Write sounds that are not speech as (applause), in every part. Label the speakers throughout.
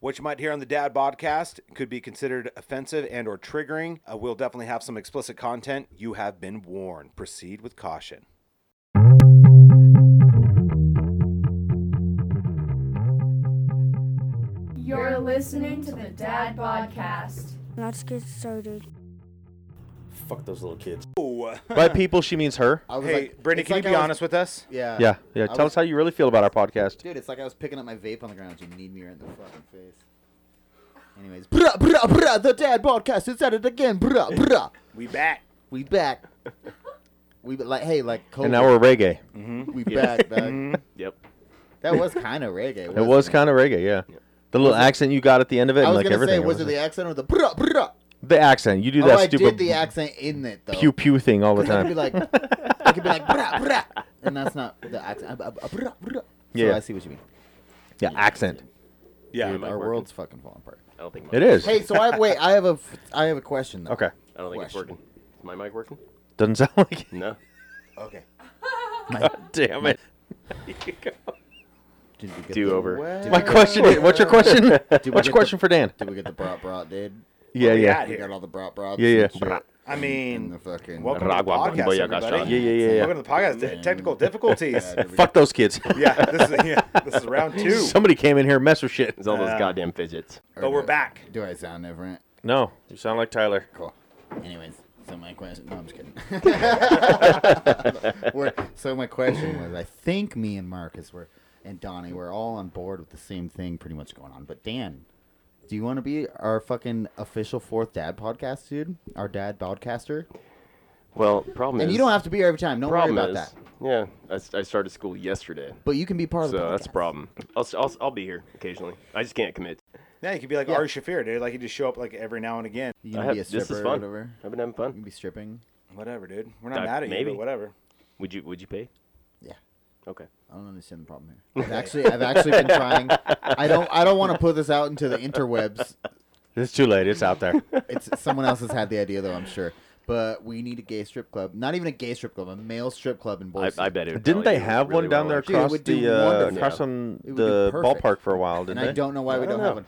Speaker 1: What you might hear on the Dad Podcast could be considered offensive and or triggering. Uh, we'll definitely have some explicit content. You have been warned. Proceed with caution.
Speaker 2: You're listening to the Dad Podcast.
Speaker 3: Let's get started.
Speaker 4: Fuck those little kids.
Speaker 1: Oh,
Speaker 5: By people, she means her.
Speaker 4: I was
Speaker 1: hey,
Speaker 4: like,
Speaker 1: Brittany,
Speaker 4: it's
Speaker 1: can
Speaker 4: like
Speaker 1: you
Speaker 4: I
Speaker 1: be
Speaker 4: was-
Speaker 1: honest with us?
Speaker 4: Yeah.
Speaker 5: Yeah, yeah.
Speaker 4: I
Speaker 5: Tell
Speaker 4: was-
Speaker 5: us how you really feel about our podcast.
Speaker 4: Dude, it's like I was picking up my vape on the ground. You need me right in the fucking face. Anyways, bruh, bruh, bruh, the dad podcast is at it again, (laughs) bruh, bruh.
Speaker 1: We back.
Speaker 4: We back. We be- like, hey, like, Mm-hmm. COVID.
Speaker 5: And now we're reggae. Mm-hmm.
Speaker 4: we back, dog.
Speaker 6: Yep.
Speaker 4: That was kind of reggae.
Speaker 5: It was kind of reggae, yeah. The little accent you got at the end of it,
Speaker 4: I
Speaker 5: and
Speaker 4: was
Speaker 5: like
Speaker 4: gonna
Speaker 5: everything.
Speaker 4: say, was it the accent or the bruh, bruh?
Speaker 5: The accent. You do
Speaker 4: Oh,
Speaker 5: that
Speaker 4: I
Speaker 5: stupid
Speaker 4: did the accent in it though.
Speaker 5: (laughs)
Speaker 4: (laughs)
Speaker 5: pew pew thing all the
Speaker 4: I could be
Speaker 5: time.
Speaker 4: like, I could be like, bruh, bruh, and that's not the accent. I- I- I- bruh, bruh.
Speaker 5: Yeah.
Speaker 4: So I see what you mean.
Speaker 5: Yeah, accent.
Speaker 1: Yeah.
Speaker 4: Dude,
Speaker 6: might
Speaker 4: our
Speaker 6: work.
Speaker 4: world's fucking falling apart.
Speaker 6: I don't think.
Speaker 5: It is.
Speaker 4: Hey, so I wait. I have a f- I have a question. Though.
Speaker 5: Okay.
Speaker 6: I don't think it's
Speaker 4: Question.
Speaker 6: working. Is my mic working?
Speaker 5: Doesn't sound (laughs) like. It.
Speaker 6: No.
Speaker 4: Okay.
Speaker 5: Damn it.
Speaker 4: Did we get
Speaker 6: Do
Speaker 4: the-
Speaker 6: over.
Speaker 4: Did
Speaker 5: My
Speaker 4: we get-
Speaker 5: question. is- What's your
Speaker 4: (laughs)
Speaker 5: question? What's
Speaker 4: get
Speaker 5: your question
Speaker 4: the-
Speaker 5: for Dan?
Speaker 4: Did we get the brat brat, dude?
Speaker 5: Yeah,
Speaker 1: we
Speaker 5: yeah,
Speaker 1: at?
Speaker 4: We
Speaker 1: Here.
Speaker 4: got all the brat brats.
Speaker 5: Yeah, yeah.
Speaker 4: and shit
Speaker 5: Brat.
Speaker 1: I
Speaker 4: In
Speaker 1: mean,
Speaker 4: the fucking.
Speaker 1: welcome to the
Speaker 6: Ragwa
Speaker 1: podcast,
Speaker 6: Bamboya
Speaker 1: everybody.
Speaker 6: Gashan.
Speaker 5: yeah, yeah, yeah. yeah.
Speaker 1: Welcome to the podcast. Te- Technical difficulties.
Speaker 4: (laughs) Yeah, dude.
Speaker 5: Fuck those kids.
Speaker 1: yeah, this is yeah, this is round two,
Speaker 5: Somebody came in here and messed with shit.
Speaker 6: It's all
Speaker 1: Uh,
Speaker 6: those goddamn fidgets.
Speaker 1: but we're back.
Speaker 4: Do I sound different?
Speaker 5: No, you sound like Tyler.
Speaker 4: Cool. Anyways, so my question. No, I'm just kidding.
Speaker 6: (laughs)
Speaker 4: We're- so my question was, I think me and Marcus were, and Donnie were all on board with the same thing pretty much going on. But Dan, do you want to be our fucking official fourth dad podcast, dude? Our dad podcaster.
Speaker 6: Well, problem
Speaker 4: And
Speaker 6: is.
Speaker 4: you don't have to be here every time. Don't worry
Speaker 6: problem
Speaker 4: about
Speaker 6: is,
Speaker 4: that.
Speaker 6: Yeah, I s- I, started school yesterday,
Speaker 4: But you can be part
Speaker 6: so
Speaker 4: of the podcast.
Speaker 6: that's a problem. I'll, s- I'll s- I'll be here occasionally. I just can't commit.
Speaker 1: Yeah, you could be like
Speaker 4: Yeah.
Speaker 1: Ari Shafir, dude. Like you just show up like every now and again.
Speaker 4: You
Speaker 6: I
Speaker 4: can
Speaker 6: have,
Speaker 4: be a stripper
Speaker 6: this is
Speaker 4: or
Speaker 6: fun.
Speaker 4: whatever.
Speaker 6: I've been having
Speaker 4: You can
Speaker 6: fun.
Speaker 4: be stripping.
Speaker 1: Whatever, dude. We're not
Speaker 6: Uh,
Speaker 1: mad at you,
Speaker 6: maybe.
Speaker 1: but whatever.
Speaker 6: Would you Would you pay?
Speaker 4: Yeah.
Speaker 6: Okay.
Speaker 4: I don't understand the problem
Speaker 6: (laughs)
Speaker 4: here. I've actually, I've actually been trying. I don't, I don't want to put this out into the interwebs.
Speaker 5: It's too late. It's out
Speaker 4: (laughs)
Speaker 5: there.
Speaker 4: It's someone else has had the idea though, I'm sure. But we need a gay strip club. Not even a gay strip club, a male strip club in
Speaker 6: I,
Speaker 4: Boise.
Speaker 6: I bet it. would
Speaker 5: Didn't they
Speaker 6: probably work
Speaker 5: have
Speaker 6: really
Speaker 5: one down
Speaker 6: well,
Speaker 5: there
Speaker 6: actually.
Speaker 4: Dude, it
Speaker 5: across
Speaker 4: would do
Speaker 5: the uh,
Speaker 4: wonderful.
Speaker 5: across
Speaker 6: Yeah.
Speaker 5: on
Speaker 4: It would be
Speaker 5: the
Speaker 4: perfect.
Speaker 5: ballpark for a while? Didn't
Speaker 4: and
Speaker 5: they?
Speaker 4: I don't know why we
Speaker 6: eh? I
Speaker 4: don't
Speaker 6: don't
Speaker 4: have
Speaker 6: know.
Speaker 4: one.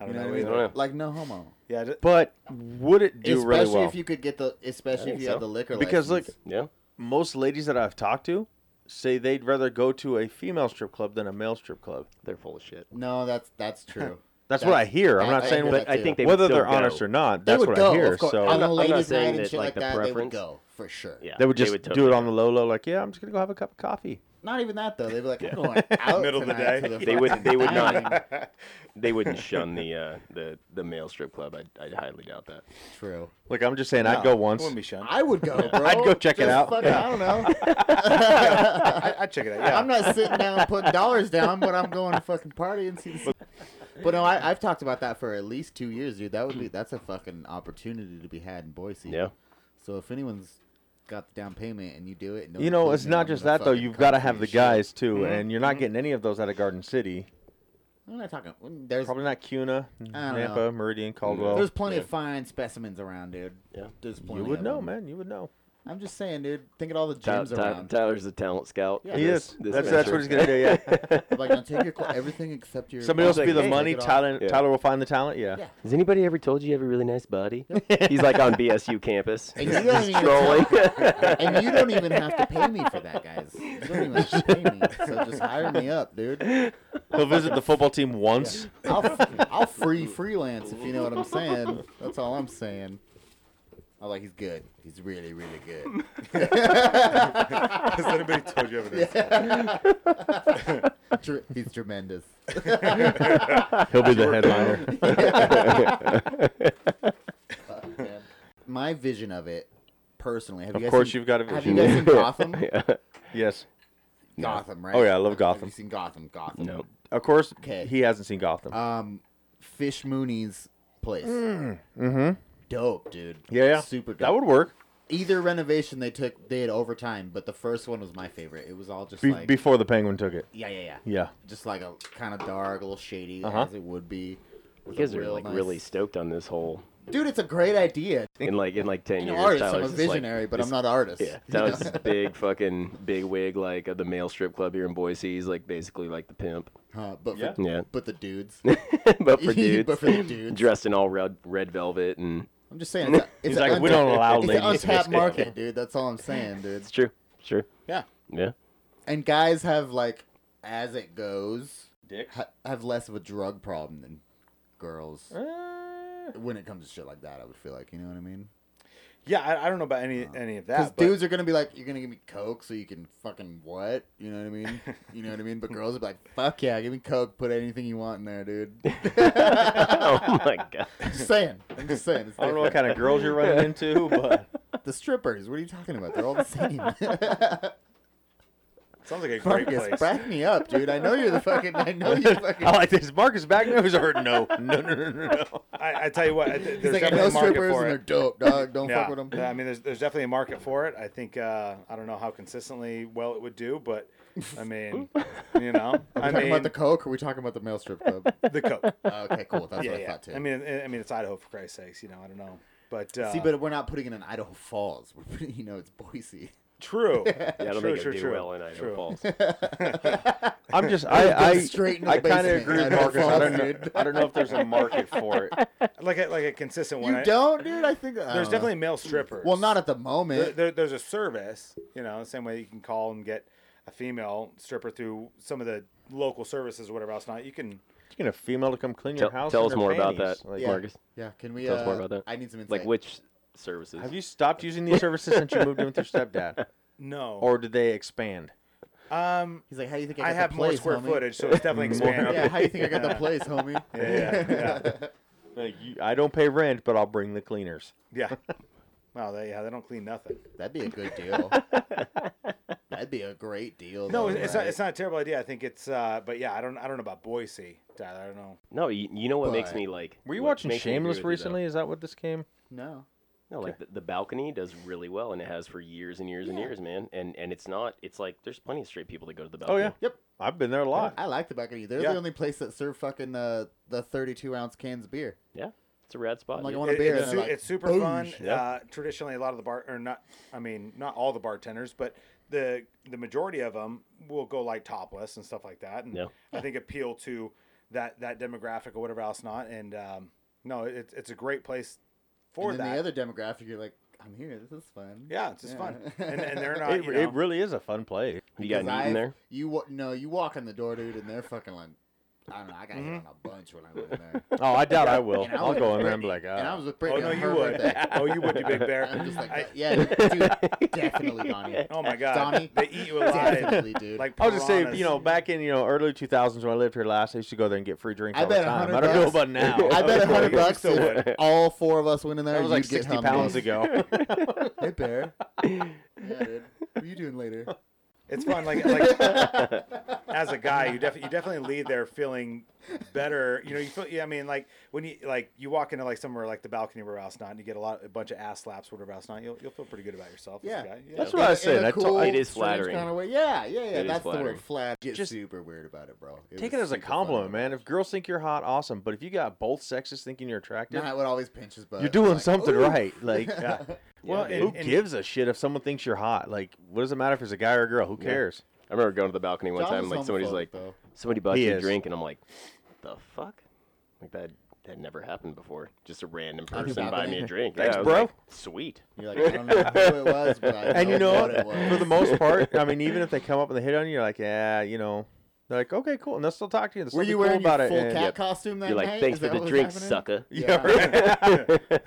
Speaker 1: I
Speaker 4: You
Speaker 1: don't
Speaker 4: know
Speaker 1: know.
Speaker 4: what I mean?
Speaker 1: either.
Speaker 6: don't know.
Speaker 4: Like no homo.
Speaker 1: Yeah, d-
Speaker 5: But would it do
Speaker 4: especially
Speaker 5: really well?
Speaker 4: if you could get the, especially if
Speaker 6: think
Speaker 4: you
Speaker 6: so.
Speaker 4: had the liquor.
Speaker 5: Because, look,
Speaker 4: license.
Speaker 6: Yeah.
Speaker 5: Most ladies that I've talked to say they'd rather go to a female strip club than a male strip club.
Speaker 6: They're full of shit.
Speaker 4: no, that's that's
Speaker 6: (laughs)
Speaker 4: true.
Speaker 5: That's, what I hear. I'm
Speaker 4: that-
Speaker 5: not
Speaker 4: I
Speaker 5: saying
Speaker 4: hear
Speaker 5: what-
Speaker 4: that
Speaker 6: I
Speaker 4: too.
Speaker 6: think they would
Speaker 5: whether
Speaker 6: still
Speaker 5: they're
Speaker 6: go.
Speaker 5: honest or not.
Speaker 4: They
Speaker 5: That's
Speaker 4: would
Speaker 5: what
Speaker 4: go,
Speaker 5: I hear.
Speaker 4: Of course.
Speaker 5: So
Speaker 4: on
Speaker 6: not-
Speaker 4: a
Speaker 6: I'm not
Speaker 4: ladies' night
Speaker 6: saying
Speaker 4: and
Speaker 6: that,
Speaker 4: shit
Speaker 6: like,
Speaker 4: like
Speaker 6: the
Speaker 4: that, they would
Speaker 6: preference-
Speaker 4: go for sure.
Speaker 6: Yeah.
Speaker 5: they would just do
Speaker 6: totally
Speaker 5: it on the low low, like, yeah, I'm just gonna go have a cup of coffee.
Speaker 4: Not even that though. They'd be like, I'm going
Speaker 5: (laughs)
Speaker 4: out
Speaker 1: Middle of the
Speaker 4: tonight
Speaker 1: day.
Speaker 4: to the
Speaker 6: They would.
Speaker 4: fucking
Speaker 6: They would
Speaker 4: dining."
Speaker 6: not. (laughs) They wouldn't shun the uh, the the male strip club. I I highly doubt that.
Speaker 4: True.
Speaker 5: Look, I'm just saying, I'd
Speaker 1: no,
Speaker 5: go once.
Speaker 1: Wouldn't be shunned.
Speaker 4: I would go, bro.
Speaker 5: I'd go check it
Speaker 4: Just
Speaker 5: out.
Speaker 4: fucking- I
Speaker 5: (laughs)
Speaker 4: don't know.
Speaker 1: I, I'd check it out. Yeah.
Speaker 4: I'm not sitting down and putting dollars down, but I'm going to fucking party and see. This. (laughs) But no, I, I've talked about that for at least two years, dude. That would be that's a fucking opportunity to be had in Boise.
Speaker 6: Yeah.
Speaker 4: So if anyone's got the down payment and you do it, and don't
Speaker 5: You know,
Speaker 4: include
Speaker 5: it's
Speaker 4: me, I'm
Speaker 5: not just that
Speaker 4: gonna
Speaker 5: though.
Speaker 4: fucking
Speaker 5: You've
Speaker 4: come
Speaker 5: got to
Speaker 4: for
Speaker 5: have
Speaker 4: your
Speaker 5: the
Speaker 4: shit. Mm-hmm.
Speaker 5: guys too, and you're not getting any of those out of Garden City.
Speaker 4: I'm not talking. mm, There's
Speaker 5: Probably not Cuna,
Speaker 4: don't
Speaker 5: Nampa,
Speaker 4: know. Mm.
Speaker 5: Meridian, Caldwell.
Speaker 4: there's plenty of
Speaker 6: yeah.
Speaker 4: fine specimens around, dude.
Speaker 6: Yeah.
Speaker 4: There's plenty.
Speaker 5: You would
Speaker 4: of
Speaker 5: know,
Speaker 4: them.
Speaker 5: man. You would know.
Speaker 4: I'm just saying, dude. Think of all the
Speaker 6: Ty-
Speaker 4: gyms
Speaker 6: Ty-
Speaker 4: around.
Speaker 6: Tyler's a talent scout.
Speaker 4: Yeah.
Speaker 6: for
Speaker 5: He
Speaker 6: this-
Speaker 5: is.
Speaker 6: this
Speaker 5: That's that's what he's
Speaker 6: venture.
Speaker 5: gonna do. Yeah.
Speaker 4: (laughs) like, now take your cl- everything except your.
Speaker 5: Somebody else will be the
Speaker 4: Take
Speaker 5: money.
Speaker 4: it off.
Speaker 5: Tyler,
Speaker 6: Yeah.
Speaker 5: Tyler will find the talent. Yeah.
Speaker 4: Yeah.
Speaker 6: Has anybody ever told you you have a really nice body? He's like on BSU campus.
Speaker 4: And
Speaker 6: He's
Speaker 4: you don't
Speaker 6: just
Speaker 4: even-
Speaker 6: trolling.
Speaker 4: And you don't even have to pay me
Speaker 5: (laughs)
Speaker 4: for that, guys. You don't even have to pay me. So just hire me up, dude.
Speaker 5: He'll visit the football team once.
Speaker 4: I'll, I'll free freelance if you know what I'm saying. That's all I'm saying. I like he's good. He's really, really good.
Speaker 1: (laughs)
Speaker 5: (laughs)
Speaker 1: Has anybody told you ever this?
Speaker 4: Tre- he's tremendous.
Speaker 5: (laughs) He'll be the headliner.
Speaker 4: My vision of it, personally. Have
Speaker 5: Of
Speaker 4: you guys
Speaker 5: course
Speaker 4: seen,
Speaker 5: you've got a
Speaker 4: Have you
Speaker 5: vision.
Speaker 4: guys seen
Speaker 5: (laughs)
Speaker 4: Gotham?
Speaker 5: yes.
Speaker 4: Gotham, right?
Speaker 5: Oh, yeah, I love
Speaker 4: Have
Speaker 5: Gotham.
Speaker 4: you seen Gotham? Gotham.
Speaker 6: No.
Speaker 5: Of course,
Speaker 4: Okay.
Speaker 5: he hasn't seen Gotham.
Speaker 4: um, Fish Mooney's place. Mm-hmm. Dope, dude.
Speaker 5: Mm, yeah, yeah.
Speaker 4: Super dope.
Speaker 5: That would work
Speaker 4: Either renovation they took, they had overtime, but the first one was my favorite. It was all just
Speaker 5: be-
Speaker 4: like,
Speaker 5: before the Penguin took it.
Speaker 4: yeah, yeah, yeah,
Speaker 5: Yeah.
Speaker 4: Just like a kind of dark, a little shady
Speaker 5: Uh-huh.
Speaker 4: as it would be.
Speaker 6: (laughs) You
Speaker 4: With
Speaker 6: guys
Speaker 4: a
Speaker 6: are
Speaker 4: real
Speaker 6: like
Speaker 4: nice-
Speaker 6: really stoked on this whole.
Speaker 4: dude. It's a great idea.
Speaker 6: In like in like ten
Speaker 4: You know,
Speaker 6: years,
Speaker 4: artist. I'm a
Speaker 6: Tyler's just like-
Speaker 4: visionary, but
Speaker 6: this-
Speaker 4: I'm not an artist.
Speaker 6: Yeah,
Speaker 4: You
Speaker 6: (laughs) Tyler's
Speaker 4: know?
Speaker 6: this big fucking big wig like of the male strip club here in Boise. He's like basically like the pimp. (laughs)
Speaker 4: Huh, but for,
Speaker 5: Yeah.
Speaker 6: Yeah.
Speaker 4: but the
Speaker 6: (laughs)
Speaker 4: dudes.
Speaker 6: but for
Speaker 4: But
Speaker 6: dudes,
Speaker 4: for the dudes.
Speaker 6: dressed in all red red velvet, and
Speaker 4: I'm just saying. It's, a, it's
Speaker 5: He's
Speaker 4: a
Speaker 5: like, we don't allow
Speaker 4: it's an
Speaker 5: ladies in this
Speaker 4: untapped
Speaker 5: club.
Speaker 6: (laughs)
Speaker 4: market, dude. That's all I'm saying, dude.
Speaker 6: it's true, sure,
Speaker 4: Yeah.
Speaker 6: yeah.
Speaker 4: And guys have like, as it goes,
Speaker 5: (laughs) Dicks.
Speaker 4: ha- have less of a drug problem than girls.
Speaker 7: Uh.
Speaker 5: Eh,
Speaker 4: When it comes to shit like that, I would feel like you know what I mean.
Speaker 7: Yeah, I, I don't know about any any of
Speaker 4: Because
Speaker 7: that. But
Speaker 4: dudes are gonna be like, "You're gonna give me coke, so you can fucking what?" You know what
Speaker 7: (laughs)
Speaker 4: I mean? You know what I mean? But girls are like, "Fuck yeah, give me coke, put anything you want in
Speaker 7: (laughs)
Speaker 4: there, dude."
Speaker 6: oh my god.
Speaker 4: just saying. I'm just saying. It's
Speaker 5: I don't know what
Speaker 4: different.
Speaker 5: kind of girls you're running into, but
Speaker 4: the strippers. What are you talking about? They're all the
Speaker 7: (laughs)
Speaker 4: same.
Speaker 7: sounds like a great
Speaker 4: Marcus,
Speaker 7: place.
Speaker 4: back me up, dude. I know you're the fucking. I
Speaker 7: (laughs)
Speaker 4: know you're
Speaker 5: (laughs)
Speaker 4: fucking.
Speaker 5: I
Speaker 7: Oh,
Speaker 5: like this. Marcus Bagnos heard no, no, no, no, no.
Speaker 7: I, I tell you what, I th-
Speaker 4: He's
Speaker 7: there's
Speaker 4: like, I
Speaker 7: definitely
Speaker 4: know
Speaker 7: a market
Speaker 4: strippers
Speaker 7: for
Speaker 4: and they're
Speaker 7: it.
Speaker 4: dope, dog. Don't
Speaker 7: Yeah.
Speaker 4: fuck with them.
Speaker 7: Yeah, I mean, there's there's definitely a market for it. I think uh, I don't know how consistently well it would do, but
Speaker 4: (laughs)
Speaker 7: I mean, you know,
Speaker 4: Are
Speaker 7: I
Speaker 4: we talking
Speaker 7: mean,
Speaker 4: about the coke, or are we talking about the male strip club?
Speaker 7: (laughs) the coke.
Speaker 4: okay, cool. (laughs) That's
Speaker 7: yeah,
Speaker 4: what I
Speaker 7: yeah.
Speaker 4: thought too.
Speaker 7: I mean, I I mean, it's Idaho for Christ's sakes. You know, I don't know, but uh,
Speaker 4: See, but (laughs) we're not putting it in Idaho Falls. (laughs) We're putting, you know, it's Boise.
Speaker 7: true.
Speaker 6: Yeah, I don't
Speaker 7: True,
Speaker 6: think
Speaker 7: true,
Speaker 6: it'd do
Speaker 7: true.
Speaker 6: well in Idaho
Speaker 7: True.
Speaker 4: (laughs)
Speaker 6: Falls.
Speaker 5: I'm (laughs) just, I, I,
Speaker 4: straight in the
Speaker 5: I kind of
Speaker 4: basement,
Speaker 5: agree with
Speaker 4: Idaho
Speaker 5: Marcus. I
Speaker 4: Falls,
Speaker 5: don't, know,
Speaker 4: dude.
Speaker 5: I don't know if there's a market for it.
Speaker 7: (laughs) Like a, like a consistent one.
Speaker 4: You
Speaker 7: I-
Speaker 4: don't, dude. I think
Speaker 7: There's definitely male strippers.
Speaker 4: Well, not at the
Speaker 7: there,
Speaker 4: moment.
Speaker 7: there- there's a service, you know, the same way you can call and get a female stripper through some of the local services or whatever else. Not you can.
Speaker 5: You get a female to come clean your
Speaker 6: Tell,
Speaker 5: house.
Speaker 6: tell
Speaker 5: in
Speaker 6: us
Speaker 5: her
Speaker 6: more about
Speaker 5: panties.
Speaker 6: that,
Speaker 5: Like,
Speaker 4: yeah.
Speaker 6: Marcus.
Speaker 4: Yeah, can we?
Speaker 6: Tell us more
Speaker 4: uh,
Speaker 6: about that.
Speaker 4: I need some insight.
Speaker 6: Like which services?
Speaker 5: Have you stopped using these services since you moved in with your
Speaker 6: (laughs)
Speaker 5: stepdad,
Speaker 7: No.
Speaker 5: or did they expand?
Speaker 7: um,
Speaker 4: He's like, how do you think I,
Speaker 7: I
Speaker 4: got the
Speaker 7: have more
Speaker 4: place,
Speaker 7: square
Speaker 4: homie? (laughs)
Speaker 7: footage, so it's definitely
Speaker 5: More.
Speaker 7: expanded.
Speaker 4: Yeah, how do you think I got the place, homie?
Speaker 7: (laughs) Yeah, yeah,
Speaker 5: Like, you, I don't pay rent, but I'll bring the cleaners.
Speaker 7: yeah. Wow, they yeah, they don't clean nothing.
Speaker 4: (laughs) That'd be a good
Speaker 7: (laughs)
Speaker 4: deal. That'd be a great deal.
Speaker 7: No,
Speaker 4: though,
Speaker 7: it's, it's not.
Speaker 4: right?
Speaker 7: It's not a terrible idea. I think it's. Uh, but yeah, I don't. I don't know about Boise, Tyler. I don't know.
Speaker 6: No, you, you know what makes
Speaker 4: But-
Speaker 6: me like.
Speaker 5: Were you
Speaker 6: what
Speaker 5: watching
Speaker 6: makes me agree
Speaker 5: Shameless
Speaker 6: with you, though?
Speaker 5: recently? Is that what this came?
Speaker 4: No.
Speaker 6: No, like the, the balcony does really well, and it has for years and years and years, man. And and it's not. It's like there's plenty of straight people that go to the
Speaker 5: Oh
Speaker 6: balcony.
Speaker 5: yeah,
Speaker 4: Yep.
Speaker 5: I've been there a lot.
Speaker 4: I like the balcony. They're
Speaker 7: Yeah.
Speaker 4: the only place that serve fucking uh, the 32 ounce cans of beer.
Speaker 6: yeah. It's a rad spot.
Speaker 4: I'm like, I
Speaker 6: dude.
Speaker 4: want a
Speaker 7: It-
Speaker 4: beer.
Speaker 7: it's,
Speaker 4: and
Speaker 7: su-
Speaker 4: they're like,
Speaker 7: it's super
Speaker 4: "Boosh."
Speaker 7: fun. Uh, traditionally, a lot of the bar or not. I mean, not all the bartenders, but the the majority of them will go like topless and stuff like that. And
Speaker 6: Yeah.
Speaker 7: I think appeal to that that demographic or whatever else not. And um, no, it's it's a great place for
Speaker 4: and then
Speaker 7: that.
Speaker 4: the other demographic, you're like, I'm here. This is fun.
Speaker 7: yeah, it's just
Speaker 4: Yeah. (laughs)
Speaker 7: fun, and, and they're not.
Speaker 5: it,
Speaker 7: you
Speaker 5: it
Speaker 7: know-
Speaker 5: really is a fun place.
Speaker 6: you
Speaker 4: 'Cause
Speaker 6: got meat in
Speaker 4: I've-
Speaker 6: there.
Speaker 4: You wa- no, you walk in the door, dude, and they're fucking like, I don't know. I got hit
Speaker 7: Mm-hmm.
Speaker 4: on a bunch when I went in
Speaker 5: (laughs)
Speaker 4: there.
Speaker 5: Oh, I doubt I will.
Speaker 4: And I
Speaker 5: I'll
Speaker 4: was
Speaker 5: go
Speaker 4: with
Speaker 5: in there and be
Speaker 4: Brittany,
Speaker 5: like,
Speaker 4: and I was
Speaker 5: ah.
Speaker 4: with
Speaker 7: Oh
Speaker 4: Brittany.
Speaker 7: no,
Speaker 4: on
Speaker 7: you
Speaker 4: her
Speaker 7: would.
Speaker 4: birthday.
Speaker 7: (laughs) Oh, you would, you big bear.
Speaker 4: (laughs) I'm just like,
Speaker 7: I-
Speaker 4: yeah, dude,
Speaker 5: (laughs)
Speaker 4: definitely, Donnie.
Speaker 7: oh my god,
Speaker 4: Donnie,
Speaker 7: they eat you alive.
Speaker 4: Definitely, dude.
Speaker 7: like
Speaker 5: I was just saying, you
Speaker 7: piranhas.
Speaker 5: know, back in you know early 2000s when I lived here last, I used to go there and get free drinks
Speaker 4: I
Speaker 5: all the
Speaker 4: bet a
Speaker 5: time.
Speaker 4: hundred
Speaker 5: I don't know
Speaker 4: bucks-
Speaker 5: about now.
Speaker 4: (laughs) I bet
Speaker 5: (laughs)
Speaker 4: a
Speaker 7: would.
Speaker 4: hundred
Speaker 7: You
Speaker 4: bucks
Speaker 7: still
Speaker 4: if all four of us went in there.
Speaker 5: that was like
Speaker 4: you'd get
Speaker 5: 60
Speaker 4: hummed in.
Speaker 5: pounds ago.
Speaker 4: Hey, Bear.
Speaker 5: (laughs)
Speaker 4: yeah, dude. What are you doing later?
Speaker 7: It's fun, like like
Speaker 5: (laughs)
Speaker 7: as a guy, you definitely you definitely leave there feeling better. You know, you feel. Yeah, I mean, like when you like you walk into like somewhere like the balcony where else not, and you get a lot a bunch of ass slaps, whatever else not, you'll you'll feel pretty good about yourself.
Speaker 4: Yeah.
Speaker 7: as a guy. you
Speaker 5: That's
Speaker 7: know?
Speaker 5: what I
Speaker 4: In a-
Speaker 5: was saying.
Speaker 4: in a
Speaker 5: I told-
Speaker 4: cool,
Speaker 6: It is
Speaker 4: strange
Speaker 6: flattering.
Speaker 4: Kind of way. Yeah, yeah, yeah.
Speaker 6: It is
Speaker 4: That's the
Speaker 6: flattering.
Speaker 4: word. Flat. Get
Speaker 5: Just-
Speaker 4: super weird about it, bro.
Speaker 5: Take it as a compliment, man. If girls think you're hot, awesome. But if you got both sexes thinking you're attractive,
Speaker 4: Matt would always pinch his butt.
Speaker 5: you're doing
Speaker 4: Like,
Speaker 5: something
Speaker 4: "Ooh."
Speaker 5: right. Like,
Speaker 7: Well,
Speaker 6: Yeah,
Speaker 7: and-
Speaker 5: who
Speaker 7: and-
Speaker 5: gives a shit if someone thinks you're hot? Like, what does it matter if it's a guy or a girl? Who cares?
Speaker 6: I remember going to the balcony one
Speaker 4: John
Speaker 6: time.
Speaker 4: is
Speaker 6: Like somebody's
Speaker 4: homophobic,
Speaker 6: like,
Speaker 4: though.
Speaker 6: somebody bought
Speaker 5: He
Speaker 6: you a
Speaker 5: is.
Speaker 6: drink, and I'm like, the fuck? Like that that never happened before. Just a random
Speaker 4: On your
Speaker 6: person buy me
Speaker 4: balcony.
Speaker 6: a drink.
Speaker 5: Thanks,
Speaker 6: yeah, I was
Speaker 5: bro.
Speaker 6: like, Sweet.
Speaker 4: You're like, I don't know who it was, but I
Speaker 5: And (laughs) you know
Speaker 4: what
Speaker 5: what?
Speaker 4: it was.
Speaker 5: For the most part, I mean, even if they come up and they hit on you, you're like, yeah, you know, they're like, okay, cool, and they'll still talk to you. There's
Speaker 4: Were you
Speaker 5: something
Speaker 4: wearing
Speaker 5: cool about
Speaker 4: your
Speaker 5: it.
Speaker 4: full
Speaker 5: and-
Speaker 4: cat
Speaker 6: Yep.
Speaker 4: costume that
Speaker 6: You're like,
Speaker 4: night?
Speaker 6: thanks
Speaker 4: Is
Speaker 6: for
Speaker 4: that
Speaker 6: the
Speaker 4: what
Speaker 6: drink,
Speaker 4: was happening?
Speaker 5: (laughs)
Speaker 6: (laughs) sucker.
Speaker 5: Yeah,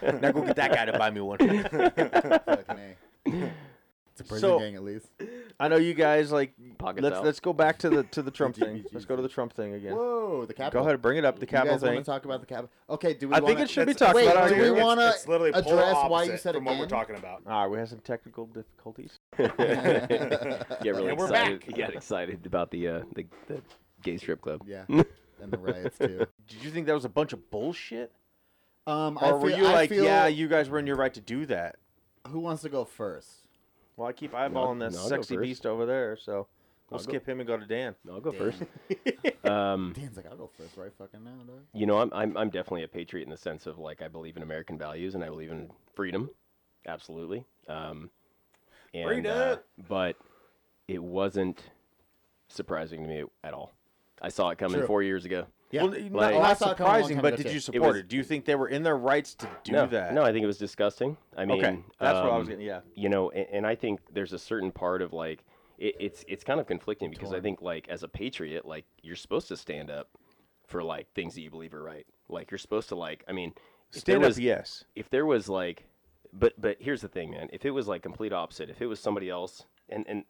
Speaker 5: (laughs) right. now go get that guy to buy
Speaker 7: (laughs)
Speaker 5: me one.
Speaker 4: Fucking A. It's a prison
Speaker 5: So-
Speaker 4: gang, at least.
Speaker 5: I know you guys like.
Speaker 6: Pockets
Speaker 5: let's
Speaker 6: out.
Speaker 5: let's go back to the to
Speaker 4: (laughs)
Speaker 5: the Trump thing.
Speaker 4: GGG.
Speaker 5: Let's go to the Trump thing again.
Speaker 4: Whoa, the capital.
Speaker 5: Go ahead, bring it up. The
Speaker 4: You
Speaker 5: capital
Speaker 4: guys want
Speaker 5: thing.
Speaker 4: to talk about the capital? Okay, do we?
Speaker 5: I think
Speaker 4: wanna-
Speaker 5: it should be
Speaker 7: That's-
Speaker 5: talked
Speaker 4: Wait,
Speaker 5: about.
Speaker 4: do
Speaker 5: on
Speaker 4: we
Speaker 5: here.
Speaker 7: It's-
Speaker 4: wanna
Speaker 7: it's literally polar
Speaker 4: address why you
Speaker 7: opposite
Speaker 4: said
Speaker 7: from what we're
Speaker 4: again?
Speaker 7: talking about?
Speaker 5: All right, we have some technical difficulties.
Speaker 6: (laughs) Get really
Speaker 7: And we're
Speaker 6: excited.
Speaker 7: back.
Speaker 6: You got excited about the uh, the, the gay
Speaker 5: (laughs)
Speaker 6: strip club.
Speaker 4: Yeah, and the riots too.
Speaker 5: Did you think that was a bunch of bullshit,
Speaker 4: Um, I
Speaker 5: or were
Speaker 4: feel-
Speaker 5: you
Speaker 4: I
Speaker 5: like,
Speaker 4: feel-
Speaker 5: yeah, you guys were in your right to do that?
Speaker 4: Who wants to go first?
Speaker 5: Well, I keep eyeballing
Speaker 6: No,
Speaker 5: this
Speaker 6: no, I'll go
Speaker 5: sexy
Speaker 6: first.
Speaker 5: beast over there, so we'll
Speaker 6: I'll go-
Speaker 5: skip him and go to Dan.
Speaker 6: I'll go
Speaker 4: Dan.
Speaker 6: first. (laughs) um,
Speaker 4: Dan's like, I'll go first right fucking now, dog.
Speaker 6: you know, I'm, I'm I'm definitely a patriot in the sense of like I believe in American values and I believe in freedom, absolutely. Um, and, uh,
Speaker 7: Freedom!
Speaker 6: but it wasn't surprising to me at all. I saw it coming
Speaker 4: True.
Speaker 6: four years ago.
Speaker 4: Yeah.
Speaker 5: Well, not,
Speaker 6: Like-
Speaker 5: not
Speaker 4: Well, Oh, I saw it coming a long
Speaker 5: surprising,
Speaker 4: time
Speaker 5: but
Speaker 4: ago,
Speaker 5: did
Speaker 4: too.
Speaker 5: you
Speaker 4: It
Speaker 5: support
Speaker 6: was-
Speaker 5: it? Do you think they were in their rights to do
Speaker 6: no,
Speaker 5: that?
Speaker 6: no, I think it was disgusting. I mean,
Speaker 5: Okay, that's what I was
Speaker 6: um,
Speaker 5: getting. Yeah.
Speaker 6: you know and, and i think there's a certain part of like it, it's it's kind of conflicting because i think like as a patriot like you're supposed to stand up for like things that you believe are right like you're supposed to like i mean if there
Speaker 5: Stand up,
Speaker 6: was-
Speaker 5: yes.
Speaker 6: if there was like but but here's the thing man if it was like complete opposite if it was somebody else and and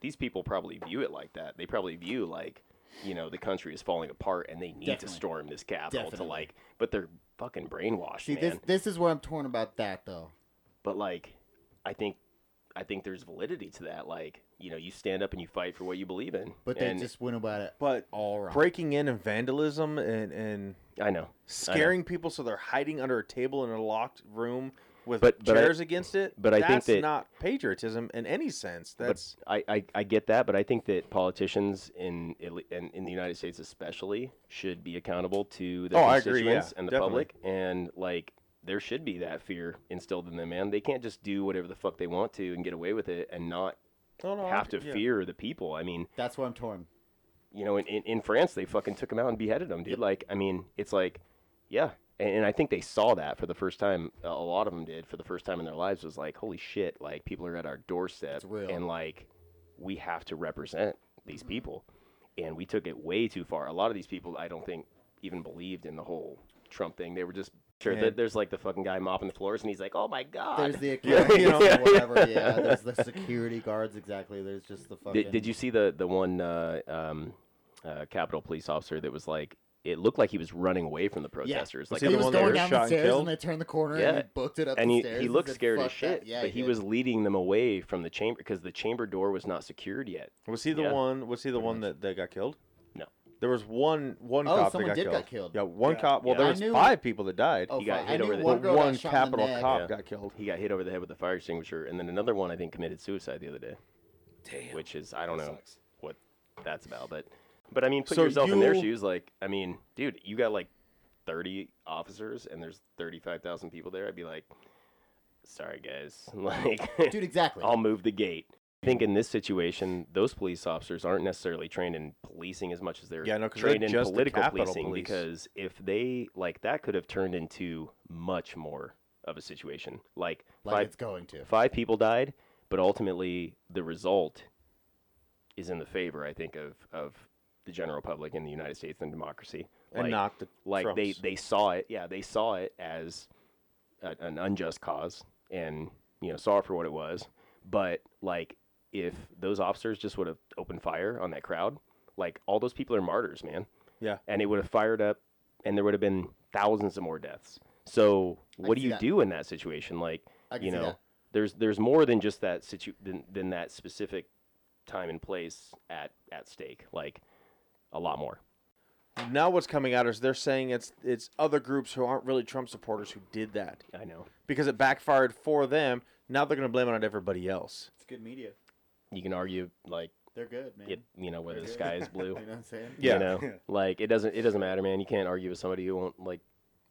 Speaker 6: these people probably view it like that they probably view like you know the country is falling apart and they need to
Speaker 4: Definitely.
Speaker 6: storm this capital to
Speaker 4: Definitely.
Speaker 6: like but they're fucking brainwashed
Speaker 4: See,
Speaker 6: man
Speaker 4: this this is where I'm torn about that though.
Speaker 6: but like i think i think there's validity to that like you know you stand up and you fight for what you believe in
Speaker 4: But they
Speaker 6: And
Speaker 4: just went about it
Speaker 5: But
Speaker 4: all wrong.
Speaker 5: breaking in and vandalism and and
Speaker 6: i know
Speaker 5: scaring people so they're hiding under a table in a locked room with
Speaker 6: But- but I-
Speaker 5: chairs against it.
Speaker 6: but I think
Speaker 5: that's
Speaker 6: that-
Speaker 5: not patriotism in any sense. That's
Speaker 6: but I, I i get that but i think that politicians in Italy- in, in the united states especially should be accountable to their
Speaker 5: Oh, I agree,
Speaker 6: constituents
Speaker 5: yeah,
Speaker 6: and the
Speaker 5: definitely.
Speaker 6: public and like there should be that fear instilled in them man they can't just do whatever the fuck they want to and get away with it and not
Speaker 5: Oh, no, I-
Speaker 6: have to
Speaker 5: yeah.
Speaker 6: fear the people i mean
Speaker 4: That's where I'm torn.
Speaker 6: you know, in, in, in France, they fucking took him out and beheaded him, dude. Like, I mean, it's like, yeah. And, and I think they saw that for the first time. A a lot of them did for the first time in their lives was like, holy shit, like, people are at our doorstep.
Speaker 4: It's real. Mm-hmm.
Speaker 6: And, like, we have to represent these people. And we took it way too far. A lot of these people, I don't think, even believed in the whole Trump thing. They were just sure
Speaker 5: Yeah.
Speaker 6: that there's like the fucking guy mopping the floors and he's like, oh my God.
Speaker 4: There's
Speaker 5: (laughs)
Speaker 4: the
Speaker 6: Yeah,
Speaker 4: accounting,
Speaker 6: you know.
Speaker 4: or whatever. Yeah, there's the security guards. Exactly. There's just the fucking.
Speaker 6: Did, did you see the the one uh, um, uh, Capitol police officer that was like? It looked like he was running away from the protesters. Like
Speaker 5: he the
Speaker 4: he
Speaker 6: it
Speaker 4: was
Speaker 5: one that
Speaker 4: going
Speaker 5: was
Speaker 4: down
Speaker 5: shot
Speaker 4: the
Speaker 5: and
Speaker 4: stairs
Speaker 5: killed?
Speaker 4: and they turned the corner and
Speaker 6: Yeah.
Speaker 4: he booked it up
Speaker 6: and
Speaker 4: the
Speaker 6: he,
Speaker 4: stairs.
Speaker 6: he looked
Speaker 4: said,
Speaker 6: scared as
Speaker 4: "Fuck that."
Speaker 6: shit,
Speaker 4: Yeah,
Speaker 6: but he was
Speaker 5: (laughs)
Speaker 6: leading them away from the chamber because the chamber door was not secured yet.
Speaker 5: was he the
Speaker 6: Yeah.
Speaker 5: one? Was he the one that, that got killed?
Speaker 6: No.
Speaker 5: There was one one
Speaker 4: Oh,
Speaker 5: cop
Speaker 4: someone
Speaker 5: that got
Speaker 4: did
Speaker 5: killed.
Speaker 4: got killed.
Speaker 5: Yeah, one
Speaker 1: Yeah.
Speaker 5: cop. Well,
Speaker 6: Yeah.
Speaker 5: there
Speaker 6: I
Speaker 5: was
Speaker 4: knew-
Speaker 5: five people that died.
Speaker 4: Oh,
Speaker 6: He got
Speaker 4: fuck,
Speaker 6: hit
Speaker 4: I knew
Speaker 6: over the-
Speaker 4: one
Speaker 5: but
Speaker 4: girl
Speaker 5: one
Speaker 4: got shot in the
Speaker 5: capital
Speaker 4: neck.
Speaker 5: cop
Speaker 6: Yeah.
Speaker 5: got killed.
Speaker 6: He got hit over the head with a fire extinguisher, and then another one I think committed suicide the other day.
Speaker 1: Damn.
Speaker 6: which is I don't
Speaker 1: That
Speaker 6: know
Speaker 1: sucks.
Speaker 6: what that's about, but but I mean, put
Speaker 5: So
Speaker 6: yourself in their
Speaker 5: you-
Speaker 6: shoes. Like, I mean, dude, you got like thirty officers, and there's thirty five thousand people there. I'd be like, sorry guys, (laughs) like,
Speaker 4: Dude, exactly.
Speaker 6: I'll move the gate. I think in this situation, those police officers aren't necessarily trained in policing as much as they're
Speaker 5: Yeah, no, 'cause they're
Speaker 6: trained in
Speaker 5: just the
Speaker 6: political
Speaker 5: Capitol
Speaker 6: policing.
Speaker 5: Police.
Speaker 6: Because if they like that, could have turned into much more of a situation. Like,
Speaker 4: like
Speaker 6: five
Speaker 4: it's going to.
Speaker 6: five people died, but ultimately the result is in the favor, I think, of of the general public in the United States and democracy.
Speaker 5: and knocked the
Speaker 6: like they
Speaker 5: Trumps.
Speaker 6: they saw it, yeah, they saw it as a, an unjust cause, and you know saw it for what it was. But like, if those officers just would have opened fire on that crowd, like all those people are martyrs, man,
Speaker 5: yeah.
Speaker 6: and it would have fired up, and there would have been thousands of more deaths. So what do
Speaker 4: see
Speaker 6: you
Speaker 4: that.
Speaker 6: do in that situation? Like,
Speaker 4: I can
Speaker 6: you
Speaker 4: see
Speaker 6: know
Speaker 4: that.
Speaker 6: there's there's more than just that situ than, than that specific time and place at at stake like a lot more
Speaker 5: Now what's coming out is they're saying it's it's other groups who aren't really Trump supporters who did that
Speaker 6: i know
Speaker 5: because it backfired for them. Now they're going to blame it on everybody else.
Speaker 4: It's good media.
Speaker 6: you can argue like
Speaker 4: They're good, man. (laughs)
Speaker 6: it, you know whether the sky is blue
Speaker 4: You know what I'm saying?
Speaker 5: Yeah.
Speaker 6: you know like it doesn't it doesn't matter man you can't argue with somebody who won't like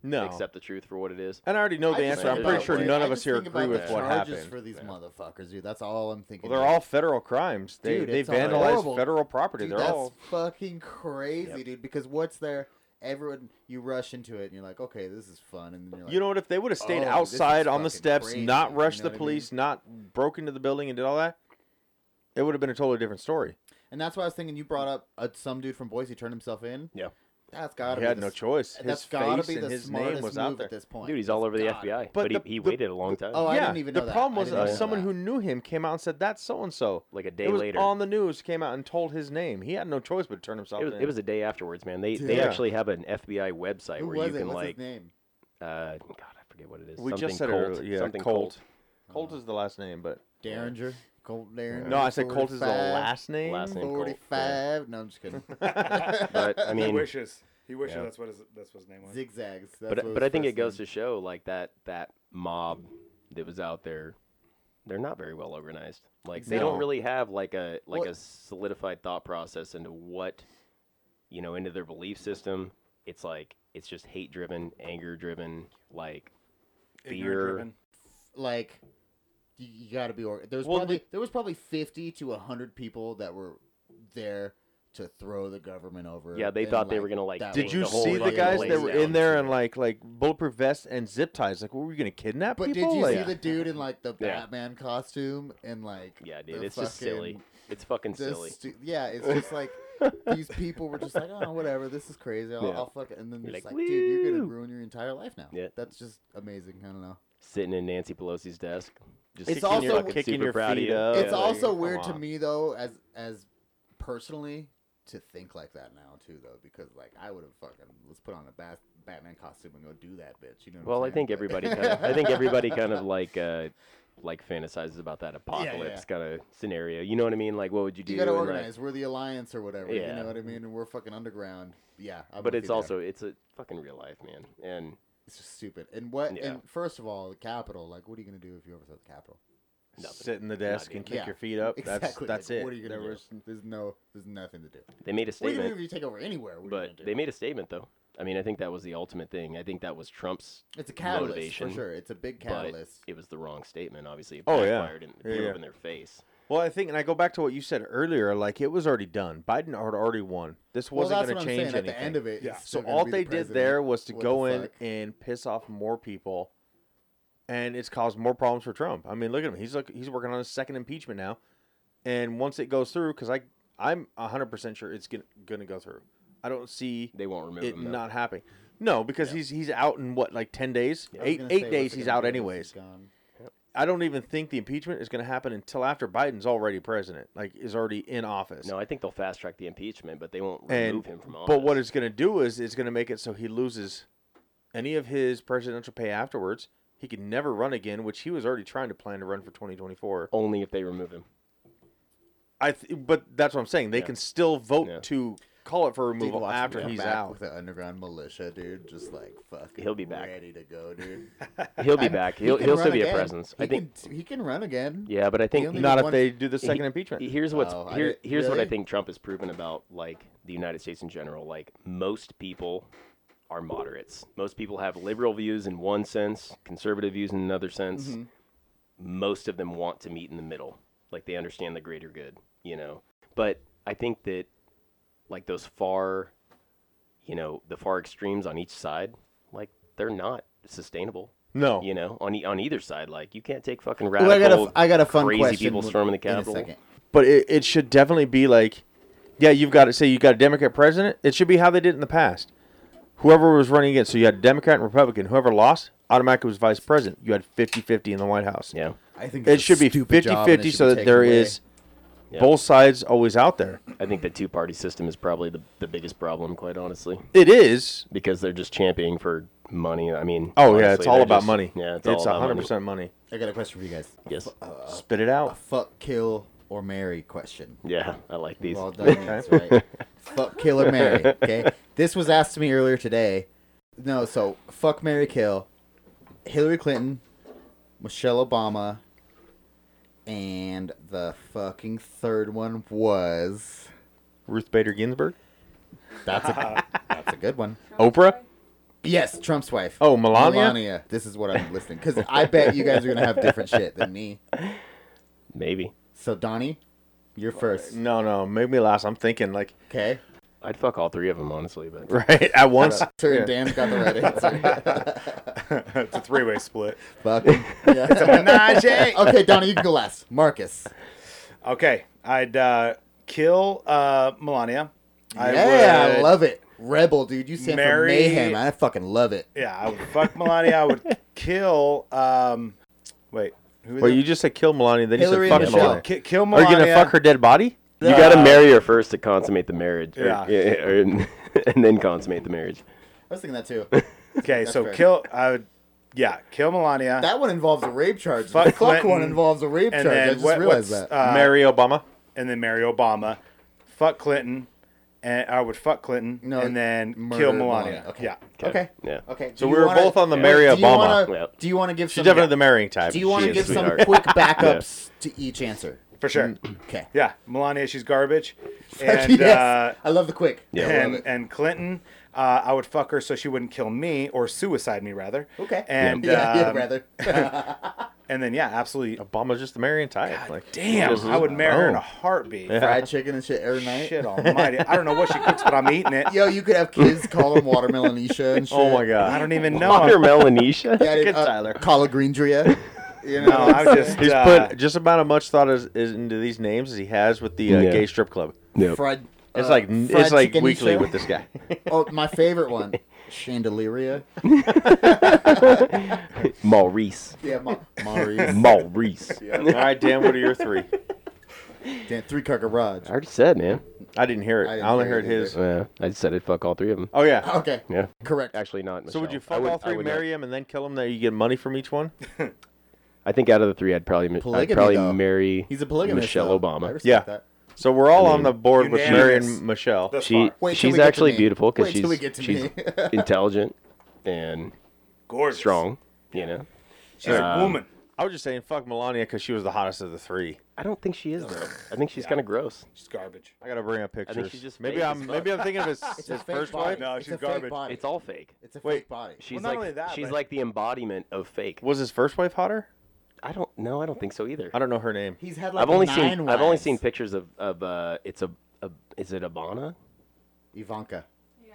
Speaker 5: No.
Speaker 6: accept the truth for what it is
Speaker 5: and I already know the
Speaker 4: I just
Speaker 5: answer. I'm
Speaker 4: think
Speaker 5: pretty
Speaker 4: about
Speaker 5: sure
Speaker 4: what-
Speaker 5: none
Speaker 4: I
Speaker 5: of us
Speaker 4: just
Speaker 5: here
Speaker 4: think about
Speaker 5: agree with
Speaker 4: the
Speaker 5: what
Speaker 4: charges
Speaker 5: happened.
Speaker 4: for these motherfuckers, dude. That's all I'm thinking.
Speaker 5: Well, they're
Speaker 4: about.
Speaker 5: all federal crimes. They
Speaker 4: Dude,
Speaker 5: they
Speaker 4: it's all
Speaker 5: vandalized
Speaker 4: horrible.
Speaker 5: federal property.
Speaker 4: Dude,
Speaker 5: they're
Speaker 4: that's
Speaker 5: all
Speaker 4: fucking crazy, dude. Because what's there? Everyone, you rush into it and you're like, okay, this is fun, and then you're like,
Speaker 5: You know what? If they would have stayed
Speaker 4: Oh, this is
Speaker 5: outside on the
Speaker 4: fucking
Speaker 5: steps,
Speaker 4: crazy,
Speaker 5: not
Speaker 4: you
Speaker 5: rushed
Speaker 4: know
Speaker 5: the
Speaker 4: what I
Speaker 5: police, not broke into the building and did all that, it would have been a totally different story.
Speaker 4: and that's why I was thinking. You brought up uh, some dude from Boise turned himself in.
Speaker 6: yeah
Speaker 4: That's gotta.
Speaker 5: He
Speaker 4: be
Speaker 5: had
Speaker 4: the
Speaker 5: no
Speaker 4: s-
Speaker 5: choice.
Speaker 4: That's
Speaker 5: His
Speaker 4: gotta
Speaker 5: face
Speaker 4: be
Speaker 5: and
Speaker 4: the
Speaker 5: his name
Speaker 4: smartest
Speaker 5: was
Speaker 4: move
Speaker 5: out there.
Speaker 4: at this point.
Speaker 6: dude he's all over the
Speaker 4: Gotta be.
Speaker 6: fbi
Speaker 5: But
Speaker 6: but,
Speaker 5: the-
Speaker 6: he, he
Speaker 5: the-
Speaker 6: waited a long time
Speaker 4: Oh, I
Speaker 5: yeah,
Speaker 4: didn't even know
Speaker 5: the
Speaker 4: that.
Speaker 5: problem
Speaker 4: I
Speaker 5: was
Speaker 4: didn't
Speaker 5: uh,
Speaker 4: know
Speaker 5: someone
Speaker 4: that.
Speaker 5: who knew him came out and said that's so and so.
Speaker 6: like a day
Speaker 5: It was
Speaker 6: later
Speaker 5: on the news. Came out and told his name. He had no choice but to turn himself
Speaker 6: it was,
Speaker 5: in.
Speaker 6: it was a day afterwards man they they
Speaker 5: Yeah.
Speaker 6: actually have an fbi website
Speaker 4: Who
Speaker 6: where
Speaker 4: was
Speaker 6: you
Speaker 4: it?
Speaker 6: can
Speaker 4: What's
Speaker 6: like
Speaker 4: his name?
Speaker 6: uh god i forget what it is
Speaker 5: we
Speaker 6: something
Speaker 5: just said
Speaker 6: Colt.
Speaker 5: it earlier. Yeah,
Speaker 6: something
Speaker 5: Colt. Colt is the last name, but
Speaker 4: Derringer. Colt Derringer.
Speaker 5: no, I said Colt is the
Speaker 4: 45,
Speaker 5: last name.
Speaker 6: Last name. Colt, yeah.
Speaker 4: Forty-five. No, I'm
Speaker 5: (laughs)
Speaker 4: just kidding.
Speaker 6: but i
Speaker 1: he
Speaker 6: mean
Speaker 1: wishes. He wishes
Speaker 6: yeah.
Speaker 1: that's what his that's what his name was.
Speaker 4: Zigzags. That's what
Speaker 6: but
Speaker 4: his
Speaker 6: but I think it
Speaker 4: first
Speaker 6: goes
Speaker 4: name-
Speaker 6: to show like that that mob that was out there, they're not very well organized. Like they
Speaker 5: No.
Speaker 6: don't really have like a like
Speaker 4: Well-
Speaker 6: a solidified thought process into what you know into their belief system. It's like it's just hate driven, anger driven, like
Speaker 1: Ignorant
Speaker 6: Beer.
Speaker 1: driven.
Speaker 4: like. You, you got to be. Or- there was
Speaker 5: Well,
Speaker 4: probably there was probably fifty to hundred people that were there to throw the government over.
Speaker 6: Yeah, they
Speaker 4: and,
Speaker 6: thought they were gonna, like,
Speaker 4: that
Speaker 5: Did
Speaker 6: Like,
Speaker 4: was
Speaker 5: you
Speaker 6: the whole
Speaker 5: see the
Speaker 6: fucking
Speaker 5: guys
Speaker 6: place
Speaker 5: that were in
Speaker 6: down.
Speaker 5: there and like like bulletproof vests and zip ties? Like, were we gonna kidnap
Speaker 4: But
Speaker 5: people?
Speaker 4: did you
Speaker 5: like,
Speaker 4: see the dude in like the
Speaker 6: Yeah.
Speaker 4: Batman costume and like
Speaker 6: Yeah, dude,
Speaker 4: the
Speaker 6: it's just silly.
Speaker 4: fucking-
Speaker 6: It's fucking
Speaker 4: this
Speaker 6: silly.
Speaker 4: stu- yeah, it's just
Speaker 6: (laughs)
Speaker 4: like these people were just like, oh, whatever, this is crazy. I'll,
Speaker 6: Yeah.
Speaker 4: I'll fuck it. And then
Speaker 6: You're
Speaker 4: you're just
Speaker 6: like,
Speaker 4: like, dude, you're gonna
Speaker 6: "Woo."
Speaker 4: ruin your entire life now.
Speaker 6: Yeah.
Speaker 4: that's just amazing. I don't know.
Speaker 6: Sitting in Nancy Pelosi's desk, just
Speaker 4: It's
Speaker 6: kicking your,
Speaker 4: also-
Speaker 6: fucking
Speaker 5: Kicking
Speaker 6: super
Speaker 5: your
Speaker 6: proud of
Speaker 5: feet
Speaker 6: you.
Speaker 5: up.
Speaker 4: it's
Speaker 5: yeah,
Speaker 4: also
Speaker 5: come
Speaker 4: weird to
Speaker 5: on.
Speaker 4: me though, as as personally, to think like that now too, though, because like I would have fucking let's put on a bat- Batman costume and go do that bitch. You know? What
Speaker 6: Well, I
Speaker 4: I'm
Speaker 6: think
Speaker 4: saying? (laughs)
Speaker 6: everybody kind of, I think everybody kind of like uh like fantasizes about that apocalypse kind of scenario. You know what I mean? Like what would you do?
Speaker 4: you gotta
Speaker 6: And, like-
Speaker 4: organize. We're the alliance or whatever. You
Speaker 6: Yeah.
Speaker 4: know what I mean? And we're fucking underground. Yeah, I'm
Speaker 6: but
Speaker 4: with
Speaker 6: it's
Speaker 4: you there.
Speaker 6: also it's a fucking real life, man. And
Speaker 4: it's just stupid. And what?
Speaker 6: Yeah.
Speaker 4: And first of all, the Capitol. Like, what are you gonna do if you overthrow the Capitol?
Speaker 6: nothing.
Speaker 5: sit in the desk
Speaker 6: Nothing.
Speaker 5: and kick
Speaker 4: Yeah,
Speaker 5: your feet up?
Speaker 4: Exactly.
Speaker 5: That's that's
Speaker 4: Like,
Speaker 5: it.
Speaker 4: What are you gonna
Speaker 5: There
Speaker 4: do?
Speaker 5: was-
Speaker 4: There's no. There's nothing to do.
Speaker 6: they made
Speaker 4: What are you
Speaker 6: a statement.
Speaker 4: gonna do if you take over anywhere? What are you gonna
Speaker 6: But
Speaker 4: do?
Speaker 6: they made a statement though. I mean, I think that was the ultimate thing. I think that was Trump's
Speaker 4: It's a catalyst
Speaker 6: motivation,
Speaker 4: for sure. It's a big
Speaker 6: but
Speaker 4: catalyst.
Speaker 6: it was the wrong statement. Obviously, it
Speaker 5: Oh, yeah.
Speaker 6: backfired and
Speaker 5: Yeah,
Speaker 6: blew
Speaker 5: yeah.
Speaker 6: up in their face.
Speaker 5: Well, I think, and I go back to what you said earlier. Like it was already done. Biden had already won. This
Speaker 4: well,
Speaker 5: wasn't
Speaker 4: that's
Speaker 5: going
Speaker 4: what
Speaker 5: to
Speaker 4: I'm
Speaker 5: change
Speaker 4: saying.
Speaker 5: anything.
Speaker 4: At the end of it,
Speaker 1: Yeah.
Speaker 4: it's still
Speaker 5: So
Speaker 4: gonna
Speaker 5: all
Speaker 4: be
Speaker 5: they
Speaker 4: the
Speaker 5: did
Speaker 4: president.
Speaker 5: there was to
Speaker 4: What
Speaker 5: go
Speaker 4: the
Speaker 5: in
Speaker 4: fuck?
Speaker 5: and piss off more people, and it's caused more problems for Trump. I mean, look at him. He's like he's working on his second impeachment now, and once it goes through, because I I'm hundred percent sure it's gonna, gonna go through. I don't see
Speaker 6: They won't remove
Speaker 5: it
Speaker 6: him. though.
Speaker 5: not happening. No, because he's he's out in what like ten days,
Speaker 4: I was
Speaker 5: eight
Speaker 4: gonna say,
Speaker 5: eight
Speaker 4: what's
Speaker 5: days.
Speaker 4: it
Speaker 5: He's
Speaker 4: gonna
Speaker 5: out
Speaker 4: do?
Speaker 5: anyways.
Speaker 4: He's gone.
Speaker 5: I don't even think the impeachment is going to happen until after Biden's already president, like is already in office.
Speaker 6: No, I think they'll fast track the impeachment, but they won't
Speaker 5: and
Speaker 6: remove him from office.
Speaker 5: but what it's going to do is it's going to make it so he loses any of his presidential pay afterwards. He can never run again, which he was already trying to plan to run for 2024.
Speaker 6: Only if they remove him.
Speaker 5: I th- but that's what I'm saying. They
Speaker 6: Yeah.
Speaker 5: can still vote
Speaker 6: Yeah.
Speaker 5: to call it for removal
Speaker 4: Dude, watch him
Speaker 5: after
Speaker 4: come
Speaker 5: he's
Speaker 4: back
Speaker 5: out.
Speaker 4: with the underground militia, dude. Just like fucking,
Speaker 6: He'll be back.
Speaker 4: ready to go, (laughs) dude.
Speaker 6: He'll be back. He'll
Speaker 4: can
Speaker 6: he will
Speaker 4: run
Speaker 6: still be
Speaker 4: again.
Speaker 6: a presence.
Speaker 4: He
Speaker 6: I think.
Speaker 4: can, he can run again.
Speaker 6: yeah, but I think
Speaker 4: only
Speaker 5: Not
Speaker 4: did
Speaker 5: if
Speaker 4: one-
Speaker 5: they do
Speaker 4: (laughs)
Speaker 5: the second
Speaker 6: He-
Speaker 5: impeachment.
Speaker 6: Here's what's
Speaker 4: Oh, I
Speaker 6: here,
Speaker 4: didn't-
Speaker 6: here's what I
Speaker 4: really?
Speaker 6: think Trump has proven about like the United States in general. Like most people are moderates. Most people have liberal views in one sense, conservative views in another sense.
Speaker 4: Mm-hmm.
Speaker 6: Most of them want to meet in the middle. Like they understand the greater good, you know. But I think that like those far you know, the far extremes on each side, like they're not sustainable.
Speaker 5: no,
Speaker 6: You know, on e- on either side, like you can't take fucking
Speaker 4: Oh. Ooh,
Speaker 6: radical.
Speaker 4: I got a, I got a fun
Speaker 6: crazy
Speaker 4: question.
Speaker 6: people storming the
Speaker 4: in a
Speaker 6: Capitol.
Speaker 4: second.
Speaker 5: but it, it should definitely be like, yeah, you've got to say you got a Democrat president. It should be how they did in the past. Whoever was running against, so you had Democrat and Republican. Whoever lost automatically was vice president. You had 50-50 in the White House.
Speaker 6: yeah.
Speaker 4: I think
Speaker 5: it
Speaker 4: it's a
Speaker 5: should be
Speaker 4: stupid job and it
Speaker 5: 50-50
Speaker 4: should
Speaker 5: so
Speaker 4: be
Speaker 5: that
Speaker 4: taken
Speaker 5: there is
Speaker 4: away.
Speaker 6: Yeah.
Speaker 5: both sides always out there.
Speaker 6: I think the two party system is probably the, the biggest problem, quite honestly,
Speaker 5: It is.
Speaker 6: because they're just championing for money. I mean,
Speaker 5: Oh yeah,
Speaker 6: honestly,
Speaker 5: it's all
Speaker 6: they're
Speaker 5: about
Speaker 6: just-
Speaker 5: money.
Speaker 6: Yeah, it's,
Speaker 5: it's
Speaker 6: all about
Speaker 5: hundred
Speaker 6: 100%.
Speaker 5: percent money.
Speaker 4: I got a question for you guys.
Speaker 6: Yes.
Speaker 4: uh,
Speaker 5: Spit it
Speaker 4: A (sighs)
Speaker 5: out.
Speaker 4: fuck, kill, or marry question.
Speaker 6: Yeah, I like these.
Speaker 4: Well done, Nance, right? fuck, kill, or marry. Okay, this was asked to me earlier today. No, so fuck, Mary kill, Hillary Clinton, Michelle Obama, and the fucking third one was
Speaker 5: Ruth Bader Ginsburg,
Speaker 4: that's a, that's a good one.
Speaker 5: Oprah.
Speaker 4: Yes, Trump's wife.
Speaker 5: Oh, Melania?
Speaker 4: This is what I'm listening because I bet you guys are gonna have different shit than me.
Speaker 6: Maybe.
Speaker 4: So Donnie, you're first.
Speaker 5: No, no, made me last. I'm thinking like (laughs)
Speaker 4: Okay.
Speaker 6: I'd fuck all three of them, honestly, but
Speaker 4: (laughs)
Speaker 5: right at once.
Speaker 4: Sir
Speaker 5: Yeah.
Speaker 4: Dan's got the right answer.
Speaker 1: it's a three way split.
Speaker 4: Fuck. Yeah. okay, Donnie, you can go last. Marcus.
Speaker 1: Okay, I'd uh, kill uh, Melania.
Speaker 4: yeah, I
Speaker 1: would-
Speaker 4: love it. Rebel, dude. You stand
Speaker 1: marry-
Speaker 4: for mayhem. I fucking love it.
Speaker 1: Yeah, I would fuck Melania. I would kill. Um, wait, who
Speaker 5: (laughs)
Speaker 1: is
Speaker 5: Well,
Speaker 1: it?
Speaker 5: you just said kill Melania, then you
Speaker 4: Hillary
Speaker 5: said fuck
Speaker 4: Michelle.
Speaker 5: Melania.
Speaker 1: Ki- kill
Speaker 5: Are you
Speaker 1: Melania.
Speaker 5: gonna fuck her dead body?
Speaker 6: you gotta marry her first to consummate the marriage. or-
Speaker 1: Yeah.
Speaker 6: or- and, (laughs) and then consummate the marriage.
Speaker 4: I was thinking that too.
Speaker 1: Okay, so
Speaker 4: fair.
Speaker 1: kill. I would. Yeah, kill Melania.
Speaker 4: That one involves a rape charge.
Speaker 1: Fuck
Speaker 4: the clock
Speaker 1: Clinton,
Speaker 4: one involves a rape
Speaker 1: and
Speaker 4: charge. I
Speaker 1: then
Speaker 4: just
Speaker 1: what-
Speaker 4: realized
Speaker 1: what's,
Speaker 4: that.
Speaker 1: uh,
Speaker 5: marry Obama.
Speaker 1: and then marry Obama. Fuck Clinton, and I would fuck Clinton,
Speaker 4: No,
Speaker 1: and then
Speaker 4: murder
Speaker 1: kill Melania.
Speaker 4: Melania. Okay.
Speaker 1: Yeah,
Speaker 4: okay.
Speaker 6: Yeah.
Speaker 4: Okay.
Speaker 5: So
Speaker 4: do
Speaker 5: we
Speaker 4: you
Speaker 5: were
Speaker 4: wanna-
Speaker 5: both on the
Speaker 4: Wait,
Speaker 5: marry
Speaker 4: do you wanna-
Speaker 6: Obama. Yeah.
Speaker 4: Do you want to give
Speaker 5: She's
Speaker 4: some?
Speaker 5: definitely the marrying type.
Speaker 4: do you want
Speaker 6: She
Speaker 4: to
Speaker 6: is
Speaker 4: give
Speaker 6: a
Speaker 4: some
Speaker 5: (laughs)
Speaker 6: sweetheart.
Speaker 4: quick backups to each answer?
Speaker 1: for sure.
Speaker 4: Okay. (laughs)
Speaker 1: Yeah, Melania, she's garbage,
Speaker 4: Fuck
Speaker 1: and
Speaker 4: Mm. (laughs) yes.
Speaker 1: uh,
Speaker 4: I love the quick.
Speaker 6: Yeah.
Speaker 4: I love
Speaker 1: and
Speaker 4: it.
Speaker 1: and Clinton, uh, I would fuck her so she wouldn't kill me or suicide me rather.
Speaker 4: okay.
Speaker 1: and (laughs)
Speaker 4: yeah, (laughs) yeah,
Speaker 1: um,
Speaker 4: rather.
Speaker 1: And then yeah, absolutely.
Speaker 5: Obama's just the Marion type. like,
Speaker 1: Damn, I would marry her in a
Speaker 5: Oh.
Speaker 1: heartbeat.
Speaker 4: Fried chicken and shit every night.
Speaker 1: Shit almighty! I don't know what she cooks, but I'm
Speaker 4: (laughs)
Speaker 1: eating it.
Speaker 4: Yo, you could have kids call them watermelon and shit.
Speaker 5: oh my
Speaker 1: I
Speaker 5: god,
Speaker 1: don't even know.
Speaker 6: Water
Speaker 4: (laughs)
Speaker 1: I'm-
Speaker 6: Melanesia.
Speaker 4: Yeah, dude,
Speaker 5: Good
Speaker 4: uh,
Speaker 5: Tyler.
Speaker 4: Collard green dria. You know,
Speaker 1: No,
Speaker 5: (laughs)
Speaker 1: I was just
Speaker 5: he's
Speaker 1: uh,
Speaker 5: put just about as much thought as, as into these names as he has with the uh,
Speaker 6: Yeah.
Speaker 5: gay strip club.
Speaker 6: Nope.
Speaker 4: fried.
Speaker 5: It's
Speaker 4: uh,
Speaker 5: like n-
Speaker 4: fried
Speaker 5: it's like
Speaker 4: chicken and
Speaker 5: weekly
Speaker 4: shit.
Speaker 5: with this
Speaker 4: (laughs)
Speaker 5: guy.
Speaker 4: Oh, my favorite one, chandelier.
Speaker 6: (laughs) Maurice.
Speaker 4: Yeah, Ma- Maurice.
Speaker 6: Maurice.
Speaker 4: (laughs)
Speaker 5: All right, Dan, what are your three?
Speaker 4: Damn, three car garage.
Speaker 6: I already said, man.
Speaker 5: I didn't hear it.
Speaker 4: I
Speaker 5: I,
Speaker 4: didn't
Speaker 5: only
Speaker 4: hear
Speaker 5: heard
Speaker 4: it either.
Speaker 5: his.
Speaker 6: Yeah, I just said it. Fuck all three of them.
Speaker 5: Oh yeah.
Speaker 4: Okay,
Speaker 6: Yeah.
Speaker 4: correct.
Speaker 6: Actually, not.
Speaker 5: So would you
Speaker 6: Michelle. I
Speaker 5: fuck all
Speaker 6: I
Speaker 5: three,
Speaker 6: would not-
Speaker 5: marry him, and then kill him? That you get money from each one?
Speaker 6: I think out of the three, I'd probably ma- I'd
Speaker 4: Polygamy,
Speaker 6: probably
Speaker 4: though.
Speaker 6: marry.
Speaker 4: He's a polygamist.
Speaker 6: Michelle
Speaker 4: though.
Speaker 6: Obama.
Speaker 4: I respect
Speaker 5: Yeah.
Speaker 4: that.
Speaker 5: So we're all on the board with
Speaker 1: unanimous.
Speaker 5: marrying Michelle.
Speaker 1: thus
Speaker 6: She
Speaker 1: far.
Speaker 4: Wait till we
Speaker 6: she's
Speaker 4: get to
Speaker 6: actually
Speaker 4: me.
Speaker 6: beautiful because
Speaker 4: Wait till
Speaker 6: she's
Speaker 4: we get to
Speaker 6: she's
Speaker 4: me. (laughs)
Speaker 6: intelligent and
Speaker 1: gorgeous,
Speaker 6: strong. You know,
Speaker 1: She's a woman.
Speaker 5: I was just saying, fuck Melania because she was the hottest of the three.
Speaker 6: I don't think she is though. I think she's kind of gross.
Speaker 1: She's garbage.
Speaker 5: I gotta bring up pictures.
Speaker 6: she's just
Speaker 5: maybe
Speaker 6: fake
Speaker 5: I'm
Speaker 6: as
Speaker 5: maybe I'm thinking of his,
Speaker 4: It's a
Speaker 5: his
Speaker 4: fake
Speaker 5: first
Speaker 4: body.
Speaker 5: wife.
Speaker 1: No,
Speaker 4: It's
Speaker 1: she's
Speaker 4: a fake
Speaker 1: garbage.
Speaker 4: body.
Speaker 6: It's all fake.
Speaker 4: It's a fake
Speaker 5: Wait.
Speaker 4: body.
Speaker 6: She's
Speaker 1: not
Speaker 6: like
Speaker 1: only that,
Speaker 6: she's
Speaker 1: but-
Speaker 6: like the embodiment of fake.
Speaker 5: Was his first wife hotter?
Speaker 6: I don't know. I don't think so either.
Speaker 5: I don't know her name.
Speaker 4: He's had like
Speaker 6: I've only
Speaker 4: nine
Speaker 6: seen I've only
Speaker 4: wives.
Speaker 6: seen pictures of of uh it's a, a is it Ivana?
Speaker 4: Ivanka.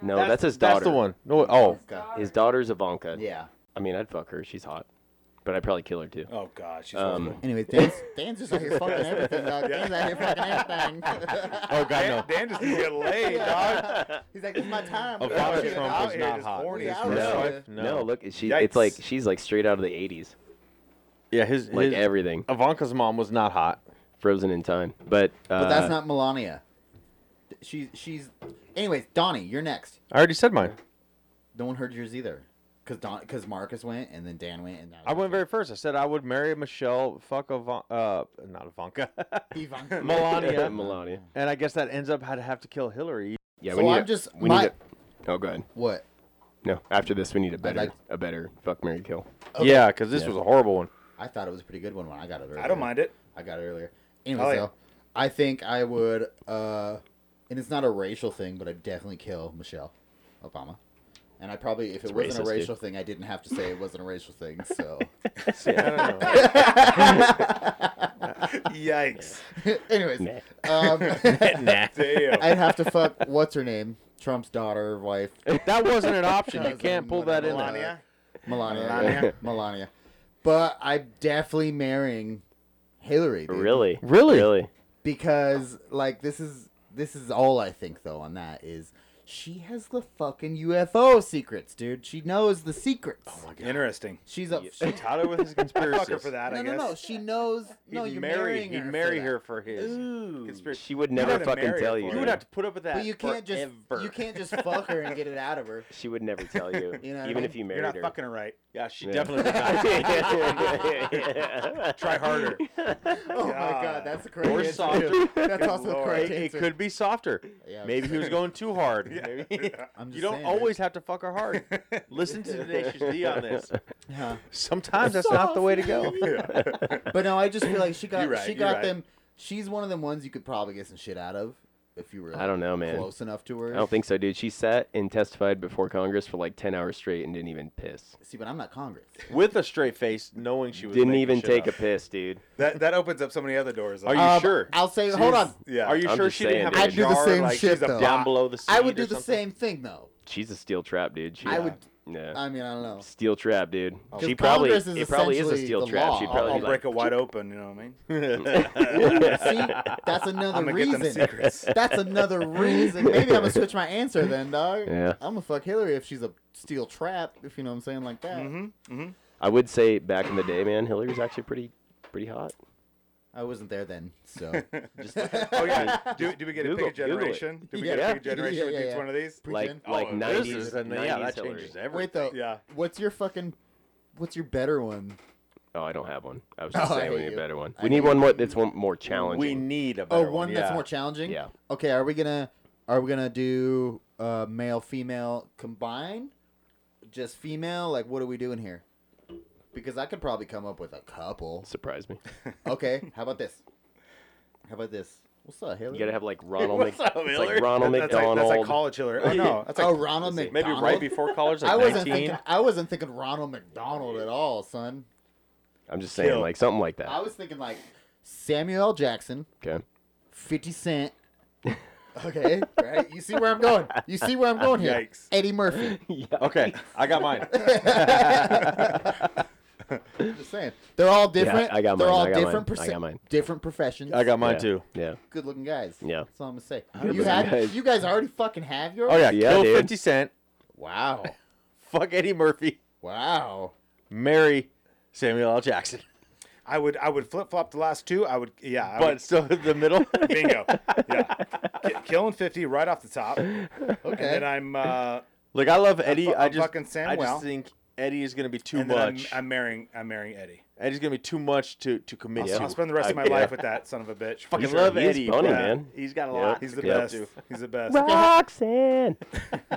Speaker 6: No, that's, his daughter.
Speaker 5: That's the one. No, oh,
Speaker 6: His daughter's Ivanka.
Speaker 4: Yeah.
Speaker 6: I mean, I'd fuck her. She's hot, but I'd probably kill her too.
Speaker 1: Oh god, she's
Speaker 6: Um,
Speaker 1: horrible.
Speaker 4: Anyway, Dan's, Dan's just out here fucking everything. Dog. Dan's out here fucking everything.
Speaker 1: (laughs)
Speaker 5: oh god, no.
Speaker 1: Dan, Dan just needs to get laid, dog.
Speaker 4: He's like, it's my time.
Speaker 5: Ivanka
Speaker 4: bro.
Speaker 1: shit,
Speaker 5: Trump
Speaker 1: out
Speaker 5: was
Speaker 1: here
Speaker 5: not
Speaker 1: is
Speaker 5: hot.
Speaker 1: horny
Speaker 5: His
Speaker 4: as
Speaker 5: first
Speaker 4: hell.
Speaker 5: wife? No.
Speaker 6: look, she it's like
Speaker 1: Yikes.
Speaker 6: she's like straight out of the '80s,
Speaker 5: yeah, his,
Speaker 6: like
Speaker 5: his-
Speaker 6: everything,
Speaker 5: Ivanka's mom was not hot.
Speaker 6: frozen in time. But uh,
Speaker 4: But that's not Melania. She's she's. Anyways, Donnie, you're next.
Speaker 5: I already said mine.
Speaker 4: No one heard yours either, cause Don, cause Marcus went and then Dan went and now (laughs)
Speaker 5: I went very first. I said I would marry Michelle. Fuck Ivanka. Uh, not Ivanka. (laughs)
Speaker 4: Ivanka.
Speaker 5: Melania.
Speaker 6: (laughs) Melania.
Speaker 5: and I guess that ends up how to have to kill Hillary.
Speaker 6: Yeah,
Speaker 4: So
Speaker 6: we need
Speaker 4: I'm
Speaker 6: a-
Speaker 4: just-
Speaker 6: we
Speaker 4: my-
Speaker 6: need a, Oh, go ahead.
Speaker 4: What?
Speaker 6: No, after this, we need a better
Speaker 4: like-
Speaker 6: a better fuck Mary kill.
Speaker 4: Okay.
Speaker 5: Yeah, because this was a horrible one.
Speaker 4: I thought it was a pretty good one when I got it. Earlier.
Speaker 1: I don't mind it.
Speaker 4: I got it earlier. Anyways,
Speaker 1: like it.
Speaker 4: though, I think I would, uh, and it's not a racial thing, but I'd definitely kill Michelle Obama. And I probably, if it wasn't
Speaker 6: racist,
Speaker 4: a racial thing, I didn't have to say it wasn't a racial thing.
Speaker 5: (laughs)
Speaker 4: So, (laughs)
Speaker 5: See, I don't know.
Speaker 1: Yikes.
Speaker 4: anyways, (laughs)
Speaker 5: (laughs)
Speaker 4: um,
Speaker 1: Damn.
Speaker 4: I'd have to fuck what's her name, Trump's daughter, wife,
Speaker 5: That wasn't an option. You
Speaker 4: Doesn't
Speaker 5: can't pull that in. there.
Speaker 1: Melania.
Speaker 4: Melania,
Speaker 5: (laughs)
Speaker 1: Melania.
Speaker 4: yeah, Melania. But I'm definitely marrying Hillary. dude.
Speaker 6: (laughs) Really,
Speaker 5: Really?
Speaker 6: really.
Speaker 4: because like this is this is all I think though on that is she has the fucking UFO secrets, dude. She knows the secrets. Oh my
Speaker 1: Interesting.
Speaker 5: (laughs)
Speaker 4: She's a she,
Speaker 5: Tyler with his
Speaker 1: (laughs) Fuck her
Speaker 5: conspiracy.
Speaker 1: for that.
Speaker 4: no
Speaker 1: I
Speaker 4: no
Speaker 1: guess.
Speaker 4: no. She knows. no,
Speaker 5: He'd
Speaker 4: you're
Speaker 5: marry,
Speaker 4: marrying
Speaker 5: he'd
Speaker 4: her. for
Speaker 5: marry
Speaker 4: that.
Speaker 5: her for his.
Speaker 1: Conspiracy.
Speaker 6: She would
Speaker 1: You
Speaker 6: never
Speaker 1: gotta
Speaker 6: fucking
Speaker 1: marry her
Speaker 6: tell
Speaker 1: for
Speaker 6: you.
Speaker 1: it.
Speaker 5: You would have to put up with that.
Speaker 4: But you can't just
Speaker 5: forever.
Speaker 4: you can't just fuck her and get it out of her.
Speaker 6: She would never tell you,
Speaker 4: You know what I
Speaker 6: even
Speaker 4: mean?
Speaker 6: if you
Speaker 1: You're
Speaker 6: married
Speaker 1: not
Speaker 6: her.
Speaker 1: fucking her right.
Speaker 5: Yeah, she
Speaker 6: Yeah.
Speaker 5: definitely would
Speaker 6: (laughs)
Speaker 5: not. (laughs)
Speaker 1: Try harder.
Speaker 4: (laughs) Oh my
Speaker 1: God.
Speaker 4: god, that's the correct
Speaker 5: Or
Speaker 4: answer.
Speaker 5: softer.
Speaker 4: too. That's also the
Speaker 1: Lord.
Speaker 5: It,
Speaker 4: correct
Speaker 5: it
Speaker 4: answer.
Speaker 5: could be softer.
Speaker 4: Yeah.
Speaker 5: Maybe he was going too
Speaker 1: (laughs)
Speaker 5: hard. Maybe. (laughs)
Speaker 4: I'm just
Speaker 5: You don't
Speaker 4: saying,
Speaker 5: always have to fuck her hard. Listen to Tenacious D on this.
Speaker 4: dude. Huh.
Speaker 5: (laughs) Sometimes that's not the way to go.
Speaker 4: But no, I just feel like she got
Speaker 1: You're right,
Speaker 4: she
Speaker 1: you're
Speaker 4: got
Speaker 1: right.
Speaker 4: them. She's one of them ones you could probably get some shit out of if you were.
Speaker 6: I don't know, man.
Speaker 4: Close enough to her.
Speaker 6: I don't think so, dude. She sat and testified before Congress for like ten hours straight and didn't even piss.
Speaker 4: See, but I'm not Congress.
Speaker 5: (laughs) With a straight face, knowing she was
Speaker 6: Didn't
Speaker 5: making
Speaker 6: even
Speaker 5: shit
Speaker 6: take a
Speaker 5: up.
Speaker 6: piss, dude.
Speaker 1: That that opens up so many other doors.
Speaker 5: Are you
Speaker 4: Um,
Speaker 5: sure?
Speaker 4: I'll say. Hold on.
Speaker 1: Yeah.
Speaker 5: Are you
Speaker 6: I'm
Speaker 5: sure
Speaker 6: just
Speaker 5: she didn't
Speaker 6: saying,
Speaker 5: have a
Speaker 6: dude.
Speaker 4: I'd do the
Speaker 5: jar,
Speaker 4: same
Speaker 5: like,
Speaker 4: shit
Speaker 1: she's a
Speaker 4: though.
Speaker 5: down below the
Speaker 4: I
Speaker 5: seat
Speaker 4: would
Speaker 5: or
Speaker 4: do the
Speaker 5: something?
Speaker 4: same thing though.
Speaker 6: She's a steel trap, dude. She,
Speaker 4: I would.
Speaker 6: Yeah.
Speaker 4: I mean, I don't
Speaker 6: (laughs)
Speaker 4: know.
Speaker 6: Steel trap, dude. She
Speaker 4: Congress
Speaker 6: probably
Speaker 4: is
Speaker 6: it probably is a
Speaker 4: essentially
Speaker 6: steel
Speaker 4: the
Speaker 6: trap.
Speaker 4: law.
Speaker 6: She'd
Speaker 1: I'll,
Speaker 6: probably
Speaker 1: I'll
Speaker 6: like,
Speaker 1: break it wide open. You know what I
Speaker 4: (laughs)
Speaker 1: mean?
Speaker 4: See, that's another
Speaker 1: I'm gonna
Speaker 4: reason.
Speaker 1: get them secrets.
Speaker 4: (laughs) That's another reason. Maybe I'm gonna switch my answer then, dog.
Speaker 6: Yeah.
Speaker 4: I'm gonna fuck Hillary if she's a steel trap. If you know what I'm saying, like that.
Speaker 6: I would say back in the day, man, Hillary was actually pretty pretty hot.
Speaker 4: I wasn't there then, so (laughs)
Speaker 1: oh
Speaker 5: (laughs)
Speaker 1: yeah. Do, do we get
Speaker 6: Google-
Speaker 1: a pick a
Speaker 6: Google it.
Speaker 1: generation? Do we
Speaker 4: Yeah.
Speaker 1: get a pick a generation
Speaker 4: Yeah,
Speaker 1: with
Speaker 4: yeah,
Speaker 1: each
Speaker 4: yeah.
Speaker 1: one of these?
Speaker 6: Like
Speaker 4: Pretend-
Speaker 6: like
Speaker 5: Oh, this
Speaker 6: nineties
Speaker 5: is- and yeah, that
Speaker 6: Hillary.
Speaker 5: changes everything.
Speaker 4: wait though.
Speaker 1: Yeah.
Speaker 4: What's your fucking? What's your better one?
Speaker 6: Oh, I don't have one. I was
Speaker 4: (laughs)
Speaker 6: just
Speaker 4: Oh, I
Speaker 6: saying we
Speaker 4: hate
Speaker 6: need a
Speaker 4: you.
Speaker 6: better one.
Speaker 4: I
Speaker 6: We
Speaker 4: hate
Speaker 6: need one
Speaker 4: you.
Speaker 6: more that's one more challenging.
Speaker 5: We need a
Speaker 4: Oh,
Speaker 5: better
Speaker 4: one that's
Speaker 5: yeah.
Speaker 4: more challenging.
Speaker 6: Yeah.
Speaker 4: Okay, are we gonna are we gonna do uh, male female combined? Just female? Like, what are we doing here? Because I could probably come up with a couple.
Speaker 6: Surprise me.
Speaker 4: Okay, how about this? How about this? What's up, Hillary?
Speaker 6: You gotta have like Ronald
Speaker 5: What's
Speaker 6: Mc,
Speaker 5: up,
Speaker 6: it's
Speaker 5: Hillary?
Speaker 6: like Ronald
Speaker 1: That- that's, like, that's like
Speaker 6: McDonald.
Speaker 1: college Hillary.
Speaker 4: (laughs)
Speaker 1: Oh no, that's
Speaker 4: oh,
Speaker 1: like
Speaker 4: Ronald
Speaker 6: let's see.
Speaker 4: McDonald.
Speaker 5: (laughs) Maybe right before college, like
Speaker 4: I wasn't
Speaker 5: 19.
Speaker 4: thinking. I wasn't thinking Ronald McDonald at all, son.
Speaker 6: I'm just saying,
Speaker 1: Kill.
Speaker 6: like something like
Speaker 4: I
Speaker 6: that.
Speaker 4: was thinking like Samuel L. Jackson,
Speaker 6: Okay.
Speaker 4: 50 Cent. (laughs) Okay, right? You see where I'm going. You see where I'm going here.
Speaker 1: Yikes.
Speaker 4: Eddie
Speaker 1: (laughs)
Speaker 4: Murphy.
Speaker 5: Okay, I got mine.
Speaker 4: Just saying. They're all different.
Speaker 6: I got
Speaker 4: They're
Speaker 6: mine,
Speaker 4: all
Speaker 6: I got
Speaker 4: different
Speaker 6: mine, I
Speaker 4: perso-
Speaker 6: got mine.
Speaker 4: different professions.
Speaker 5: I got mine
Speaker 6: Yeah.
Speaker 5: too.
Speaker 6: Yeah.
Speaker 4: good looking guys.
Speaker 6: Yeah.
Speaker 4: That's all I'm gonna say.
Speaker 6: 100%
Speaker 4: You had
Speaker 6: guys.
Speaker 4: you guys already fucking have yours?
Speaker 5: Oh yeah,
Speaker 6: Yeah,
Speaker 5: kill
Speaker 6: dude.
Speaker 5: Fifty Cent.
Speaker 6: (laughs)
Speaker 4: Wow.
Speaker 5: Fuck Eddie Murphy.
Speaker 4: Wow.
Speaker 5: Marry Samuel L. Jackson.
Speaker 1: I would I would flip flop the last two. I would yeah. I
Speaker 5: But still (laughs) in the
Speaker 1: (laughs)
Speaker 5: middle.
Speaker 1: would, (laughs) bingo. Yeah,
Speaker 5: (laughs)
Speaker 1: Ki- killing fifty right off the top, and
Speaker 4: Okay.
Speaker 1: then I'm uh,
Speaker 5: Look, I love Eddie.
Speaker 1: fu-
Speaker 5: I
Speaker 1: I'm
Speaker 5: just
Speaker 1: fucking Sam
Speaker 5: I
Speaker 1: Well.
Speaker 5: just think Eddie is gonna be too
Speaker 1: and then I'm,
Speaker 5: much.
Speaker 1: I'm marrying I'm marrying Eddie.
Speaker 5: Eddie's gonna be too much to to commit
Speaker 1: I'll,
Speaker 5: to.
Speaker 1: I'll spend the rest of my
Speaker 5: Yeah.
Speaker 1: life with that son of a bitch.
Speaker 5: Fucking
Speaker 6: He's-
Speaker 5: love
Speaker 6: he's
Speaker 5: Eddie.
Speaker 6: funny,
Speaker 5: but
Speaker 6: man.
Speaker 5: He's got a
Speaker 6: Yeah.
Speaker 5: lot.
Speaker 1: He's the
Speaker 5: to go
Speaker 1: best.
Speaker 5: to.
Speaker 1: He's the best.
Speaker 6: Roxanne.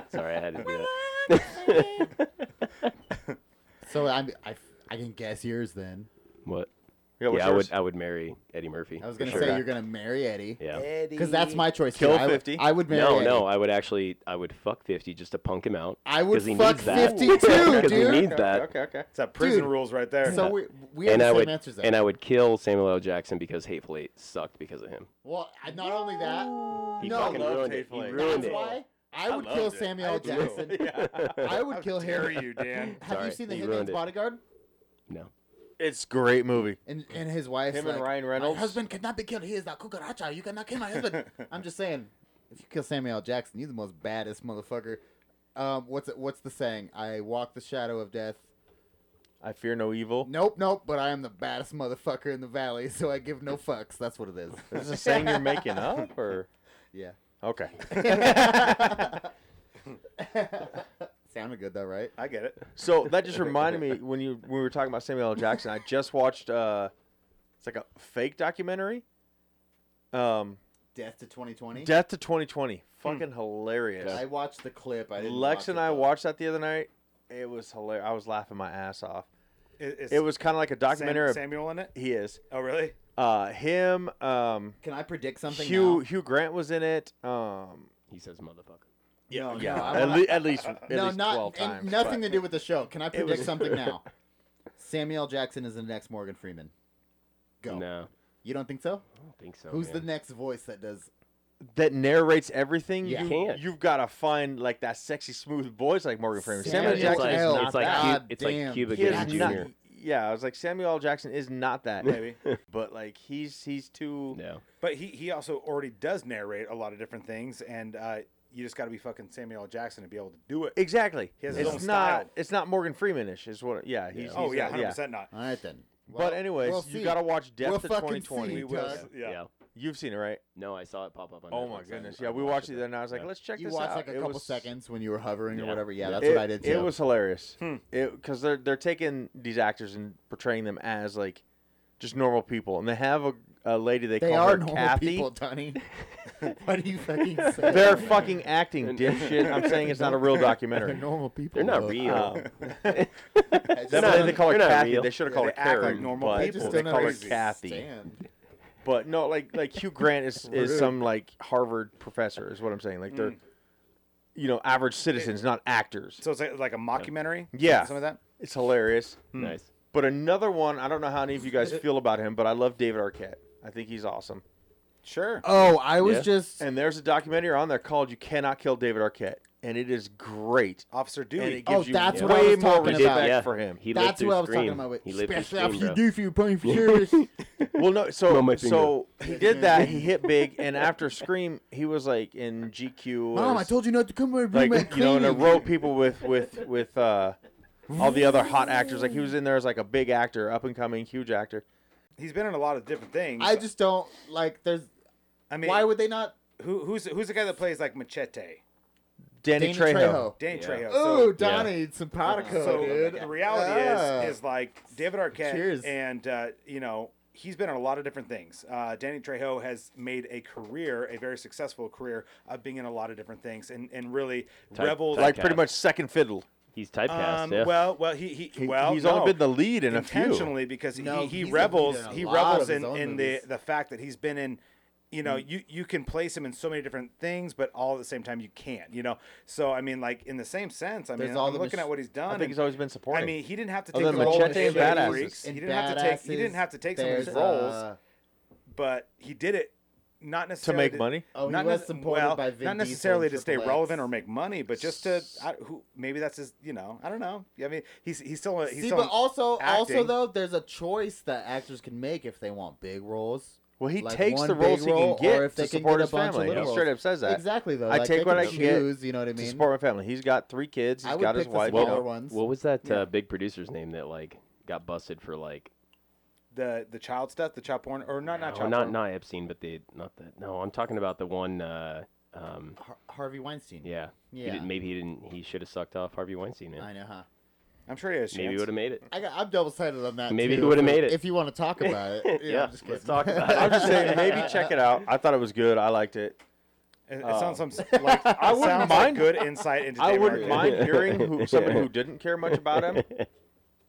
Speaker 6: Sorry, I had to do that.
Speaker 4: So I'm, I I can guess yours then.
Speaker 6: What?
Speaker 1: Yeah, what's
Speaker 6: yeah, I
Speaker 1: yours?
Speaker 6: would. I would marry Eddie Murphy.
Speaker 4: I was
Speaker 6: for
Speaker 4: gonna
Speaker 6: sure.
Speaker 4: say you're gonna marry Eddie.
Speaker 6: Yeah.
Speaker 4: Because that's my choice.
Speaker 5: Kill
Speaker 4: too. I would-
Speaker 5: 50.
Speaker 4: I would marry.
Speaker 6: No,
Speaker 4: Eddie.
Speaker 6: no, I would actually. I would fuck Fifty just to punk him out.
Speaker 4: I would
Speaker 6: 'cause he
Speaker 4: fuck
Speaker 6: needs that. (laughs)
Speaker 4: 52,
Speaker 6: Because he
Speaker 4: dude.
Speaker 6: needs
Speaker 5: Okay,
Speaker 6: that.
Speaker 5: Okay, okay.
Speaker 1: It's that prison
Speaker 4: Dude.
Speaker 1: rules right there.
Speaker 4: So we we have
Speaker 6: And
Speaker 4: the
Speaker 6: I
Speaker 4: same
Speaker 6: would.
Speaker 4: answers. Though.
Speaker 6: And I would kill Samuel L. Jackson because Hateful Eight sucked because of him.
Speaker 4: well, I- not only that,
Speaker 6: He
Speaker 4: no,
Speaker 6: fucking
Speaker 5: loved
Speaker 6: ruined it.
Speaker 5: Hateful
Speaker 6: He
Speaker 5: Eight.
Speaker 6: ruined
Speaker 4: that's
Speaker 6: it.
Speaker 4: why I would kill
Speaker 5: loved it.
Speaker 4: Samuel L.
Speaker 6: (laughs)
Speaker 4: Jackson. I would kill
Speaker 1: Dare
Speaker 4: him.
Speaker 1: you, Dan?
Speaker 4: (laughs) Have you
Speaker 6: Sorry,
Speaker 4: seen the
Speaker 6: you ruined
Speaker 4: Hitman's
Speaker 6: it.
Speaker 4: Bodyguard?
Speaker 6: No.
Speaker 5: (laughs) It's a great movie.
Speaker 4: And and his wife.
Speaker 5: Him
Speaker 4: like,
Speaker 5: and Ryan
Speaker 4: My
Speaker 5: Reynolds.
Speaker 4: husband cannot be killed. He is a cucaracha. You cannot kill my husband. I'm just saying, if you kill Samuel L. Jackson, you're the most baddest motherfucker. Um, what's it, what's the saying? I walk the shadow of death.
Speaker 5: I fear no evil.
Speaker 4: Nope, nope. But I am the baddest motherfucker in the valley, (laughs) so I give no fucks. That's what it is.
Speaker 5: Is this a saying you're making up or?
Speaker 4: Yeah.
Speaker 5: Okay. (laughs)
Speaker 4: Sounded good though, right?
Speaker 1: I get it.
Speaker 5: So that just reminded me when you when we were talking about Samuel L. Jackson. I just watched uh, it's like a fake documentary. Um,
Speaker 4: Death to 2020.
Speaker 5: Death to 2020. Fucking hilarious.
Speaker 4: I watched the clip. I didn't watch
Speaker 5: Lex
Speaker 4: it,
Speaker 5: and I
Speaker 4: though.
Speaker 5: watched that the other night. It was hilarious. I was laughing my ass off.
Speaker 1: It, it's
Speaker 5: It was kind of like a
Speaker 1: Sam-
Speaker 5: documentary. of,
Speaker 1: Samuel in it.
Speaker 5: he is.
Speaker 1: Oh really?
Speaker 5: Uh, him. Um,
Speaker 4: Can I predict something?
Speaker 5: Hugh
Speaker 4: now?
Speaker 5: Hugh Grant was in it. Um,
Speaker 6: He says motherfucker.
Speaker 4: No,
Speaker 5: yeah.
Speaker 4: no, I
Speaker 5: at,
Speaker 4: wanna-
Speaker 5: le- at least at
Speaker 4: no,
Speaker 5: least
Speaker 4: not
Speaker 5: 12
Speaker 4: and
Speaker 5: times.
Speaker 4: nothing
Speaker 5: but-
Speaker 4: to do with the
Speaker 5: (laughs)
Speaker 4: show. Can I predict
Speaker 5: was-
Speaker 4: something now? Samuel Jackson is the next Morgan Freeman. Go.
Speaker 6: No,
Speaker 4: You don't think so?
Speaker 6: I don't think so.
Speaker 4: Who's the
Speaker 6: man.
Speaker 4: next voice that does?
Speaker 5: that narrates everything.
Speaker 4: Yeah.
Speaker 5: You
Speaker 6: Can't.
Speaker 5: You've got to find like that sexy smooth voice like Morgan Freeman.
Speaker 6: Samuel
Speaker 5: Samuel
Speaker 6: L.
Speaker 5: Jackson is
Speaker 6: Jackson.
Speaker 5: not
Speaker 6: It's like
Speaker 5: that.
Speaker 6: Hugh- it's like
Speaker 4: goddamn.
Speaker 6: Cuba
Speaker 5: He is
Speaker 6: Gooding
Speaker 5: not-
Speaker 6: Jr.
Speaker 5: yeah, I was like Samuel L. Jackson is not that.
Speaker 1: Maybe.
Speaker 5: (laughs) but like he's he's too.
Speaker 6: No.
Speaker 1: But he, he also already does narrate a lot of different things, and uh, you just got to be fucking Samuel L. Jackson to be able to do it.
Speaker 5: Exactly.
Speaker 1: He has his
Speaker 5: it's
Speaker 1: own
Speaker 5: not.
Speaker 1: style.
Speaker 5: It's not Morgan Freemanish. Is what? Yeah. He's,
Speaker 1: oh
Speaker 5: he's
Speaker 1: yeah,
Speaker 5: not-
Speaker 1: hundred percent not.
Speaker 4: All right then.
Speaker 5: but anyways,
Speaker 4: we'll
Speaker 5: you
Speaker 4: see.
Speaker 5: got to watch Death
Speaker 4: We'll
Speaker 5: to
Speaker 4: fucking
Speaker 5: 2020.
Speaker 4: see.
Speaker 1: We will.
Speaker 4: Doug.
Speaker 1: Yeah.
Speaker 5: You've seen it, right?
Speaker 6: No, I saw it pop up on.
Speaker 5: Oh my
Speaker 6: Netflix. I-
Speaker 5: goodness.
Speaker 6: I
Speaker 5: Yeah, we watched it
Speaker 6: it
Speaker 5: then, and I was like,
Speaker 6: Yeah.
Speaker 5: let's check
Speaker 4: You
Speaker 5: this
Speaker 4: watched
Speaker 5: out.
Speaker 4: like a
Speaker 5: It
Speaker 4: couple
Speaker 5: was-
Speaker 4: seconds when you were hovering or
Speaker 6: Yeah.
Speaker 4: whatever. Yeah,
Speaker 5: it-
Speaker 4: that's what I did too.
Speaker 5: It was hilarious.
Speaker 6: Hmm.
Speaker 5: It because they're they're taking these actors and portraying them as like just normal people, and they have a, a lady they,
Speaker 4: they
Speaker 5: call
Speaker 4: are
Speaker 5: her
Speaker 4: normal
Speaker 5: Kathy.
Speaker 4: people,
Speaker 5: (laughs)
Speaker 4: Donnie. Why do you fucking say
Speaker 5: They're
Speaker 4: that?
Speaker 5: fucking acting
Speaker 6: (laughs)
Speaker 5: dipshit. I'm saying it's not a real
Speaker 4: They're
Speaker 5: documentary.
Speaker 4: normal people.
Speaker 6: They're not
Speaker 4: though.
Speaker 6: real.
Speaker 4: (laughs)
Speaker 5: Um,
Speaker 4: I just
Speaker 5: That
Speaker 6: not-
Speaker 5: lady they call her
Speaker 6: they're not
Speaker 5: Kathy.
Speaker 6: real.
Speaker 5: They should have
Speaker 1: Yeah,
Speaker 5: called
Speaker 1: they
Speaker 5: her
Speaker 1: act like
Speaker 5: Karen,
Speaker 1: normal
Speaker 5: but
Speaker 4: I
Speaker 1: people.
Speaker 4: just
Speaker 5: They
Speaker 4: don't
Speaker 5: call her
Speaker 1: understand.
Speaker 5: Kathy.
Speaker 4: understand.
Speaker 5: But no, like like Hugh Grant is, is
Speaker 4: Rude.
Speaker 5: some like Harvard professor is what I'm saying. Like they're
Speaker 6: Hmm.
Speaker 5: you know average citizens, not actors.
Speaker 1: So it's like, like a mockumentary.
Speaker 5: Yeah.
Speaker 1: Some of that.
Speaker 5: It's hilarious.
Speaker 6: Nice.
Speaker 5: But another one, I don't know how any of you guys feel about him, but I love David Arquette. I think he's awesome.
Speaker 1: Sure.
Speaker 4: Oh, I was
Speaker 6: Yeah.
Speaker 4: just
Speaker 5: And there's a documentary on there called "You Cannot Kill David Arquette," and it is great.
Speaker 1: Officer
Speaker 5: And
Speaker 1: Dewey.
Speaker 5: it gives
Speaker 4: Oh,
Speaker 5: you
Speaker 4: that's
Speaker 5: way
Speaker 4: what I was
Speaker 5: more
Speaker 4: talking
Speaker 5: respect
Speaker 4: about.
Speaker 6: Yeah.
Speaker 5: for him.
Speaker 6: He lived
Speaker 4: That's
Speaker 6: through
Speaker 4: what I was
Speaker 6: Scream.
Speaker 4: talking about. With
Speaker 6: He lived through
Speaker 4: Especially
Speaker 6: Scream,
Speaker 4: after you
Speaker 6: bro.
Speaker 4: do for your paying for service.
Speaker 5: Well, no, so
Speaker 6: my finger.
Speaker 5: so he did that. He
Speaker 4: (laughs)
Speaker 5: hit big, and after Scream, he was like in GQ.
Speaker 4: Mom, I
Speaker 5: as,
Speaker 4: told you not to come over
Speaker 5: like
Speaker 4: my cleaning.
Speaker 5: you know, and a row of people with with with uh, all the other hot actors. Like he was in there as like a big actor, up and coming, huge actor.
Speaker 1: He's been in a lot of different things.
Speaker 4: I just don't like. There's
Speaker 1: I mean,
Speaker 4: why would they not?
Speaker 1: who, who's who's the guy that plays like Machete?
Speaker 5: Danny,
Speaker 4: Danny
Speaker 5: Trejo.
Speaker 4: Trejo.
Speaker 1: Danny
Speaker 6: Yeah.
Speaker 1: Trejo.
Speaker 4: Oh,
Speaker 1: So,
Speaker 4: Donnie simpatico,
Speaker 1: so
Speaker 4: dude.
Speaker 1: the reality
Speaker 4: Yeah.
Speaker 1: is is like David Arquette
Speaker 4: Cheers.
Speaker 1: and uh, you know he's been in a lot of different things. Uh, Danny Trejo has made a career, a very successful career of being in a lot of different things and and really
Speaker 6: Type-
Speaker 1: reveled
Speaker 5: Like
Speaker 6: Typecast.
Speaker 5: pretty much second fiddle.
Speaker 6: He's typecast.
Speaker 1: Um,
Speaker 6: yeah.
Speaker 1: Well, well, he, he, well,
Speaker 5: he's
Speaker 1: no,
Speaker 5: only been the lead in a few.
Speaker 1: intentionally because
Speaker 4: No,
Speaker 1: he, he
Speaker 4: he's a lead
Speaker 1: revels
Speaker 4: in a
Speaker 1: he
Speaker 4: lot
Speaker 1: revels
Speaker 4: of his
Speaker 1: in,
Speaker 4: own
Speaker 1: in the
Speaker 4: movies. Mm.
Speaker 1: the fact that he's been in you know, you you can place him in so many different things, but all at the same time you can't. You know, so I mean, like in the same sense, I
Speaker 4: There's
Speaker 1: mean,
Speaker 4: all
Speaker 1: I'm
Speaker 4: the
Speaker 1: looking
Speaker 4: mach-
Speaker 1: at what he's
Speaker 5: I
Speaker 1: done. and-
Speaker 5: think he's always been supporting.
Speaker 1: I mean, he didn't have to take
Speaker 5: Other
Speaker 1: the
Speaker 5: than
Speaker 1: role of
Speaker 5: Machete and
Speaker 1: Shady
Speaker 5: Badasses.
Speaker 1: Freaks. He
Speaker 4: And
Speaker 1: didn't have to take. He didn't
Speaker 4: Badasses,
Speaker 1: have to take some of these
Speaker 4: there's,
Speaker 1: roles,
Speaker 4: uh,
Speaker 1: but he did it. Not
Speaker 5: to
Speaker 1: necessarily
Speaker 5: make money.
Speaker 4: Oh, he
Speaker 1: not
Speaker 4: was
Speaker 1: nec-
Speaker 4: supported
Speaker 1: well,
Speaker 4: by Vin
Speaker 1: not
Speaker 4: Diesel
Speaker 1: necessarily
Speaker 4: and
Speaker 1: to stay
Speaker 4: Triple X.
Speaker 1: relevant or make money, but just to I, who maybe that's his. You know, I don't know. I mean, he's he's still a- he's
Speaker 4: See,
Speaker 1: still
Speaker 4: but
Speaker 1: an-
Speaker 4: also, also
Speaker 1: acting.
Speaker 4: though, there's a choice that actors can make if they want big roles.
Speaker 5: Well, he
Speaker 4: Like
Speaker 5: takes
Speaker 4: one
Speaker 5: the roles
Speaker 4: big
Speaker 5: he can
Speaker 4: role,
Speaker 5: get
Speaker 4: or if
Speaker 5: to
Speaker 4: they can
Speaker 5: support
Speaker 4: get a
Speaker 5: his
Speaker 4: bunch of
Speaker 5: family.
Speaker 4: little
Speaker 5: He straight
Speaker 4: roles.
Speaker 5: up says that
Speaker 4: Exactly though.
Speaker 5: I
Speaker 4: like,
Speaker 5: take
Speaker 4: they
Speaker 5: what I
Speaker 4: can
Speaker 5: can get
Speaker 4: choose, You know what I
Speaker 5: to
Speaker 4: mean?
Speaker 5: support my family. He's got three kids. He's
Speaker 4: I would
Speaker 5: got
Speaker 4: pick
Speaker 5: his wife.
Speaker 4: the
Speaker 5: you know.
Speaker 4: smaller ones.
Speaker 6: What was that
Speaker 1: Yeah.
Speaker 6: uh, big producer's name that like got busted for like?
Speaker 1: the the child stuff, the child porn, or not not
Speaker 6: oh,
Speaker 1: child
Speaker 6: not
Speaker 1: porn.
Speaker 6: not Epstein, but the not that. No, I'm talking about the one. Uh, um,
Speaker 4: Har- Harvey Weinstein.
Speaker 6: yeah. He
Speaker 4: Yeah.
Speaker 6: didn't, maybe he didn't. He should have sucked off Harvey Weinstein. Man.
Speaker 4: I know, huh?
Speaker 1: I'm sure he has.
Speaker 6: Maybe
Speaker 1: chance.
Speaker 6: he would have made it.
Speaker 4: I got, I'm double sided on that.
Speaker 6: Maybe
Speaker 4: too,
Speaker 6: he would've
Speaker 4: if-
Speaker 6: made it.
Speaker 4: if you want to talk about it. (laughs) Yeah, I'm just
Speaker 6: let's
Speaker 4: kidding. (laughs)
Speaker 6: talk about it.
Speaker 5: I'm
Speaker 6: (laughs)
Speaker 5: just saying, maybe check it out. I thought it was good. I liked it.
Speaker 1: It, it
Speaker 5: Oh.
Speaker 1: sounds some, like I
Speaker 5: wouldn't
Speaker 1: sounds
Speaker 5: mind-
Speaker 1: Like good insight into.
Speaker 5: I
Speaker 1: Dave
Speaker 5: wouldn't
Speaker 1: Marquette.
Speaker 5: mind hearing (laughs) who, somebody who didn't care much about (laughs) him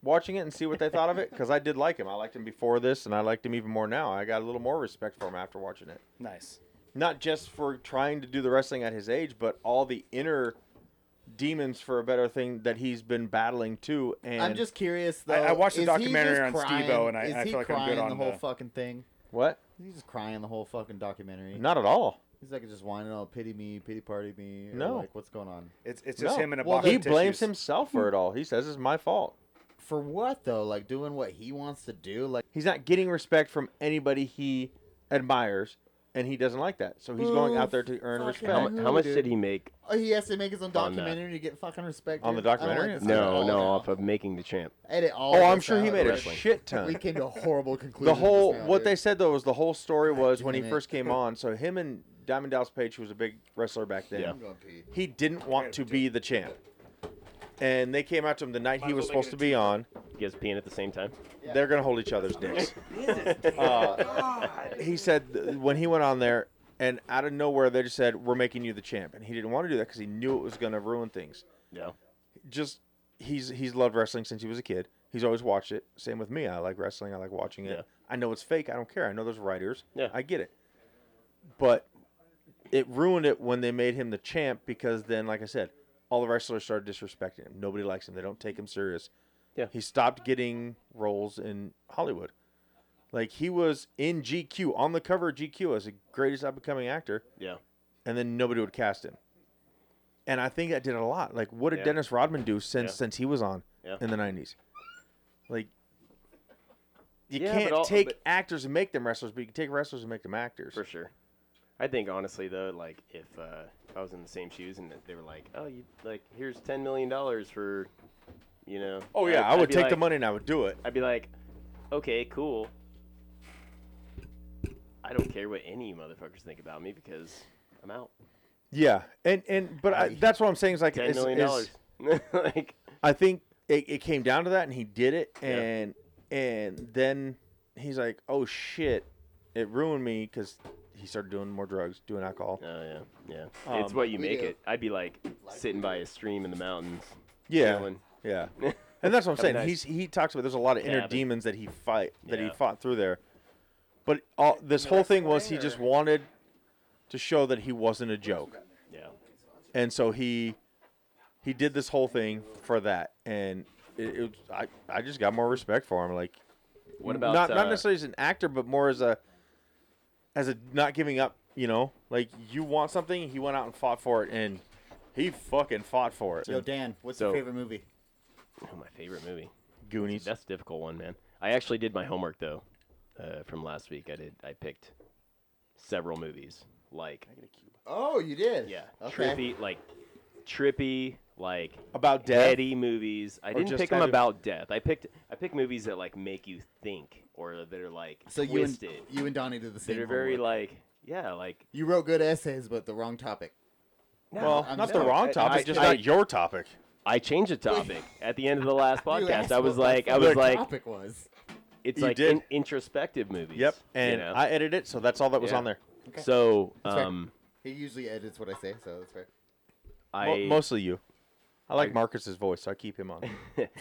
Speaker 5: watching it and see what they thought of it because I did like him. I liked him before this, and I liked him even more now. I got a little more respect for him after watching it.
Speaker 1: Nice.
Speaker 5: Not just for trying to do the wrestling at his age, but all the inner demons for a better thing that he's been battling too. And
Speaker 4: I'm just curious though.
Speaker 1: I- I watched a
Speaker 4: is he
Speaker 1: documentary
Speaker 4: just
Speaker 1: on Steve-O,
Speaker 4: crying-
Speaker 1: and I-
Speaker 4: is
Speaker 1: I
Speaker 4: he
Speaker 1: feel like I'm good
Speaker 4: crying
Speaker 1: on
Speaker 4: the whole
Speaker 1: the-
Speaker 4: fucking thing.
Speaker 5: what?
Speaker 4: He's just crying the whole fucking documentary.
Speaker 5: Not at all.
Speaker 4: He's like just whining, "Oh, pity me, pity party me." or,
Speaker 5: No.
Speaker 4: like what's going on?
Speaker 1: It's it's just
Speaker 5: No.
Speaker 1: him in a
Speaker 4: Well,
Speaker 1: box.
Speaker 5: He
Speaker 1: of tissues.
Speaker 5: blames himself for it all. He says it's my fault.
Speaker 4: For what though? Like doing what he wants to do? Like
Speaker 5: He's not getting respect from anybody he admires, and he doesn't like that. So he's going
Speaker 4: Boo.
Speaker 5: out there to earn
Speaker 4: Fucking
Speaker 5: respect.
Speaker 6: How, mu- how
Speaker 4: Who
Speaker 6: much
Speaker 4: did-
Speaker 6: did he make?
Speaker 4: oh, he has to make his own
Speaker 6: On that.
Speaker 4: documentary to get fucking respect.
Speaker 5: On the
Speaker 4: dude. I don't
Speaker 5: documentary?
Speaker 4: like this at
Speaker 6: No,
Speaker 4: all
Speaker 6: no,
Speaker 4: now.
Speaker 6: off of making the champ.
Speaker 4: Edit all.
Speaker 5: Oh,
Speaker 4: of
Speaker 5: I'm
Speaker 4: this
Speaker 5: sure he
Speaker 4: out.
Speaker 5: made a
Speaker 6: Wrestling.
Speaker 5: shit
Speaker 4: (laughs) We
Speaker 6: (laughs)
Speaker 5: ton.
Speaker 4: came to a horrible conclusion.
Speaker 5: The whole
Speaker 4: just now,
Speaker 5: what
Speaker 4: dude.
Speaker 5: they said though was the whole story was when he
Speaker 4: damn it.
Speaker 5: first came on. So him and Diamond Dallas Page, who was a big wrestler back then,
Speaker 4: I'm going pee.
Speaker 5: he didn't want to be the champ, and they came out to him the night he was supposed to be on.
Speaker 6: You guys peeing at the same time?
Speaker 5: They're gonna hold each other's dicks. Uh, he said th- when he went on there, and out of nowhere they just said, "We're making you the champ," and he didn't want to do that because he knew it was gonna ruin things.
Speaker 6: No.
Speaker 5: Just he's he's loved wrestling since he was a kid. He's always watched it. Same with me. I like wrestling. I like watching it.
Speaker 6: Yeah.
Speaker 5: I know it's fake. I don't care. I know there's writers.
Speaker 6: Yeah.
Speaker 5: I get it. But it ruined it when they made him the champ because then, like I said, all the wrestlers started disrespecting him. Nobody likes him. They don't take him serious.
Speaker 6: Yeah.
Speaker 5: He stopped getting roles in Hollywood. Like he was in GQ on the cover of GQ as the greatest up and coming actor,
Speaker 6: Yeah.
Speaker 5: and then nobody would cast him. And I think that did a lot. Like what did
Speaker 6: Yeah.
Speaker 5: Dennis Rodman do since
Speaker 6: Yeah.
Speaker 5: since he was on
Speaker 6: Yeah.
Speaker 5: in the nineties? Like you
Speaker 6: Yeah, but
Speaker 5: can't
Speaker 6: all-
Speaker 5: take
Speaker 6: but-
Speaker 5: actors and make them wrestlers, but you can take wrestlers and make them actors.
Speaker 6: For sure. I think honestly though, like if uh, if I was in the same shoes and they were like, "Oh, you like here's ten million dollars for," you know.
Speaker 5: Oh yeah,
Speaker 6: I'd-
Speaker 5: I,
Speaker 6: I'd
Speaker 5: would
Speaker 6: be
Speaker 5: take the
Speaker 6: like-
Speaker 5: money and I would do it.
Speaker 6: I'd be like, "Okay, cool." I don't care what any motherfuckers think about me because I'm out.
Speaker 5: Yeah, and and but I, that's what I'm saying is like
Speaker 6: Ten
Speaker 5: it's-
Speaker 6: million
Speaker 5: it's-
Speaker 6: dollars. (laughs) like,
Speaker 5: I think it, it came down to that, and he did it,
Speaker 6: Yeah.
Speaker 5: and and then he's like, "Oh shit, it ruined me," because he started doing more drugs, doing alcohol.
Speaker 6: oh yeah, yeah. it's
Speaker 5: Um,
Speaker 6: what you
Speaker 4: we
Speaker 6: make
Speaker 4: do.
Speaker 6: it. I'd be like sitting by a stream in the mountains.
Speaker 5: Yeah,
Speaker 6: chilling.
Speaker 5: yeah, and that's what I'm
Speaker 6: Have a
Speaker 5: saying.
Speaker 6: nice
Speaker 5: He's he talks about there's a lot of inner
Speaker 6: cabin.
Speaker 5: demons that he fight that he
Speaker 6: Yeah.
Speaker 5: fought through there, but all, this whole thing was he just wanted to show that he wasn't a joke.
Speaker 6: Yeah.
Speaker 5: and so he he did this whole thing for that and it, it was, I, I just got more respect for him like
Speaker 6: What about
Speaker 5: not, not
Speaker 6: uh,
Speaker 5: necessarily as an actor but more as a as a not giving up you know like you want something he went out and fought for it and he fucking fought for it
Speaker 4: Yo, Dan, what's
Speaker 6: So-
Speaker 4: your favorite movie?
Speaker 6: oh, my favorite movie?
Speaker 5: goonies
Speaker 6: That's a difficult one, man. I actually did my homework though, uh, from last week. I did. I picked several movies, like
Speaker 4: Oh, you did.
Speaker 6: yeah,
Speaker 4: Okay.
Speaker 6: trippy, like trippy, like
Speaker 5: about death
Speaker 6: heady movies. I didn't
Speaker 5: just
Speaker 6: pick them
Speaker 5: kind of-
Speaker 6: about death. I picked. I picked movies that like make you think, or that are like
Speaker 4: So you and
Speaker 6: twisted.
Speaker 4: you and Donnie did the same.
Speaker 6: that are very
Speaker 4: homework.
Speaker 6: like yeah, like
Speaker 4: You wrote good essays, but the wrong topic.
Speaker 5: well
Speaker 4: I'm
Speaker 5: not the
Speaker 4: sorry.
Speaker 5: wrong
Speaker 6: I-
Speaker 5: topic
Speaker 6: I-
Speaker 5: just
Speaker 6: I-
Speaker 5: not your topic
Speaker 6: I changed the topic at the end of the last
Speaker 4: (laughs) You
Speaker 6: podcast.
Speaker 4: asked
Speaker 6: I was
Speaker 4: what the
Speaker 6: like, I
Speaker 4: fuck
Speaker 6: was
Speaker 4: the
Speaker 6: like,
Speaker 4: topic was.
Speaker 6: it's
Speaker 5: You
Speaker 6: like
Speaker 5: did.
Speaker 6: in, introspective movies.
Speaker 5: yep
Speaker 6: you
Speaker 5: and
Speaker 6: know?
Speaker 5: i edited it so that's all that was
Speaker 6: Yeah.
Speaker 5: on there
Speaker 6: so
Speaker 4: fair.
Speaker 6: um,
Speaker 4: He usually edits what I say, so that's
Speaker 6: (laughs)
Speaker 4: fair.
Speaker 6: I
Speaker 5: Mo- mostly you i like marcus's voice so i keep
Speaker 6: (laughs)
Speaker 5: him on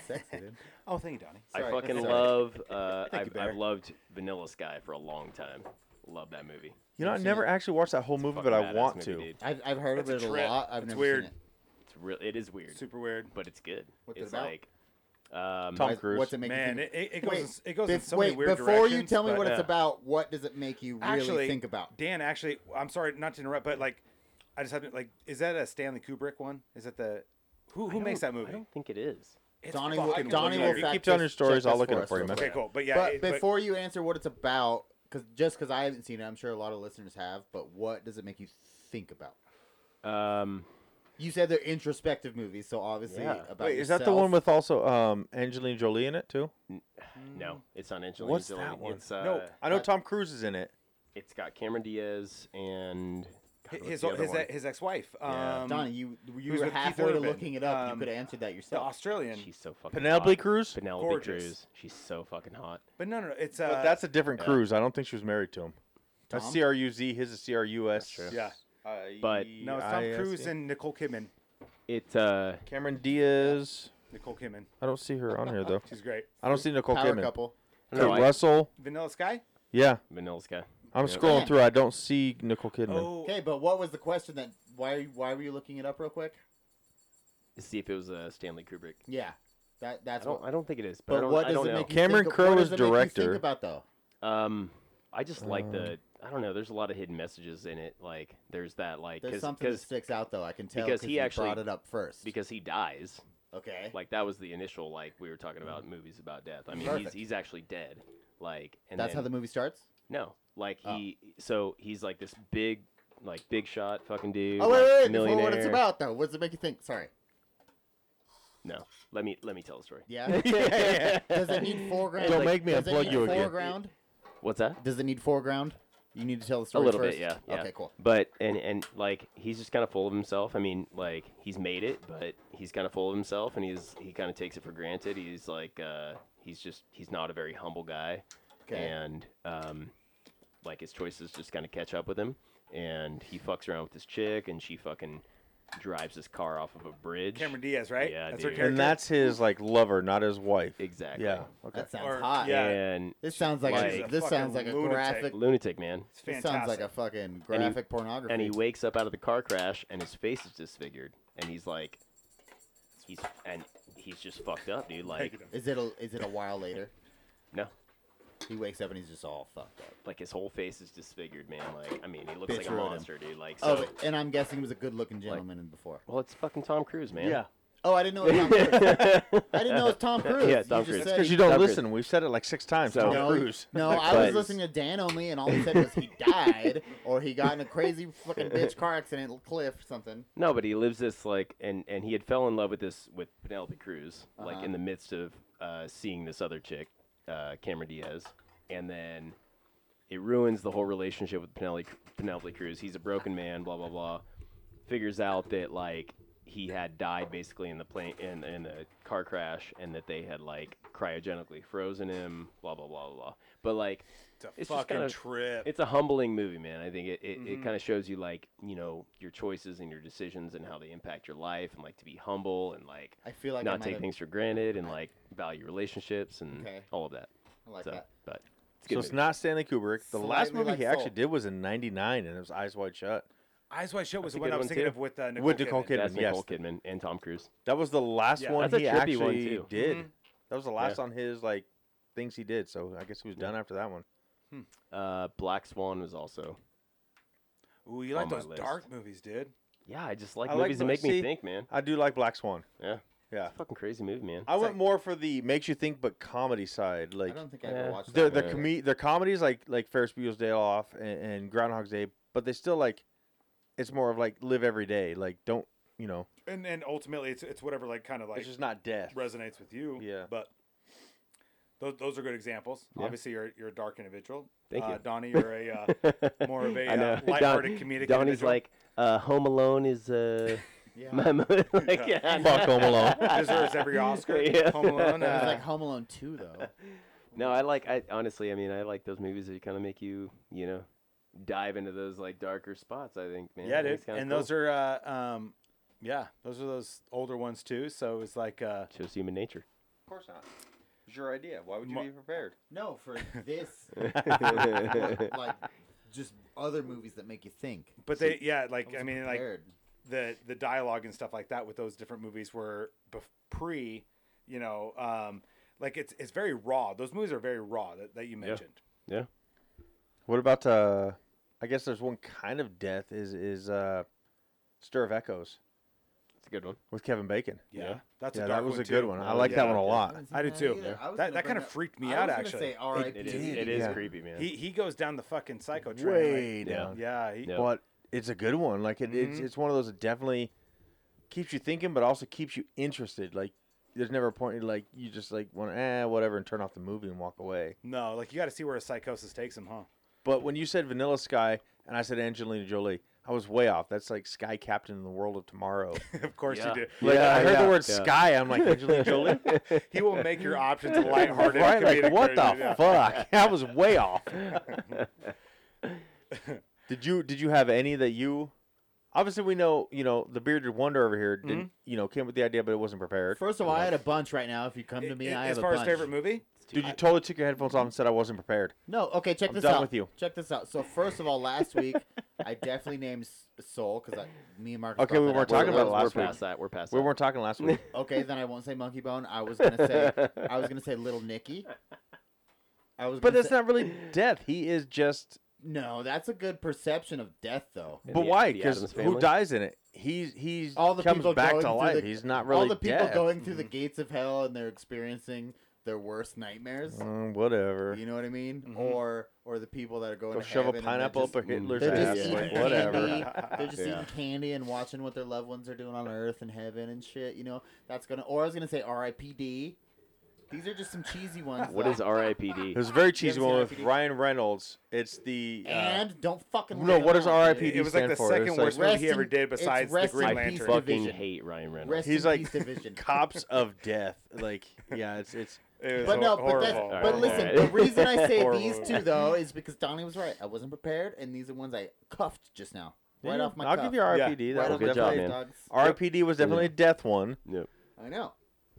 Speaker 4: Sexy, dude.
Speaker 1: Oh, thank you, Donnie.
Speaker 6: I
Speaker 4: Sorry,
Speaker 6: fucking
Speaker 4: (laughs) sorry.
Speaker 6: love. Uh, I've,
Speaker 1: you, Bear.
Speaker 6: I've loved Vanilla Sky for a long time. Love that movie.
Speaker 5: You know, I never actually watched that whole movie, but I
Speaker 6: Fucking badass
Speaker 5: want
Speaker 6: movie,
Speaker 5: to.
Speaker 6: dude.
Speaker 4: I've, I've heard
Speaker 1: It's a
Speaker 4: of it a,
Speaker 1: trip.
Speaker 4: lot. I've
Speaker 1: It's
Speaker 4: never
Speaker 1: weird.
Speaker 4: seen it.
Speaker 6: It's real. It is weird,
Speaker 1: Super weird.
Speaker 6: but it's good.
Speaker 4: What's it
Speaker 6: it's
Speaker 4: about?
Speaker 6: like,
Speaker 5: Tom
Speaker 6: um,
Speaker 4: Why-
Speaker 5: Cruise.
Speaker 4: What's it make
Speaker 1: Man,
Speaker 4: you
Speaker 1: it,
Speaker 4: think?
Speaker 1: it, it goes
Speaker 4: Wait,
Speaker 1: in, s- it goes in
Speaker 4: bef-
Speaker 1: so
Speaker 4: wait,
Speaker 1: many weird
Speaker 4: before you
Speaker 1: directions,
Speaker 4: tell me
Speaker 1: but-
Speaker 4: what it's
Speaker 1: Yeah.
Speaker 4: about, what does it make you really
Speaker 1: actually
Speaker 4: think about?
Speaker 1: Dan, actually, I'm sorry not to interrupt, but like, I just have to like, is that a Stanley Kubrick one? Is that the who who
Speaker 6: I
Speaker 1: makes
Speaker 6: don't-
Speaker 1: that movie?
Speaker 6: I don't think it is.
Speaker 1: It's
Speaker 4: Donnie will,
Speaker 1: fucking
Speaker 4: Donnie will
Speaker 1: weird.
Speaker 5: You keep
Speaker 4: fact
Speaker 5: telling your
Speaker 4: check
Speaker 5: stories,
Speaker 4: this
Speaker 5: I'll look it up
Speaker 4: us
Speaker 5: for you,
Speaker 4: real
Speaker 5: man.
Speaker 4: quick.
Speaker 1: Okay, cool. But yeah,
Speaker 4: but
Speaker 1: it-
Speaker 4: before you answer what it's about, because just because I haven't seen it, I'm sure a lot of listeners have. But what does it make you think about?
Speaker 6: Um,
Speaker 4: You said they're introspective movies, so obviously
Speaker 6: Yeah.
Speaker 4: about
Speaker 5: Wait, is that the
Speaker 4: yourself.
Speaker 5: one with also um, Angelina Jolie in it too?
Speaker 6: no, it's not Angelina
Speaker 5: What's
Speaker 6: Jolie.
Speaker 5: that one?
Speaker 6: It's, uh,
Speaker 1: No.
Speaker 5: I know Tom Cruise is in it.
Speaker 6: It's got Cameron Diaz and God, what's
Speaker 1: his his,
Speaker 6: the other
Speaker 1: his, e,
Speaker 6: one?
Speaker 1: his ex-wife,
Speaker 6: Yeah.
Speaker 1: um,
Speaker 4: Donnie? You you
Speaker 1: who's
Speaker 4: were
Speaker 1: with Keith
Speaker 4: halfway to
Speaker 1: Urban,
Speaker 4: looking it up.
Speaker 1: um,
Speaker 4: you could have answered that
Speaker 1: the
Speaker 4: yourself.
Speaker 1: Australian.
Speaker 6: She's so fucking
Speaker 5: Penelope
Speaker 6: hot.
Speaker 5: Cruz.
Speaker 6: Penelope
Speaker 1: Gorgeous.
Speaker 6: Cruz. She's so fucking hot.
Speaker 1: But no, no, no, it's uh,
Speaker 5: But that's a different
Speaker 6: yeah.
Speaker 5: Cruz. I don't think she was married to him. That's
Speaker 4: Tom?
Speaker 5: C R U Z. His is C R U S.
Speaker 6: true.
Speaker 1: yeah.
Speaker 6: But-
Speaker 1: No, it's Tom Cruise and Nicole Kidman.
Speaker 6: It uh,
Speaker 5: E. Cameron Diaz.
Speaker 1: Nicole Kidman,
Speaker 5: I don't see her on here
Speaker 6: (laughs)
Speaker 5: though.
Speaker 1: she's great.
Speaker 5: I don't see Nicole
Speaker 4: power
Speaker 5: Kidman.
Speaker 4: couple.
Speaker 5: Kurt
Speaker 6: No, I-
Speaker 5: Russell.
Speaker 1: Vanilla Sky.
Speaker 5: Yeah,
Speaker 6: Vanilla's guy.
Speaker 5: I'm
Speaker 6: Yeah.
Speaker 5: scrolling
Speaker 4: Yeah.
Speaker 5: through. I don't see Nicole Kidman.
Speaker 1: Oh,
Speaker 4: Okay, but what was the question that why why were you looking it up real quick?
Speaker 6: See if it was uh, Stanley Kubrick.
Speaker 4: Yeah, that that's
Speaker 6: I don't.
Speaker 4: what.
Speaker 6: I don't think it is. But, I
Speaker 4: But
Speaker 6: don't,
Speaker 4: what
Speaker 6: I
Speaker 4: does
Speaker 6: don't
Speaker 4: it
Speaker 6: know.
Speaker 4: make you
Speaker 5: Cameron
Speaker 4: think? of-
Speaker 5: Crowe
Speaker 4: what
Speaker 5: is
Speaker 4: does it make you
Speaker 5: director.
Speaker 4: Think about though.
Speaker 6: Um, I just like the. I don't know. There's a lot of hidden messages in it. Like there's that like
Speaker 4: There's
Speaker 6: because
Speaker 4: something that sticks out though. I can tell
Speaker 6: because he
Speaker 4: you
Speaker 6: actually-
Speaker 4: brought it up first.
Speaker 6: because he dies.
Speaker 4: okay.
Speaker 6: Like that was the initial like we were talking about movies about death. I mean he's
Speaker 4: Mm-hmm. Perfect.
Speaker 6: he's actually dead. Like and
Speaker 4: that's how
Speaker 6: then-
Speaker 4: the movie starts.
Speaker 6: no like
Speaker 4: Oh.
Speaker 6: he so he's like this big like big shot fucking dude.
Speaker 4: Oh wait, wait, wait!
Speaker 6: like,
Speaker 4: Before what it's
Speaker 6: millionaire.
Speaker 4: about though, what does it make you think? Sorry.
Speaker 6: No, let me let me tell the story. (laughs)
Speaker 4: Yeah. (laughs) Does it need foreground?
Speaker 5: Don't make me
Speaker 4: does it
Speaker 5: unplug
Speaker 4: need
Speaker 5: you again.
Speaker 4: Foreground?
Speaker 6: What's that?
Speaker 4: Does it need foreground? You need to tell the story
Speaker 6: a little
Speaker 4: first.
Speaker 6: bit, yeah, yeah.
Speaker 4: Okay, cool.
Speaker 6: But and and like he's just kind of full of himself. I mean, like he's made it, but he's kind of full of himself, and he's he kind of takes it for granted. He's like uh, he's just he's not a very humble guy,
Speaker 4: Okay.
Speaker 6: and um, like his choices just kind of catch up with him, and he fucks around with this chick, and she fucking drives his car off of a bridge.
Speaker 1: Cameron Diaz, right?
Speaker 6: Yeah,
Speaker 1: that's her
Speaker 6: dude.
Speaker 1: character.
Speaker 5: and that's his like lover, not his wife.
Speaker 6: exactly.
Speaker 5: Yeah. Okay.
Speaker 4: That sounds
Speaker 1: Or-
Speaker 4: hot.
Speaker 1: yeah.
Speaker 6: And
Speaker 4: This sounds like,
Speaker 6: Like-
Speaker 4: a,
Speaker 6: She's
Speaker 1: a
Speaker 4: this sounds like
Speaker 1: fucking
Speaker 4: a
Speaker 1: lunatic.
Speaker 4: graphic.
Speaker 6: lunatic man.
Speaker 1: it's
Speaker 4: This
Speaker 1: fantastic.
Speaker 4: sounds like a fucking
Speaker 6: And he-
Speaker 4: graphic pornography.
Speaker 6: and he wakes up out of the car crash and his face is disfigured and he's like he's and he's just fucked up
Speaker 4: (laughs)
Speaker 6: dude like
Speaker 4: is it a is it a while later?
Speaker 6: no
Speaker 4: He wakes up and he's just all fucked up.
Speaker 6: like his whole face is disfigured man like i mean he looks
Speaker 4: Bitch
Speaker 6: like a
Speaker 4: ruined him.
Speaker 6: monster dude like so
Speaker 4: Oh, but- and I'm guessing he was a good-looking gentleman in before.
Speaker 6: well it's fucking tom cruise man (laughs)
Speaker 5: Yeah.
Speaker 4: Oh, I didn't know it was Tom Cruise. I didn't know it was Tom Cruise.
Speaker 6: Yeah,
Speaker 4: You
Speaker 6: Tom
Speaker 4: just
Speaker 6: Cruise.
Speaker 4: said
Speaker 5: Because
Speaker 4: he-
Speaker 5: you don't
Speaker 6: Tom Cruise.
Speaker 5: listen. We've said it like six times.
Speaker 6: So-
Speaker 5: Tom
Speaker 4: no,
Speaker 6: (laughs)
Speaker 5: Cruise.
Speaker 4: No, I was
Speaker 6: But-
Speaker 4: listening to Dan only, and all he said was he died or he got in a crazy fucking
Speaker 6: (laughs)
Speaker 4: bitch car accident, cliff or something.
Speaker 6: no but he lives this like and and he had fell in love with this with penelope cruz like
Speaker 4: Uh-huh.
Speaker 6: in the midst of uh seeing this other chick uh cameron diaz and then it ruins the whole relationship with Penelope, Penelope Cruz. He's a broken man, blah blah blah. Figures out that like he had died basically in the plane in, in the car crash, and that they had like cryogenically frozen him, blah blah blah blah. blah. But like,
Speaker 1: It's a
Speaker 6: it's just
Speaker 1: fucking
Speaker 6: kinda-
Speaker 1: trip.
Speaker 6: it's a humbling movie, man. I think it it,
Speaker 4: Mm-hmm.
Speaker 6: it kind of shows you like you know your choices and your decisions and how they impact your life, and like to be humble and like
Speaker 4: I feel like I
Speaker 6: not
Speaker 4: might
Speaker 6: take
Speaker 4: have-
Speaker 6: things for granted and like value relationships and
Speaker 4: Okay.
Speaker 6: all of that.
Speaker 4: I like
Speaker 6: so,
Speaker 4: that.
Speaker 6: but it's a good
Speaker 5: So it's
Speaker 6: movie.
Speaker 5: not Stanley Kubrick. The last
Speaker 4: Slightly
Speaker 5: movie
Speaker 4: like
Speaker 5: he
Speaker 4: Soul.
Speaker 5: actually did was in '99, and it was Eyes Wide Shut.
Speaker 1: Eyes Wide Shut was
Speaker 6: That's a
Speaker 1: the one
Speaker 6: good
Speaker 1: I was
Speaker 6: one,
Speaker 1: thinking
Speaker 6: too.
Speaker 1: of with uh, Nicole
Speaker 5: With Nicole
Speaker 1: Kidman.
Speaker 5: Kidman.
Speaker 6: That's
Speaker 5: yes.
Speaker 6: Nicole Kidman and Tom Cruise.
Speaker 5: That was the last
Speaker 1: Yeah.
Speaker 5: one
Speaker 6: That's a
Speaker 5: he
Speaker 6: trippy
Speaker 5: actually
Speaker 6: one, too.
Speaker 5: did.
Speaker 1: Mhm.
Speaker 5: That was the last on his like things he did. So I guess he was done after that one.
Speaker 6: Uh, Black Swan was also.
Speaker 1: Ooh, you like
Speaker 6: on my
Speaker 1: those
Speaker 6: list.
Speaker 1: dark movies, dude.
Speaker 6: Yeah, I just like
Speaker 5: I like
Speaker 6: movies that
Speaker 5: both.
Speaker 6: make me
Speaker 5: See?
Speaker 6: think, man.
Speaker 5: I do like Black Swan.
Speaker 6: Yeah,
Speaker 5: Yeah.
Speaker 6: it's a fucking crazy movie, man.
Speaker 5: I went more for the makes you think, but comedy side.
Speaker 4: I
Speaker 5: Like
Speaker 4: don't think I ever
Speaker 6: Yeah.
Speaker 4: watched
Speaker 5: they're
Speaker 4: that.
Speaker 5: they're,
Speaker 6: Yeah.
Speaker 5: com- they're comedies like like Ferris Bueller's Day Off and, and Groundhog's Day, but they still like it's more of like live every day. Like don't you know?
Speaker 1: And and ultimately, it's it's whatever like kind of like
Speaker 5: It's just not death.
Speaker 1: resonates with you.
Speaker 5: Yeah.
Speaker 1: But those, those are good examples. Obviously, you're you're a dark individual.
Speaker 6: Thank
Speaker 1: uh,
Speaker 6: you.
Speaker 1: Donnie. You're a
Speaker 6: (laughs)
Speaker 1: uh, more of a
Speaker 6: I know.
Speaker 1: uh, lighthearted comedic.
Speaker 6: Donnie's
Speaker 1: individual.
Speaker 6: like, uh, Home Alone is uh,
Speaker 4: Yeah.
Speaker 6: (laughs) my mo- like, yeah.
Speaker 5: Fuck Home Alone.
Speaker 1: deserves every Oscar.
Speaker 6: (laughs) Yeah.
Speaker 1: Home Alone.
Speaker 4: It was
Speaker 1: uh,
Speaker 4: like Home Alone 2,
Speaker 6: (laughs)
Speaker 4: though.
Speaker 6: No, I like. I honestly, I mean, I like those movies that kind of make you, you know, dive into those like darker spots. I think, man.
Speaker 1: yeah, dude. And those are uh, um, yeah, those are those older ones too. So it's like uh,
Speaker 6: just human nature.
Speaker 5: Of course not. It's your idea. Why would
Speaker 1: you Mo- be
Speaker 5: prepared?
Speaker 4: No, for this.
Speaker 6: yeah,
Speaker 4: like, just other movies that make you think.
Speaker 1: But they, yeah, like
Speaker 4: was
Speaker 1: I mean, like
Speaker 4: prepared.
Speaker 1: the the dialogue and stuff like that with those different movies were bef- pre, you know, um, like it's it's very raw. Those movies are very raw that, that you mentioned.
Speaker 6: Yeah.
Speaker 5: What about uh I guess there's one kind of death is is uh Stir of Echoes
Speaker 6: It's a good one.
Speaker 5: with Kevin Bacon.
Speaker 1: Yeah, that's
Speaker 5: yeah,
Speaker 1: a dark
Speaker 5: that was
Speaker 1: one
Speaker 5: a good
Speaker 1: too. Oh,
Speaker 5: one. I like that
Speaker 6: Yeah.
Speaker 5: one a lot.
Speaker 1: I did too.
Speaker 4: either. I was gonna
Speaker 1: That- that
Speaker 4: bring
Speaker 1: kinda freaked
Speaker 4: I
Speaker 1: me out,
Speaker 4: was gonna
Speaker 1: actually.
Speaker 4: Say, R.I.P.
Speaker 6: It is. It is
Speaker 5: Yeah.
Speaker 6: creepy, man.
Speaker 1: He he goes down the fucking psycho train.
Speaker 5: Way
Speaker 1: like-
Speaker 5: down.
Speaker 1: yeah, he,
Speaker 6: Yeah.
Speaker 5: But it's a good one. Like it, it's
Speaker 1: Mm-hmm.
Speaker 5: it's one of those that definitely keeps you thinking, but also keeps you interested. Like there's never a point like you just like want to eh whatever and turn off the movie and walk away.
Speaker 1: no, like you got to see where his psychosis takes him, huh? (laughs)
Speaker 5: But when you said Vanilla Sky and I said Angelina Jolie, I was way off. That's like Sky Captain in the World of Tomorrow.
Speaker 1: of course
Speaker 6: Yeah.
Speaker 1: you do.
Speaker 5: Like
Speaker 6: Yeah,
Speaker 5: I heard
Speaker 6: yeah,
Speaker 5: the word
Speaker 6: yeah.
Speaker 5: sky, I'm like Angelina Jolie.
Speaker 1: He will make your
Speaker 5: (laughs)
Speaker 1: options lighthearted.
Speaker 5: right?
Speaker 1: and comedic
Speaker 5: Like what
Speaker 1: version, yeah.
Speaker 5: the fuck? I was way off. did you did you have any that you? Obviously, we know you know the bearded wonder over here didn't you know came with the idea, but it wasn't prepared.
Speaker 4: First of all, I had a bunch right now. If you come to me,
Speaker 1: I-
Speaker 4: I have
Speaker 1: as
Speaker 4: a
Speaker 1: far
Speaker 4: bunch.
Speaker 1: as favorite movie,
Speaker 5: Dude, you totally took your headphones off and said I wasn't prepared.
Speaker 4: No, okay, check
Speaker 5: I'm
Speaker 4: this
Speaker 5: done
Speaker 4: out.
Speaker 5: with you.
Speaker 4: Check this out. So first of all, last week I definitely named S- Soul because me and Mark.
Speaker 5: Okay, we weren't talking about
Speaker 6: we're,
Speaker 5: it
Speaker 6: we're,
Speaker 5: last
Speaker 6: we're
Speaker 5: week.
Speaker 6: past that. We're past
Speaker 5: We
Speaker 6: that.
Speaker 5: weren't talking last week.
Speaker 4: (laughs) Okay, then I won't say Monkey Bone. I was gonna say I was gonna say Little Nicky. I was.
Speaker 5: but
Speaker 4: gonna
Speaker 5: that's
Speaker 4: say,
Speaker 5: not really death. He is just.
Speaker 4: No, that's a good perception of death, though.
Speaker 6: And
Speaker 5: But
Speaker 6: the-
Speaker 5: why?
Speaker 6: the
Speaker 5: Because
Speaker 6: Addams
Speaker 5: who
Speaker 6: Family?
Speaker 5: dies in it? He's he's
Speaker 4: All the
Speaker 5: comes
Speaker 4: people
Speaker 5: back
Speaker 4: going
Speaker 5: to
Speaker 4: through
Speaker 5: life.
Speaker 4: the-
Speaker 5: he's not really
Speaker 4: all the people
Speaker 5: death.
Speaker 4: going through the gates of hell and they're experiencing their worst nightmares.
Speaker 5: Mm, whatever.
Speaker 4: You know what I mean? Or or the people that are going
Speaker 5: Go
Speaker 4: to
Speaker 5: shove a
Speaker 4: heaven and they're
Speaker 5: pineapple
Speaker 4: just-
Speaker 5: up a Hitler's
Speaker 4: They're
Speaker 5: ass.
Speaker 4: just
Speaker 5: Like,
Speaker 4: eating
Speaker 5: whatever.
Speaker 4: candy. (laughs) They're just
Speaker 5: Yeah.
Speaker 4: eating candy and watching what their loved ones are doing on Earth and heaven and shit. You know, that's gonna. Or I was gonna say R.I.P.D. These are just some cheesy ones.
Speaker 6: What
Speaker 4: though.
Speaker 6: is R.I.P.D.?
Speaker 5: It was a very cheesy
Speaker 4: haven't
Speaker 5: one
Speaker 4: seen
Speaker 5: with
Speaker 4: RIPD?
Speaker 5: Ryan Reynolds. It's the uh,
Speaker 4: And don't fucking.
Speaker 5: no.
Speaker 4: look
Speaker 5: What
Speaker 4: it
Speaker 5: is
Speaker 4: up,
Speaker 5: R.I.P.D.
Speaker 1: It was like
Speaker 5: stand
Speaker 1: the
Speaker 5: for?
Speaker 1: second
Speaker 5: It's (laughs)
Speaker 1: worst
Speaker 5: like-
Speaker 1: movie
Speaker 4: Rest
Speaker 1: he ever
Speaker 4: in-
Speaker 1: did
Speaker 4: it's
Speaker 1: besides The
Speaker 4: rest in
Speaker 1: Green
Speaker 4: peace
Speaker 1: Lantern.
Speaker 4: to-
Speaker 6: fucking
Speaker 4: Division.
Speaker 6: hate Ryan Reynolds.
Speaker 4: Rest
Speaker 5: He's
Speaker 4: in
Speaker 5: like (laughs)
Speaker 4: peace, division.
Speaker 5: cops of death. Like yeah, it's it's
Speaker 1: It was
Speaker 4: But no,
Speaker 1: hor-
Speaker 4: but that's,
Speaker 1: horrible.
Speaker 4: but
Speaker 6: Alright,
Speaker 4: listen,
Speaker 6: alright.
Speaker 4: the reason I say
Speaker 1: Horrible.
Speaker 4: these two though is because Donnie was right. I wasn't prepared, and these are ones I cuffed just now, (laughs) right off my.
Speaker 5: I'll
Speaker 4: cuff.
Speaker 5: give you R.I.P.D.
Speaker 4: Right
Speaker 5: That
Speaker 4: off
Speaker 5: was
Speaker 4: my
Speaker 6: good job,
Speaker 5: definitely
Speaker 4: cuff,
Speaker 6: man.
Speaker 4: dogs.
Speaker 5: R.I.P.D. was definitely a death one,
Speaker 6: Yep.
Speaker 4: I know,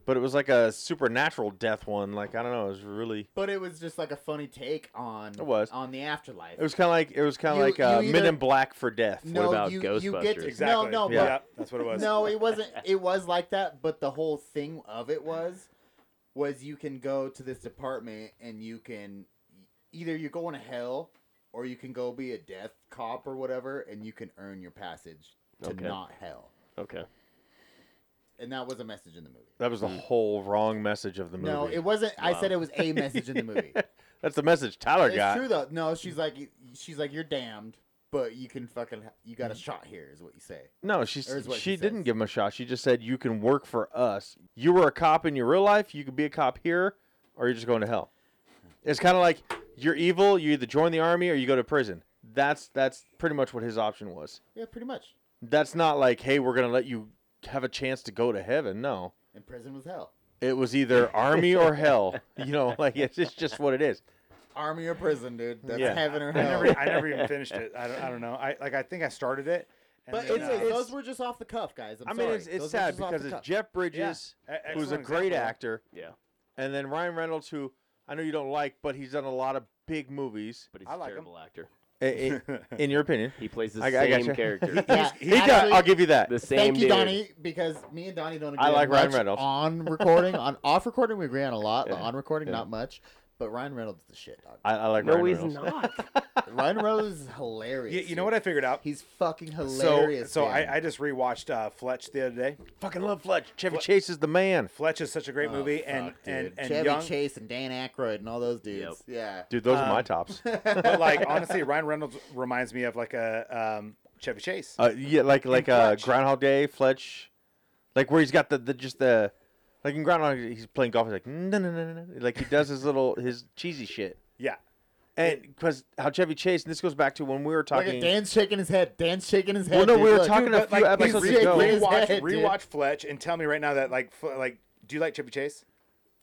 Speaker 5: but it was like a supernatural death one. Like I don't know. It was really.
Speaker 4: but it was just like a funny take on
Speaker 5: It was.
Speaker 4: on the afterlife.
Speaker 5: It was kind of like it was kind of
Speaker 4: You-
Speaker 5: like uh,
Speaker 4: you
Speaker 5: Men
Speaker 4: either-
Speaker 5: in Black for death.
Speaker 4: no,
Speaker 6: about
Speaker 4: you, you get
Speaker 6: Ghostbusters?
Speaker 1: exactly.
Speaker 4: No, no,
Speaker 1: yeah,
Speaker 5: Yeah.
Speaker 1: that's what it
Speaker 4: but,
Speaker 1: was.
Speaker 4: no, it wasn't. It was like that, but the whole thing of it was, was you can go to this department and you can e, either you're going to hell or you can go be a death cop or whatever, and you can earn your passage to
Speaker 6: Okay.
Speaker 4: not hell.
Speaker 6: Okay.
Speaker 4: and that was a message in the movie.
Speaker 5: That was the whole wrong message of the movie.
Speaker 4: No, it wasn't. I said it was a message in the
Speaker 5: (laughs)
Speaker 4: movie.
Speaker 5: That's the message Tyler
Speaker 4: it's
Speaker 5: got.
Speaker 4: true though. No, she's like, she's like, you're damned, but you can fucking, you
Speaker 5: Mm-hmm.
Speaker 4: got a shot here, is what you say.
Speaker 5: No, she
Speaker 4: Or is what
Speaker 5: she
Speaker 4: she
Speaker 5: didn't
Speaker 4: says.
Speaker 5: give him a shot. She just said you can work for us. You were a cop in your real life. You could be a cop here, or you're just going to hell. It's kind of like you're evil. You either join the army or you go to prison. That's that's pretty much what his option was.
Speaker 4: Yeah, pretty much.
Speaker 5: That's not like hey, we're gonna let you have a chance to go to heaven. No,
Speaker 4: And prison was hell,
Speaker 5: it was either army or hell. (laughs) You know, like it's, it's just what it is.
Speaker 4: army or prison, dude. That's
Speaker 5: Yeah.
Speaker 4: heaven or
Speaker 1: I
Speaker 4: hell.
Speaker 1: never, I never even finished it. I don't, I don't know. I like, I think I started it. and
Speaker 4: but
Speaker 1: then,
Speaker 4: it's,
Speaker 1: uh,
Speaker 4: those were just off the cuff, guys. I'm
Speaker 5: I mean,
Speaker 4: sorry.
Speaker 5: it's, it's
Speaker 4: Those were
Speaker 5: sad
Speaker 4: just off
Speaker 5: because
Speaker 4: the
Speaker 5: it's
Speaker 4: cuff.
Speaker 5: Jeff Bridges,
Speaker 1: Yeah. E-
Speaker 5: who's a
Speaker 1: excellent
Speaker 5: great
Speaker 1: example.
Speaker 5: actor,
Speaker 6: Yeah.
Speaker 5: and then Ryan Reynolds, who I know you don't like, but he's done a lot of big movies.
Speaker 6: But he's
Speaker 1: I
Speaker 6: a
Speaker 1: like him.
Speaker 6: terrible actor.
Speaker 5: I- I- in your opinion,
Speaker 6: He plays the
Speaker 5: I- I
Speaker 6: same
Speaker 5: gotcha.
Speaker 6: character.
Speaker 4: Yeah,
Speaker 5: he got. I'll
Speaker 4: actually,
Speaker 5: give you that.
Speaker 6: the same
Speaker 4: Thank you,
Speaker 6: dude.
Speaker 4: Donnie, because me and Donnie don't agree.
Speaker 5: I like
Speaker 4: on
Speaker 5: Ryan
Speaker 4: much
Speaker 5: Reynolds.
Speaker 4: on
Speaker 5: (laughs)
Speaker 4: recording, on off recording we agree on a lot. but on recording,
Speaker 5: yeah.
Speaker 4: not much. But Ryan Reynolds is the shit, dog.
Speaker 5: I, I like.
Speaker 6: No,
Speaker 5: Ryan
Speaker 6: he's
Speaker 5: Reynolds.
Speaker 6: not.
Speaker 4: Ryan Reynolds is hilarious.
Speaker 1: you, you know
Speaker 4: dude.
Speaker 1: what I figured out?
Speaker 4: He's fucking hilarious.
Speaker 1: so, so
Speaker 4: man.
Speaker 1: I, I just rewatched uh, Fletch the other day.
Speaker 5: Fucking love Fletch. Chevy Chase is the man.
Speaker 1: Fletch is such a great
Speaker 4: Oh,
Speaker 1: movie,
Speaker 4: fuck,
Speaker 1: and,
Speaker 4: dude.
Speaker 1: and and
Speaker 4: Chevy
Speaker 1: young,
Speaker 4: Chase and Dan Aykroyd and all those dudes. Yeah.
Speaker 5: Dude, those are my (laughs)
Speaker 1: Um,
Speaker 5: tops.
Speaker 1: but like (laughs) honestly, Ryan Reynolds reminds me of like a um, Chevy Chase.
Speaker 5: Uh, yeah, like like uh,
Speaker 1: Fletch.
Speaker 5: Groundhog Day, Fletch, like where he's got the, the just the, like in Groundhog, Day, he's playing golf. He's like no no no no no, like he does his little his cheesy shit.
Speaker 1: yeah,
Speaker 5: And because how Chevy Chase, and this goes back to when we were
Speaker 4: Look
Speaker 5: talking.
Speaker 4: at Dan's shaking his head. Dan's shaking his head.
Speaker 5: no,
Speaker 4: dude.
Speaker 5: we were
Speaker 4: Look.
Speaker 5: talking Dude, a
Speaker 1: but
Speaker 5: few
Speaker 1: like
Speaker 5: episodes
Speaker 1: re-
Speaker 5: ago.
Speaker 1: rewatch
Speaker 4: Dude.
Speaker 1: rewatch Fletch and tell me right now that like Fl- like do you like Chevy Chase?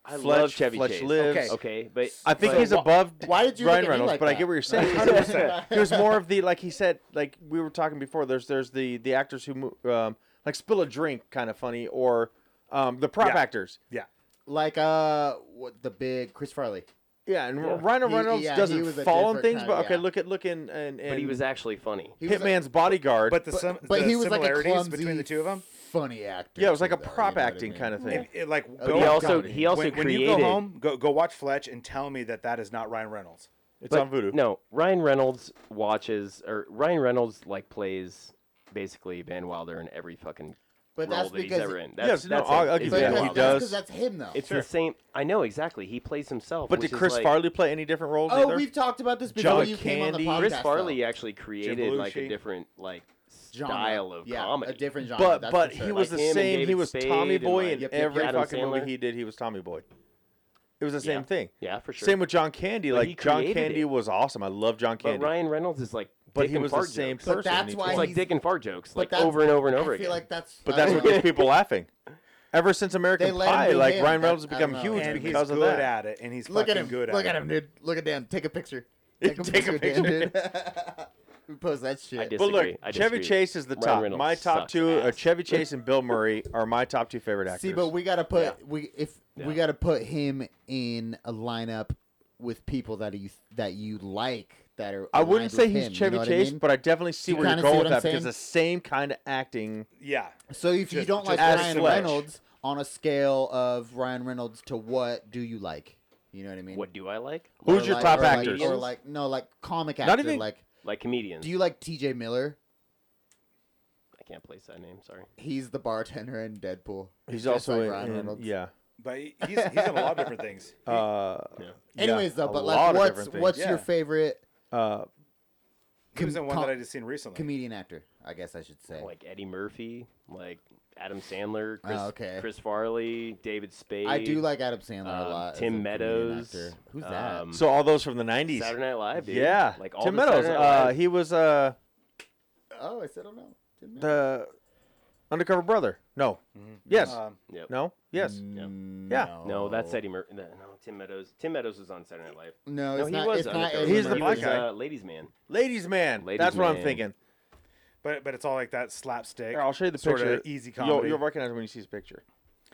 Speaker 6: I love
Speaker 5: Fletch-
Speaker 6: Chevy
Speaker 5: Fletch
Speaker 6: Chase.
Speaker 5: lives.
Speaker 6: Okay. Okay, but
Speaker 5: I think
Speaker 6: but
Speaker 5: he's
Speaker 6: wha-
Speaker 5: above
Speaker 4: why did you
Speaker 5: Ryan
Speaker 4: look at me
Speaker 5: Reynolds,
Speaker 4: like
Speaker 5: but I
Speaker 4: that?
Speaker 5: get what you're
Speaker 4: (laughs)
Speaker 5: saying. (laughs)
Speaker 1: 100%.
Speaker 5: He was more of the like he said, like we were talking before. There's there's the the actors who mo- um, like spill a drink, kind of funny, or um, the prop
Speaker 1: Yeah.
Speaker 5: actors.
Speaker 1: Yeah,
Speaker 4: Like uh, what, the big Chris Farley.
Speaker 5: Yeah, and
Speaker 6: Yeah.
Speaker 5: Rhino
Speaker 4: He-
Speaker 5: Reynolds
Speaker 4: yeah, he was
Speaker 5: doesn't
Speaker 4: a
Speaker 5: fall on
Speaker 4: different
Speaker 5: things,
Speaker 4: kind-
Speaker 5: but okay,
Speaker 4: yeah.
Speaker 5: look at look in and, and
Speaker 6: But he was actually funny.
Speaker 4: He was like-
Speaker 5: Hitman's bodyguard.
Speaker 1: But the sim-
Speaker 4: but
Speaker 1: the
Speaker 4: he was like a
Speaker 1: similarities
Speaker 4: clumsy,
Speaker 1: between the two of them.
Speaker 4: funny actor.
Speaker 5: yeah, it was like
Speaker 4: too,
Speaker 5: a
Speaker 4: though, you
Speaker 5: prop
Speaker 4: know what I
Speaker 5: acting
Speaker 4: mean?
Speaker 5: kind of thing.
Speaker 1: It, it, like
Speaker 6: But
Speaker 1: go,
Speaker 6: he
Speaker 4: yeah.
Speaker 6: also
Speaker 4: dominated.
Speaker 6: he also
Speaker 1: when, when
Speaker 6: created
Speaker 1: you go home, go go watch Fletch and tell me that that is not Ryan Reynolds.
Speaker 5: it's
Speaker 6: But
Speaker 5: on Voodoo.
Speaker 6: No, Ryan Reynolds watches or Ryan Reynolds like plays basically Van Wilder in every fucking
Speaker 4: But
Speaker 6: role
Speaker 4: that's
Speaker 6: that he's
Speaker 4: because-
Speaker 6: ever in. That's,
Speaker 5: Yes, no,
Speaker 6: that's
Speaker 5: I'll-
Speaker 6: it.
Speaker 5: I'll
Speaker 6: It's
Speaker 5: give
Speaker 4: But
Speaker 5: you that.
Speaker 6: Van
Speaker 4: that's-
Speaker 5: He
Speaker 6: Wilder.
Speaker 5: does.
Speaker 4: That's 'cause that's him though.
Speaker 6: It's the same. I know exactly. He plays himself.
Speaker 5: But
Speaker 6: which
Speaker 5: did
Speaker 6: is
Speaker 5: Chris
Speaker 6: like-
Speaker 5: Farley play any different roles?
Speaker 4: oh,
Speaker 5: either?
Speaker 4: we've talked about this before
Speaker 5: John
Speaker 4: you came on the
Speaker 5: Candy.
Speaker 4: podcast.
Speaker 6: Chris
Speaker 4: though.
Speaker 6: Farley actually created like
Speaker 1: Belushi.
Speaker 6: a different like
Speaker 4: Genre.
Speaker 6: style of
Speaker 4: yeah,
Speaker 6: comedy.
Speaker 4: a different genre.
Speaker 5: but
Speaker 4: that's
Speaker 5: but
Speaker 4: for sure.
Speaker 5: he was
Speaker 6: Like
Speaker 5: the
Speaker 6: him and
Speaker 5: same. He
Speaker 6: David
Speaker 5: was
Speaker 6: Spade
Speaker 5: Tommy
Speaker 6: and,
Speaker 5: Boy
Speaker 6: like,
Speaker 5: in
Speaker 6: yep, yep,
Speaker 5: every
Speaker 6: Adam
Speaker 5: fucking
Speaker 6: Sandler.
Speaker 5: movie he did. He was Tommy Boy. It was the same
Speaker 6: Yeah.
Speaker 5: thing.
Speaker 6: yeah, for sure.
Speaker 5: Same with John Candy.
Speaker 6: But he
Speaker 5: like John
Speaker 6: created
Speaker 5: Candy
Speaker 6: it.
Speaker 5: was awesome. I love John
Speaker 6: but
Speaker 5: Candy.
Speaker 6: Ryan Reynolds is like.
Speaker 5: But
Speaker 6: dick
Speaker 5: he
Speaker 6: and
Speaker 5: was the
Speaker 6: fart
Speaker 5: same
Speaker 6: jokes.
Speaker 5: person.
Speaker 4: But that's
Speaker 5: in each
Speaker 4: why
Speaker 5: one.
Speaker 6: It's like
Speaker 4: he's-
Speaker 6: dick and fart jokes,
Speaker 4: But
Speaker 6: like
Speaker 4: that's-
Speaker 6: over and over and over
Speaker 4: I
Speaker 6: again.
Speaker 4: feel like that's.
Speaker 5: But that's
Speaker 4: I
Speaker 5: what
Speaker 4: don't know.
Speaker 5: gets people laughing. Ever since
Speaker 4: They
Speaker 5: American
Speaker 4: let him
Speaker 5: Pie,
Speaker 4: do
Speaker 5: like
Speaker 4: him.
Speaker 5: Ryan Reynolds
Speaker 4: That- I
Speaker 5: has become
Speaker 4: don't know.
Speaker 5: huge
Speaker 1: and he's
Speaker 5: because of
Speaker 1: good
Speaker 5: that.
Speaker 1: at it, and he's
Speaker 4: Look at
Speaker 1: fucking
Speaker 4: him.
Speaker 1: good
Speaker 4: Look at
Speaker 1: at, it.
Speaker 4: him, dude. Look at him. Take
Speaker 5: (laughs)
Speaker 4: a picture. Take a
Speaker 5: Take a
Speaker 4: picture, Dan, dude. (laughs) We post that shit.
Speaker 6: I dis-
Speaker 5: But look,
Speaker 6: Disagree. I
Speaker 5: Chevy
Speaker 6: disagree.
Speaker 5: Chase is the
Speaker 6: Ryan
Speaker 5: top.
Speaker 6: Reynolds
Speaker 5: My top
Speaker 6: sucks
Speaker 5: two are
Speaker 6: ass.
Speaker 5: Chevy Chase and Bill Murray are my top two favorite actors.
Speaker 4: See, but we gotta put we if
Speaker 6: Yeah.
Speaker 4: we gotta put him in a lineup with people that you that you like that are.
Speaker 5: I
Speaker 4: aligned
Speaker 5: wouldn't
Speaker 4: with
Speaker 5: say
Speaker 4: him,
Speaker 5: he's
Speaker 4: you
Speaker 5: Chevy
Speaker 4: know what I
Speaker 5: Chase,
Speaker 4: mean?
Speaker 5: but I definitely see
Speaker 4: You
Speaker 5: where you're
Speaker 4: kinda see
Speaker 5: going
Speaker 4: what
Speaker 5: with
Speaker 4: I'm
Speaker 5: that
Speaker 4: saying?
Speaker 5: because the same kind of acting.
Speaker 1: Yeah,
Speaker 4: So if you
Speaker 1: Just-
Speaker 4: don't like
Speaker 5: just as
Speaker 4: Ryan
Speaker 5: Sledge.
Speaker 4: Reynolds, on a scale of Ryan Reynolds to what do you like? You know what I mean?
Speaker 6: what do I like?
Speaker 4: Or
Speaker 5: Who's your
Speaker 4: like-
Speaker 5: top
Speaker 4: or like-
Speaker 5: actors?
Speaker 4: or like no, like comic actor.
Speaker 5: Not even-
Speaker 4: Like,
Speaker 6: Like comedians.
Speaker 4: do you like T.J. Miller?
Speaker 6: I can't place that name. Sorry.
Speaker 4: He's the bartender in Deadpool.
Speaker 5: He's
Speaker 4: Just
Speaker 5: also
Speaker 4: like
Speaker 5: in-
Speaker 4: Ryan
Speaker 5: in-
Speaker 4: Reynolds.
Speaker 5: yeah.
Speaker 1: but he- he's (laughs) he's in a lot of different things.
Speaker 5: Uh,
Speaker 6: Yeah.
Speaker 5: yeah,
Speaker 4: Anyways, though,
Speaker 5: a
Speaker 4: but
Speaker 5: lot
Speaker 4: like,
Speaker 5: of
Speaker 4: what's
Speaker 5: different things.
Speaker 4: what's
Speaker 1: Yeah.
Speaker 4: your favorite
Speaker 5: Uh,
Speaker 1: He was
Speaker 4: com-
Speaker 1: in one that
Speaker 4: com-
Speaker 1: I just seen recently.
Speaker 4: comedian actor? I guess I should say.
Speaker 6: Like Eddie Murphy, like Adam Sandler, Chris,
Speaker 4: Oh, okay.
Speaker 6: Chris Farley, David Spade.
Speaker 4: I do like Adam Sandler a
Speaker 6: um,
Speaker 4: lot. as
Speaker 6: Tim
Speaker 4: a comedian
Speaker 6: Meadows,
Speaker 4: actor. Who's that?
Speaker 6: um,
Speaker 5: so all those from the '90s.
Speaker 6: Saturday Night Live, dude.
Speaker 5: yeah,
Speaker 6: Like all
Speaker 5: Tim
Speaker 6: the
Speaker 5: Meadows.
Speaker 6: Saturday Night
Speaker 5: Uh,
Speaker 6: Live-
Speaker 5: he was uh,
Speaker 4: oh, I said I don't know. Tim Meadows.
Speaker 5: the undercover brother. No.
Speaker 6: Mm-hmm.
Speaker 5: Yes.
Speaker 1: Um,
Speaker 6: Yep.
Speaker 5: no. Yes.
Speaker 4: Mm,
Speaker 5: Yeah.
Speaker 6: No, that's Eddie Murphy. No, no, Tim Meadows. Tim Meadows was on Saturday Night Live.
Speaker 4: No,
Speaker 6: no,
Speaker 4: it's
Speaker 6: he
Speaker 4: not.
Speaker 6: was.
Speaker 4: it's
Speaker 6: on
Speaker 4: not.
Speaker 6: Saturday
Speaker 4: Eddie
Speaker 6: Night
Speaker 5: He's the
Speaker 4: Murphy.
Speaker 6: Live.
Speaker 5: black
Speaker 6: He was,
Speaker 5: guy.
Speaker 6: Uh, ladies man.
Speaker 5: Ladies Man.
Speaker 6: Ladies
Speaker 5: That's what I'm
Speaker 6: Man.
Speaker 5: thinking.
Speaker 1: but but it's all like that slapstick.
Speaker 5: Here, I'll show you the picture.
Speaker 1: sort of easy
Speaker 5: You'll-
Speaker 1: comedy.
Speaker 5: You'll, recognize it when you see his picture.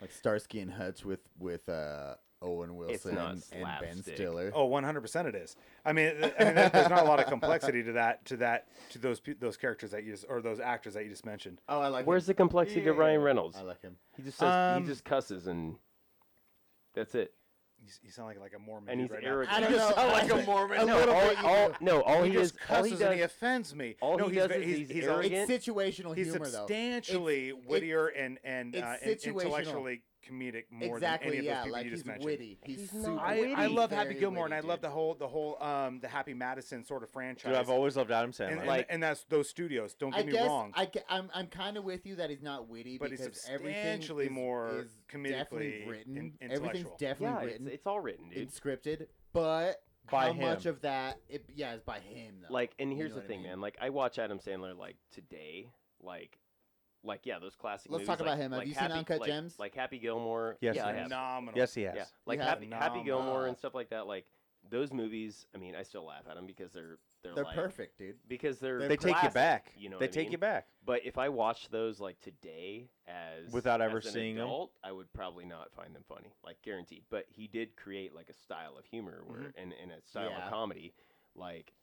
Speaker 4: like Starsky and Hutch with with uh, Owen Wilson
Speaker 6: not
Speaker 4: and Ben
Speaker 6: slapstick.
Speaker 4: Stiller.
Speaker 1: Oh, 100% it is. I mean, th- I mean there- there's not a lot of complexity to that to that to those pe- those characters that you just, or those actors that you just mentioned.
Speaker 4: Oh, I like.
Speaker 6: Where's the complexity to Ryan Reynolds?
Speaker 4: I like him.
Speaker 6: He just says
Speaker 1: Um,
Speaker 6: he just cusses and that's it.
Speaker 1: You, s- you sound like like a Mormon
Speaker 6: And
Speaker 1: dude
Speaker 6: he's
Speaker 1: right
Speaker 6: arrogant.
Speaker 1: now.
Speaker 4: I don't know.
Speaker 5: like a
Speaker 4: I-
Speaker 5: Mormon.
Speaker 4: a
Speaker 6: No,
Speaker 4: little
Speaker 6: all,
Speaker 4: bit you
Speaker 6: all,
Speaker 4: do.
Speaker 6: no, all
Speaker 1: He
Speaker 6: he, is
Speaker 1: just
Speaker 6: all
Speaker 1: cusses
Speaker 6: he
Speaker 1: and he
Speaker 6: does.
Speaker 1: offends me.
Speaker 6: all
Speaker 1: no,
Speaker 6: he
Speaker 1: he's,
Speaker 6: does
Speaker 1: ve-
Speaker 6: is
Speaker 1: he's,
Speaker 6: he's
Speaker 1: he's,
Speaker 6: arrogant.
Speaker 4: It's situational
Speaker 1: he's
Speaker 4: humor, though.
Speaker 1: substantially
Speaker 4: It's- it-
Speaker 1: wittier and and,
Speaker 4: it's
Speaker 1: uh, and
Speaker 4: situational.
Speaker 1: intellectually comedic more
Speaker 4: exactly.
Speaker 1: than any of those
Speaker 4: yeah,
Speaker 1: people
Speaker 4: like
Speaker 1: you
Speaker 4: he's
Speaker 1: just mentioned.
Speaker 4: witty. He's,
Speaker 6: He's
Speaker 4: super.
Speaker 6: not
Speaker 1: I, I
Speaker 6: witty.
Speaker 1: love Happy
Speaker 4: Very
Speaker 1: Gilmore and I
Speaker 4: witty,
Speaker 1: love
Speaker 4: dude.
Speaker 1: the whole the whole um the Happy Madison sort of franchise.
Speaker 5: Dude, I've always loved Adam Sandler.
Speaker 1: and, and,
Speaker 6: Like-
Speaker 1: and that's those studios. Don't get
Speaker 4: I
Speaker 1: me
Speaker 4: guess
Speaker 1: wrong.
Speaker 4: I, am I'm kind of with you that he's not witty,
Speaker 1: But he's
Speaker 4: because everything
Speaker 1: substantially
Speaker 4: is,
Speaker 1: more
Speaker 4: is definitely
Speaker 1: comedically
Speaker 4: written.
Speaker 1: in-
Speaker 4: Everything's
Speaker 1: intellectual.
Speaker 6: yeah,
Speaker 4: definitely
Speaker 6: it's,
Speaker 4: written.
Speaker 6: it's all written, dude.
Speaker 4: it's scripted, but
Speaker 5: By
Speaker 4: how much
Speaker 5: him.
Speaker 4: of that? It, yeah, it's by him. Though.
Speaker 6: like and
Speaker 4: You
Speaker 6: here's
Speaker 4: know
Speaker 6: the
Speaker 4: what I
Speaker 6: thing
Speaker 4: mean?
Speaker 6: man like i watch adam sandler like today like like yeah those classic
Speaker 4: Let's
Speaker 6: movies,
Speaker 4: talk about
Speaker 6: like-
Speaker 4: him. Have
Speaker 6: like
Speaker 4: you seen
Speaker 6: Happy-
Speaker 4: Uncut
Speaker 6: like-
Speaker 4: Gems?
Speaker 6: like happy gilmore
Speaker 5: Yes,
Speaker 6: yeah, I
Speaker 5: yes.
Speaker 6: have.
Speaker 1: phenomenal.
Speaker 5: yes, he has.
Speaker 6: yeah. like
Speaker 4: You have.
Speaker 6: happy, happy gilmore and
Speaker 1: Phenomenal.
Speaker 6: stuff like that like those movies i mean i still laugh at them because they're they're,
Speaker 4: they're
Speaker 6: like-
Speaker 4: perfect, dude.
Speaker 6: because they're
Speaker 5: They take you
Speaker 6: classic,
Speaker 5: back.
Speaker 6: you know
Speaker 5: they
Speaker 6: what I
Speaker 5: take you
Speaker 6: mean?
Speaker 5: back.
Speaker 6: but if i watched those like today as
Speaker 5: Without ever
Speaker 6: as an
Speaker 5: seeing 'em?
Speaker 6: adult, i would probably not find them funny like guaranteed but he did create like a style of humor where and, and a style
Speaker 4: Mm-hmm. Yeah.
Speaker 6: of comedy like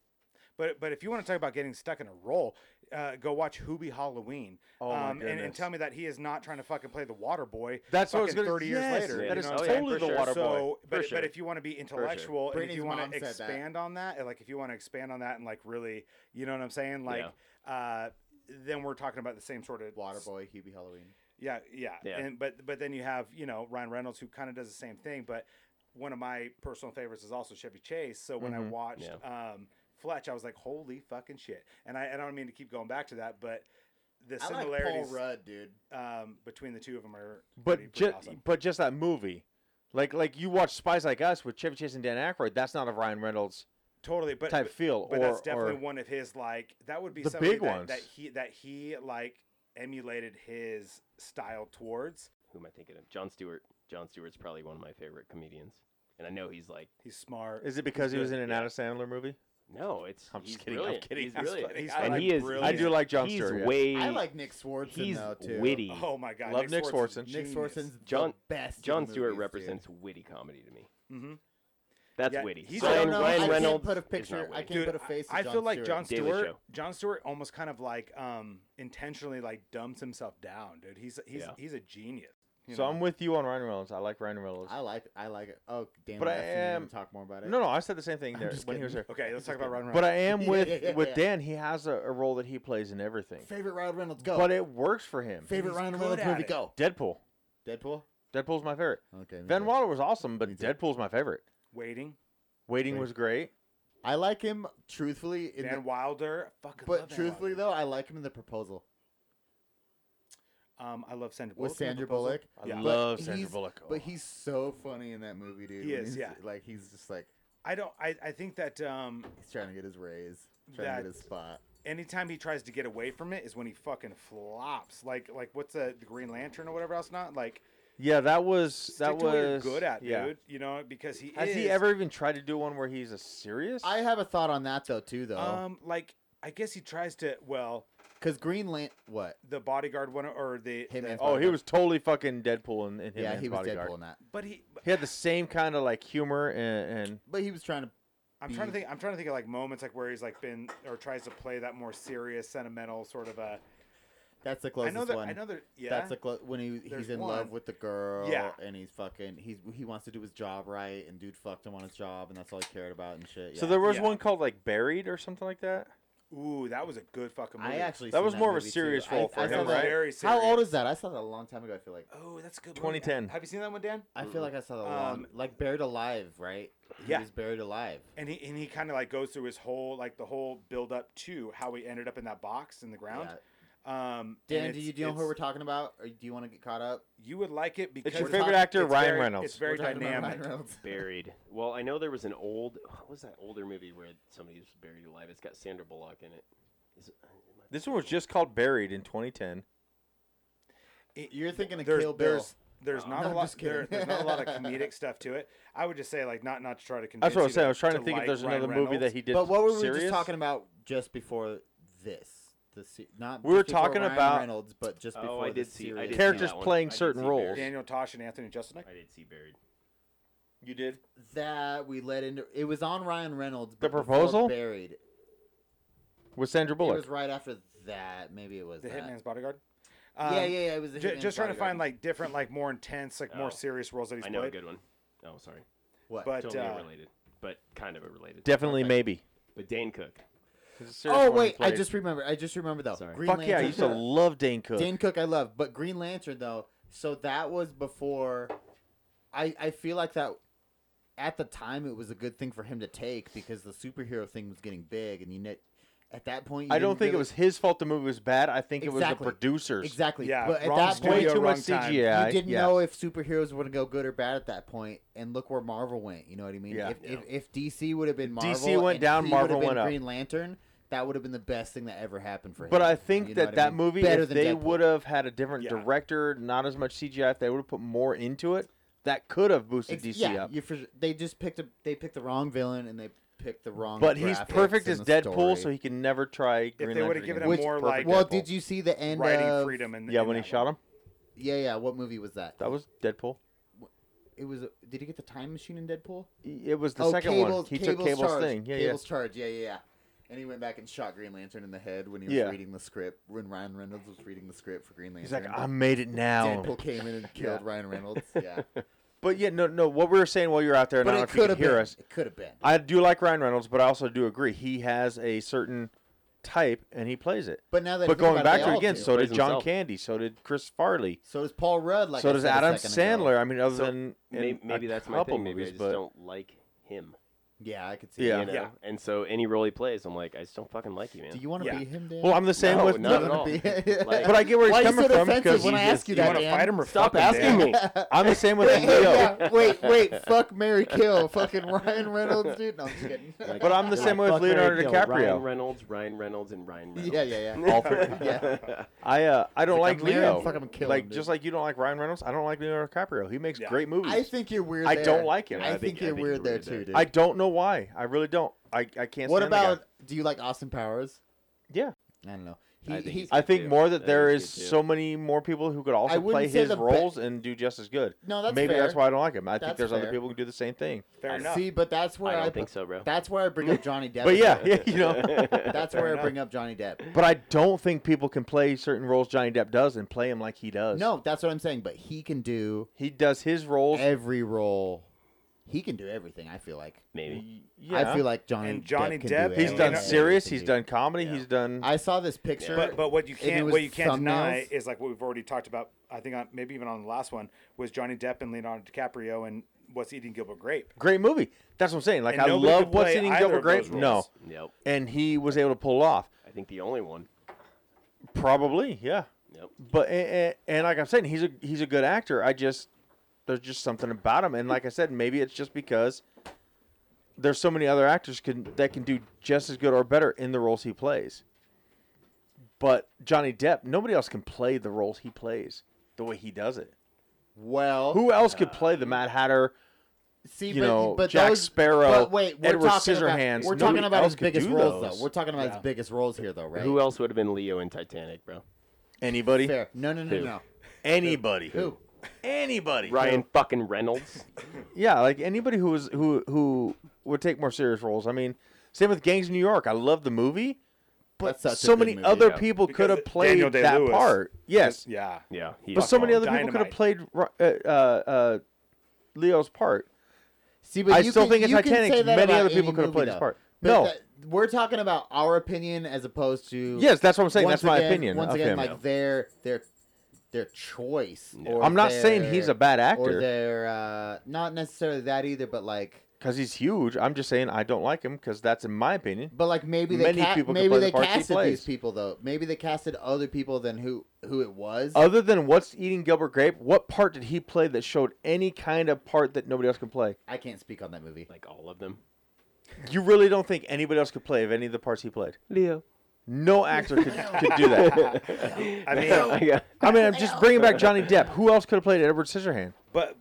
Speaker 1: But but if you want to talk about getting stuck in a role, uh, go watch Hoobie Halloween.
Speaker 5: Oh, my
Speaker 1: um, and, and
Speaker 5: goodness.
Speaker 1: tell me that he is not trying to fucking play the water boy.
Speaker 5: That's what I was
Speaker 1: fucking
Speaker 5: gonna-
Speaker 1: thirty
Speaker 5: yes,
Speaker 1: years later.
Speaker 5: that
Speaker 1: you
Speaker 5: is
Speaker 1: know what I'm
Speaker 6: totally
Speaker 1: saying?
Speaker 6: the
Speaker 1: For
Speaker 5: water
Speaker 1: So,
Speaker 6: For
Speaker 1: but,
Speaker 6: sure.
Speaker 1: but if you want to be intellectual and if
Speaker 4: Brittany's
Speaker 1: you want
Speaker 4: mom
Speaker 1: to
Speaker 4: said that.
Speaker 1: expand on that, and, like if you want to expand on that and like really, you know what I'm saying? Like, uh, then we're talking about the same sort of
Speaker 4: Waterboy, Hubie Halloween.
Speaker 1: yeah, yeah.
Speaker 6: Yeah.
Speaker 1: And but but then you have, you know, Ryan Reynolds who kind of does the same thing, but one of my personal favorites is also Chevy Chase. So when
Speaker 5: Mm-hmm.
Speaker 1: I watched um Fletch, I was like, "Holy fucking shit!" And I, I don't mean to keep going back to that, but the
Speaker 4: I like Paul
Speaker 1: similarities
Speaker 4: Rudd, dude.
Speaker 1: um, between the two of them are pretty,
Speaker 5: But
Speaker 1: pretty
Speaker 5: just
Speaker 1: awesome.
Speaker 5: but just that movie, like like you watch Spies Like Us with Chevy Chase and Dan Aykroyd. That's not a Ryan Reynolds
Speaker 1: totally. But
Speaker 5: type
Speaker 1: but-
Speaker 5: feel,
Speaker 1: but
Speaker 5: or-
Speaker 1: that's definitely
Speaker 5: or-
Speaker 1: one of his like that would be
Speaker 5: The
Speaker 1: somebody
Speaker 5: big
Speaker 1: that,
Speaker 5: ones.
Speaker 1: that he that he like emulated his style towards.
Speaker 6: who am I thinking of? John Stewart. John Stewart's probably one of my favorite comedians, and I know he's like,
Speaker 1: He's smart.
Speaker 5: Is it because he was in an Adam Sandler movie?
Speaker 6: no, it's.
Speaker 5: I'm just
Speaker 6: he's
Speaker 5: kidding, I'm
Speaker 6: Brilliant.
Speaker 5: kidding,
Speaker 6: He's
Speaker 5: I'm
Speaker 6: brilliant.
Speaker 1: kidding. He's
Speaker 6: and
Speaker 1: like
Speaker 6: he is.
Speaker 1: brilliant.
Speaker 5: I do like John
Speaker 6: He's
Speaker 5: Stewart. yeah.
Speaker 6: way.
Speaker 4: I like Nick Swartzen
Speaker 6: He's
Speaker 4: though too.
Speaker 6: witty.
Speaker 1: oh my god!
Speaker 5: Love Nick
Speaker 1: Swartz is
Speaker 5: Swartzen.
Speaker 4: Nick
Speaker 1: genius.
Speaker 4: Swartzen's
Speaker 6: John
Speaker 4: the best. in
Speaker 6: John Stewart
Speaker 4: movies, dude.
Speaker 6: represents witty comedy to me.
Speaker 1: Mhm.
Speaker 6: That's
Speaker 1: Yeah,
Speaker 6: witty.
Speaker 1: he's-
Speaker 4: I
Speaker 1: Ryan-
Speaker 4: don't know.
Speaker 6: Ryan
Speaker 4: I can't
Speaker 6: Reynolds
Speaker 4: put a
Speaker 6: is
Speaker 4: picture.
Speaker 6: not
Speaker 4: I
Speaker 6: (laughs) winning.
Speaker 4: can't put a face. to
Speaker 1: I
Speaker 4: John
Speaker 1: feel like
Speaker 4: Stewart.
Speaker 1: John
Speaker 6: Daily
Speaker 1: Stewart.
Speaker 6: Show.
Speaker 1: John Stewart almost kind of like um intentionally like dumbs himself down, dude. He's he's
Speaker 6: Yeah.
Speaker 1: he's a genius. you
Speaker 5: So
Speaker 1: know?
Speaker 5: I'm with you on Ryan Reynolds. I like Ryan Reynolds.
Speaker 4: I like. I like it. Oh, damn!
Speaker 5: But
Speaker 4: But
Speaker 5: I
Speaker 4: I am
Speaker 5: am-
Speaker 4: talk more about it.
Speaker 5: no, no, I said the same
Speaker 4: (laughs)
Speaker 5: thing there
Speaker 4: just
Speaker 5: when he was there.
Speaker 4: kidding.
Speaker 1: okay. Let's talk about Run Run.
Speaker 5: But I am
Speaker 4: (laughs) Yeah,
Speaker 5: with
Speaker 4: yeah, yeah,
Speaker 5: with
Speaker 4: yeah.
Speaker 5: Dan. He has a, a role that he plays in everything,
Speaker 4: Favorite Ryan Reynolds. Go.
Speaker 5: but it works for him.
Speaker 4: Favorite
Speaker 1: He's
Speaker 4: Ryan
Speaker 1: good
Speaker 4: Reynolds
Speaker 1: at
Speaker 4: movie.
Speaker 1: it.
Speaker 4: Go.
Speaker 5: Deadpool.
Speaker 4: Deadpool.
Speaker 5: Deadpool's my favorite.
Speaker 4: Okay. me
Speaker 5: Van
Speaker 4: too.
Speaker 5: Wilder was awesome, but
Speaker 4: Me too.
Speaker 5: Deadpool's my favorite.
Speaker 1: waiting.
Speaker 5: Waiting was great.
Speaker 4: I like him truthfully in
Speaker 1: Van
Speaker 4: the.
Speaker 1: Wilder. Fucking love
Speaker 4: But
Speaker 1: Van
Speaker 4: truthfully
Speaker 1: Wilder.
Speaker 4: though, I like him in the proposal
Speaker 1: um, I love Sandra
Speaker 4: with
Speaker 1: Bullock. in The
Speaker 4: Sandra
Speaker 1: Proposal.
Speaker 4: Bullock.
Speaker 5: I
Speaker 1: Yeah.
Speaker 4: But
Speaker 5: love Sandra
Speaker 4: he's-
Speaker 5: Bullock. Oh.
Speaker 4: But he's so funny in that movie, dude.
Speaker 1: He
Speaker 4: when
Speaker 1: is,
Speaker 4: he's-
Speaker 1: yeah.
Speaker 4: Like he's just like
Speaker 1: I don't. I, I think that um,
Speaker 4: he's trying to get his raise, trying to
Speaker 1: That-
Speaker 4: get his spot.
Speaker 1: anytime he tries to get away from it is when he fucking flops. Like like what's the the Green Lantern or whatever else? Not like
Speaker 5: yeah, that was that
Speaker 1: stick to what you're
Speaker 5: was
Speaker 1: good at,
Speaker 5: yeah.
Speaker 1: dude. You know because he
Speaker 5: Has
Speaker 1: is,
Speaker 5: he ever even tried to do one where he's a serious?
Speaker 4: I have a thought on that though too, though,
Speaker 1: um like I guess he tries to well
Speaker 4: because Green Lan what?
Speaker 1: the bodyguard one or the,
Speaker 4: Hitman's
Speaker 1: the-
Speaker 5: oh, he was totally fucking Deadpool in, in him
Speaker 4: Yeah,
Speaker 5: and
Speaker 4: he was
Speaker 5: Bodyguard.
Speaker 4: Deadpool in that,
Speaker 1: but he
Speaker 5: He had the same kind of like humor and, and
Speaker 4: but he was trying to.
Speaker 1: I'm trying to think I'm trying to think of like moments like where he's like been or tries to play that more serious sentimental sort of a
Speaker 4: That's the
Speaker 1: I
Speaker 4: closest
Speaker 1: know that
Speaker 4: one.
Speaker 1: I know that yeah
Speaker 4: That's the clo- when he
Speaker 1: There's
Speaker 4: he's in love
Speaker 1: one.
Speaker 4: with the girl,
Speaker 1: Yeah.
Speaker 4: and he's fucking he's he wants to do his job right, and dude fucked him on his job, and that's all he cared about and shit.
Speaker 5: so
Speaker 4: yeah.
Speaker 5: there was
Speaker 1: Yeah.
Speaker 5: one called like Buried or something like that.
Speaker 1: ooh that was a good fucking movie
Speaker 4: I actually
Speaker 5: That
Speaker 4: seen
Speaker 5: was more of a
Speaker 4: movie, too.
Speaker 5: serious
Speaker 4: I-
Speaker 5: role
Speaker 4: I
Speaker 5: for
Speaker 4: saw
Speaker 5: him,
Speaker 4: that-
Speaker 5: right?
Speaker 1: Very
Speaker 4: How old
Speaker 1: serious.
Speaker 4: is that? I saw that a long time ago. I feel like
Speaker 1: oh that's a good movie.
Speaker 5: 2010.
Speaker 1: have you seen that one Dan
Speaker 4: I feel like I saw that a long,
Speaker 1: Um,
Speaker 4: like buried alive, right? He
Speaker 1: yeah.
Speaker 4: was buried alive.
Speaker 1: and he and he kind of like goes through his whole like the whole build up to how he ended up in that box in the ground.
Speaker 4: Yeah.
Speaker 1: Um,
Speaker 4: Dan,
Speaker 1: and
Speaker 4: do
Speaker 1: it's-
Speaker 4: you know who
Speaker 1: it's-
Speaker 4: we're talking about, or do you want to get caught up?
Speaker 1: You would like it because
Speaker 5: It's your
Speaker 4: We're
Speaker 5: favorite
Speaker 4: talking-
Speaker 5: actor,
Speaker 1: it's
Speaker 5: Ryan
Speaker 1: very-
Speaker 5: Reynolds.
Speaker 1: It's very
Speaker 4: We're talking about Ryan
Speaker 1: dynamic.
Speaker 4: Reynolds.
Speaker 6: buried. Well, I know there was an old. What was that older movie where somebody was buried alive? It's got Sandra Bullock in it. Is it, am I-
Speaker 5: This one was just called Buried in 2010.
Speaker 4: You're thinking of
Speaker 1: There's
Speaker 4: Kill Bill.
Speaker 1: there's there's not
Speaker 4: No,
Speaker 1: a
Speaker 4: I'm
Speaker 1: lot
Speaker 4: just
Speaker 1: there,
Speaker 4: kidding.
Speaker 1: (laughs) there's not
Speaker 4: (laughs)
Speaker 1: a lot of comedic stuff to it. I would just say like not not to try to
Speaker 5: That's
Speaker 1: convince.
Speaker 5: what I
Speaker 1: you
Speaker 5: was saying. I was trying to,
Speaker 1: to
Speaker 5: think if
Speaker 1: like
Speaker 5: there's
Speaker 1: Ryan
Speaker 5: another movie that
Speaker 1: Reynolds.
Speaker 5: he did.
Speaker 4: but what were we
Speaker 5: serious?
Speaker 4: just talking about just before this? The se- not
Speaker 5: We were
Speaker 4: just before
Speaker 5: talking
Speaker 4: Ryan
Speaker 5: about-
Speaker 4: Reynolds, but just before
Speaker 6: Oh, I
Speaker 4: the
Speaker 6: did see. I
Speaker 4: serious-
Speaker 6: did
Speaker 5: Characters
Speaker 6: see that one.
Speaker 5: playing
Speaker 6: I did
Speaker 5: certain
Speaker 6: see Buried.
Speaker 5: roles.
Speaker 1: Daniel Tosh and Anthony Jeselnik.
Speaker 6: I did see buried.
Speaker 5: You did.
Speaker 4: that we let into. It was on Ryan Reynolds. But
Speaker 5: The
Speaker 4: before
Speaker 5: Proposal?
Speaker 4: buried.
Speaker 5: With Sandra
Speaker 4: It
Speaker 5: Bullock.
Speaker 4: was right after that. Maybe it was
Speaker 1: The
Speaker 4: that.
Speaker 1: Hitman's Bodyguard. Um,
Speaker 4: yeah, yeah, yeah. It was the
Speaker 1: ju-
Speaker 4: Hitman's
Speaker 1: just trying to
Speaker 4: Bodyguard.
Speaker 1: find like different, like more intense, like
Speaker 6: Oh.
Speaker 1: more serious roles that he's
Speaker 6: I know a
Speaker 1: played.
Speaker 6: good one. Oh, sorry.
Speaker 4: what?
Speaker 1: But
Speaker 6: Totally
Speaker 1: uh,
Speaker 6: related, but kind of related.
Speaker 5: Definitely, maybe.
Speaker 6: But Dane Cook.
Speaker 4: oh wait, I just remember. I just remember though.
Speaker 6: Sorry.
Speaker 4: Green
Speaker 5: fuck yeah. I
Speaker 4: Lantern.
Speaker 5: used
Speaker 4: (laughs)
Speaker 5: to love Dane Cook.
Speaker 4: Dane Cook, I love, but Green Lantern though. So that was before. I I feel like that. At the time, it was a good thing for him to take because the superhero thing was getting big, and you know, at that point, you
Speaker 5: I don't
Speaker 4: didn't
Speaker 5: think it
Speaker 4: really-
Speaker 5: was his fault the movie was bad. I think it was the
Speaker 4: Exactly.
Speaker 5: producers.
Speaker 4: exactly.
Speaker 1: Yeah,
Speaker 4: but at
Speaker 1: wrong
Speaker 4: that
Speaker 1: studio,
Speaker 5: Way
Speaker 4: point,
Speaker 5: too
Speaker 1: wrong
Speaker 5: much
Speaker 1: time.
Speaker 5: CGI.
Speaker 4: you didn't
Speaker 5: yeah.
Speaker 4: know if superheroes were to go good or bad at that point, and look where Marvel went. You know what I mean?
Speaker 5: Yeah.
Speaker 4: If,
Speaker 6: Yeah.
Speaker 4: If, if DC would have been Marvel,
Speaker 5: DC went
Speaker 4: and
Speaker 5: down,
Speaker 4: he would have
Speaker 5: Marvel
Speaker 4: been
Speaker 5: went up.
Speaker 4: Green Lantern. That would have been the best thing that ever happened for him.
Speaker 5: But I think
Speaker 4: You know what
Speaker 5: that
Speaker 4: I
Speaker 5: that
Speaker 4: mean?
Speaker 5: movie,
Speaker 4: Better
Speaker 5: if
Speaker 4: than
Speaker 5: they
Speaker 4: Deadpool.
Speaker 5: would have had a different
Speaker 1: Yeah.
Speaker 5: director, not as much CGI, if they would have put more into it, that could have boosted
Speaker 4: Ex-
Speaker 5: DC
Speaker 4: yeah,
Speaker 5: up.
Speaker 4: You for, they just picked a they picked the wrong villain and they picked the wrong.
Speaker 5: But he's
Speaker 4: graphics
Speaker 5: perfect
Speaker 4: and
Speaker 5: as
Speaker 4: the
Speaker 5: Deadpool,
Speaker 4: story.
Speaker 5: so he can never try. Green
Speaker 1: they
Speaker 5: would
Speaker 1: would've
Speaker 5: have
Speaker 1: given him
Speaker 4: Which-
Speaker 1: more like
Speaker 4: well,
Speaker 1: Deadpool.
Speaker 4: did you see the end
Speaker 1: Writing
Speaker 4: of
Speaker 1: freedom. And
Speaker 5: yeah, when he shot him,
Speaker 4: Yeah, yeah. What movie was that?
Speaker 5: that was Deadpool.
Speaker 4: It was. Did he get the time machine in Deadpool?
Speaker 5: It was the
Speaker 4: oh,
Speaker 5: second
Speaker 4: Cable's,
Speaker 5: one. He
Speaker 4: Cable's
Speaker 5: took Cable's
Speaker 4: charge.
Speaker 5: thing. Yeah,
Speaker 4: Cable's charge. Yeah, yeah, yeah. And he went back and shot Green Lantern in the head when he was
Speaker 5: Yeah.
Speaker 4: reading the script. When Ryan Reynolds was reading the script for Green
Speaker 5: yeah.
Speaker 4: Lantern,
Speaker 5: He's like, I made it now.
Speaker 4: Deadpool
Speaker 5: (laughs)
Speaker 4: came in and killed Ryan Reynolds. Yeah,
Speaker 5: But yeah, no, no. What we were saying while you were out there, and
Speaker 4: but
Speaker 5: I
Speaker 4: it
Speaker 5: don't know if you
Speaker 4: could have
Speaker 5: can hear
Speaker 4: been.
Speaker 5: us.
Speaker 4: It could have been.
Speaker 5: I do like Ryan Reynolds, but I also do agree he has a certain type, and he plays it.
Speaker 4: But now that I
Speaker 5: But
Speaker 4: think
Speaker 5: going
Speaker 4: about it,
Speaker 5: back
Speaker 4: they
Speaker 5: to it
Speaker 4: all
Speaker 5: again,
Speaker 4: do.
Speaker 5: so
Speaker 6: Plays
Speaker 5: did John
Speaker 6: himself.
Speaker 5: Candy, so did Chris Farley,
Speaker 4: so does Paul Rudd. Like
Speaker 5: so
Speaker 4: I
Speaker 5: does
Speaker 4: said a
Speaker 5: Adam
Speaker 4: second ago.
Speaker 5: Sandler. I mean, other
Speaker 6: So
Speaker 5: than in
Speaker 6: Maybe,
Speaker 5: a
Speaker 6: maybe that's my
Speaker 5: couple
Speaker 6: thing. Maybe
Speaker 5: movies,
Speaker 6: I just
Speaker 5: but
Speaker 6: don't like him.
Speaker 4: Yeah, I could see.
Speaker 5: Yeah.
Speaker 6: You know?
Speaker 1: Yeah.
Speaker 6: And so any role he plays, I'm like, I just don't fucking like you, man.
Speaker 4: Do
Speaker 6: (laughs)
Speaker 4: you want to
Speaker 1: Yeah.
Speaker 4: be him, Dan?
Speaker 5: well, I'm the same
Speaker 6: No,
Speaker 5: with.
Speaker 6: not at
Speaker 5: no, (laughs)
Speaker 6: all. Like-
Speaker 5: But I get where
Speaker 4: Why
Speaker 5: he's
Speaker 4: are you
Speaker 5: coming
Speaker 4: so
Speaker 5: from
Speaker 4: defensive
Speaker 5: because
Speaker 4: when I
Speaker 5: he's
Speaker 4: ask
Speaker 5: just-
Speaker 4: you
Speaker 1: You
Speaker 4: that,
Speaker 1: want to
Speaker 4: Dan? (laughs)
Speaker 1: fight him or
Speaker 6: Stop
Speaker 1: fuck him, Dan?
Speaker 6: asking me.
Speaker 5: I'm the same with
Speaker 4: Wait,
Speaker 5: Leo,
Speaker 4: (laughs) yeah, wait, wait, fuck
Speaker 5: (laughs)
Speaker 4: Mary Kill, fucking Ryan Reynolds, dude. No, I'm just kidding. (laughs)
Speaker 6: Like,
Speaker 5: but I'm the
Speaker 6: you're
Speaker 5: same
Speaker 6: like,
Speaker 5: with
Speaker 6: "Fuck, Mary,
Speaker 5: Leonardo
Speaker 6: kill
Speaker 5: DiCaprio.
Speaker 6: Ryan Reynolds, Ryan Reynolds, and Ryan
Speaker 5: (laughs)
Speaker 6: Reynolds.
Speaker 4: yeah, yeah, yeah.
Speaker 5: All three.
Speaker 4: yeah.
Speaker 5: (laughs)
Speaker 6: (laughs)
Speaker 5: I uh, I don't
Speaker 4: like,
Speaker 5: like,
Speaker 4: I'm married,
Speaker 5: Leo.
Speaker 4: fuck, I'm gonna kill
Speaker 5: like
Speaker 4: him, dude.
Speaker 5: just like you don't like Ryan Reynolds, I don't like Leonardo DiCaprio. He makes
Speaker 1: Yeah.
Speaker 5: great movies.
Speaker 4: I think you're weird.
Speaker 5: I
Speaker 4: there.
Speaker 5: don't like him.
Speaker 4: I,
Speaker 5: I
Speaker 4: think,
Speaker 6: think- I
Speaker 4: you're
Speaker 6: think
Speaker 4: weird
Speaker 6: you're
Speaker 4: there
Speaker 6: weird
Speaker 4: too,
Speaker 6: there.
Speaker 4: dude.
Speaker 5: I don't know why. I really don't. I, I can't.
Speaker 4: what
Speaker 5: stand the guy.
Speaker 4: about? Do you like Austin Powers?
Speaker 5: Yeah.
Speaker 4: I don't know. He,
Speaker 3: I think
Speaker 4: he,
Speaker 3: it's-
Speaker 5: I think
Speaker 3: too.
Speaker 5: more that
Speaker 3: That
Speaker 5: there
Speaker 3: is
Speaker 5: is
Speaker 3: good too.
Speaker 5: so many more people who could also
Speaker 4: wouldn't
Speaker 5: play
Speaker 4: say
Speaker 5: his
Speaker 4: the be-
Speaker 5: roles and do just as good.
Speaker 4: No, that's
Speaker 5: maybe
Speaker 4: fair.
Speaker 5: that's why I don't like him. I think
Speaker 4: That's
Speaker 5: there's other
Speaker 4: fair.
Speaker 5: people who do the same thing.
Speaker 1: Fair enough.
Speaker 4: see, but that's where
Speaker 6: I
Speaker 4: I,
Speaker 6: don't think so, bro.
Speaker 4: That's where I bring up Johnny Depp.
Speaker 5: But yeah, yeah, (laughs) you
Speaker 4: (laughs)
Speaker 6: (laughs)
Speaker 5: know.
Speaker 4: that's
Speaker 1: Fair
Speaker 4: where I
Speaker 1: enough.
Speaker 4: bring up Johnny Depp.
Speaker 5: but I don't think people can play certain roles Johnny Depp does and play him like he does.
Speaker 4: No, that's what I'm saying. But he can do
Speaker 5: he does his roles.
Speaker 4: every role. He can do everything. I feel like.
Speaker 6: Maybe.
Speaker 5: y- yeah,
Speaker 4: I feel like Johnny.
Speaker 1: And Johnny
Speaker 4: can do
Speaker 1: Depp-
Speaker 5: he's
Speaker 1: and-
Speaker 5: done
Speaker 1: and-
Speaker 4: everything.
Speaker 5: serious. He's done comedy. He's done.
Speaker 4: I saw this picture.
Speaker 1: But but what you
Speaker 4: And it
Speaker 1: can't
Speaker 4: was
Speaker 1: what you can't deny
Speaker 4: thumbnails.
Speaker 1: is like what we've already talked about. I think on, maybe even on the last one was Johnny Depp and Leonardo DiCaprio and What's Eating Gilbert Grape.
Speaker 5: great movie. That's what I'm saying. Like
Speaker 1: And
Speaker 5: I
Speaker 1: nobody
Speaker 5: love
Speaker 1: could
Speaker 5: what's
Speaker 1: play
Speaker 5: eating
Speaker 1: either
Speaker 5: Gilbert
Speaker 1: of
Speaker 5: Grape.
Speaker 1: those
Speaker 5: No,
Speaker 1: roles.
Speaker 6: Yep.
Speaker 5: and he was able to pull it off.
Speaker 6: I think the only one.
Speaker 5: Probably, yeah.
Speaker 6: Yep.
Speaker 5: But and, and like I'm saying, he's a he's a good actor. I just there's just something about him, and like I said, maybe it's just because there's so many other actors can that can do just as good or better in the roles he plays. But Johnny Depp, nobody else can play the roles he plays the way he does it.
Speaker 4: well,
Speaker 5: Who else could play
Speaker 4: Uh,
Speaker 5: the Mad Hatter?
Speaker 4: see,
Speaker 5: you
Speaker 4: but,
Speaker 5: know,
Speaker 4: but
Speaker 5: Jack
Speaker 4: those-
Speaker 5: Sparrow,
Speaker 4: But wait, we're
Speaker 5: Edward
Speaker 4: talking
Speaker 5: Scissorhands,
Speaker 4: About, we're
Speaker 5: nobody
Speaker 4: talking about
Speaker 5: else
Speaker 4: his
Speaker 5: could
Speaker 4: biggest
Speaker 5: do
Speaker 4: roles,
Speaker 5: those.
Speaker 4: though. We're talking about
Speaker 1: Yeah.
Speaker 4: his biggest roles here, though, right?
Speaker 6: Who else would have been Leo in Titanic, bro?
Speaker 5: Anybody,
Speaker 4: Fair. No, no, no,
Speaker 6: Who?
Speaker 4: no.
Speaker 5: anybody,
Speaker 4: Who?
Speaker 5: anybody,
Speaker 6: Ryan fucking Reynolds. (laughs)
Speaker 5: Yeah, like anybody who was who who would take more serious roles. I mean, same with Gangs of New York. I love the movie, but
Speaker 4: That's such a
Speaker 5: so
Speaker 4: good
Speaker 5: many
Speaker 4: movie,
Speaker 5: other
Speaker 6: yeah.
Speaker 5: people
Speaker 1: Because
Speaker 5: could have
Speaker 1: it-
Speaker 5: played
Speaker 1: Daniel
Speaker 5: that
Speaker 1: Day-Lewis
Speaker 5: part. Yes,
Speaker 1: Yeah.
Speaker 6: Yeah. He
Speaker 5: but so many other
Speaker 1: Dynamite.
Speaker 5: people could have played Ro- uh, uh, uh, Leo's part.
Speaker 4: See, but
Speaker 5: I
Speaker 4: you
Speaker 5: still
Speaker 4: can,
Speaker 5: think in
Speaker 4: you can
Speaker 5: Titanic,
Speaker 4: say that
Speaker 5: many
Speaker 4: about
Speaker 5: other people
Speaker 4: any
Speaker 5: could have
Speaker 4: movie,
Speaker 5: played this
Speaker 4: though.
Speaker 5: part.
Speaker 4: But
Speaker 5: No.
Speaker 4: that- we're talking about our opinion as opposed to
Speaker 5: Yes, that's what I'm saying.
Speaker 4: once
Speaker 5: That's my
Speaker 4: again-
Speaker 5: opinion
Speaker 4: Once
Speaker 5: of
Speaker 4: again,
Speaker 5: him.
Speaker 4: like their their their choice.
Speaker 6: Yeah.
Speaker 4: or
Speaker 5: I'm not saying
Speaker 4: their-
Speaker 5: he's a bad
Speaker 4: or
Speaker 5: actor
Speaker 4: their uh, not necessarily that either, but like.
Speaker 5: because he's huge. I'm just saying I don't like him because that's in my opinion.
Speaker 4: But like maybe they
Speaker 5: Many
Speaker 4: ca-
Speaker 5: people can
Speaker 4: maybe
Speaker 5: play the
Speaker 4: they
Speaker 5: parts he
Speaker 4: casted
Speaker 5: plays.
Speaker 4: these people though. Maybe they casted other people than who who it was.
Speaker 5: Other than what's eating Gilbert Grape, what part did he play that showed any kind of part that nobody else can play?
Speaker 4: I can't speak on that movie.
Speaker 6: like all of them.
Speaker 5: You really don't think anybody else could play of any of the parts he played?
Speaker 6: Leo.
Speaker 5: No actor could, could do that.
Speaker 1: I
Speaker 5: Oh.
Speaker 6: (laughs)
Speaker 1: mean,
Speaker 5: I mean, I'm just bringing back Johnny Depp. Who else could have played Edward Scissorhand
Speaker 1: but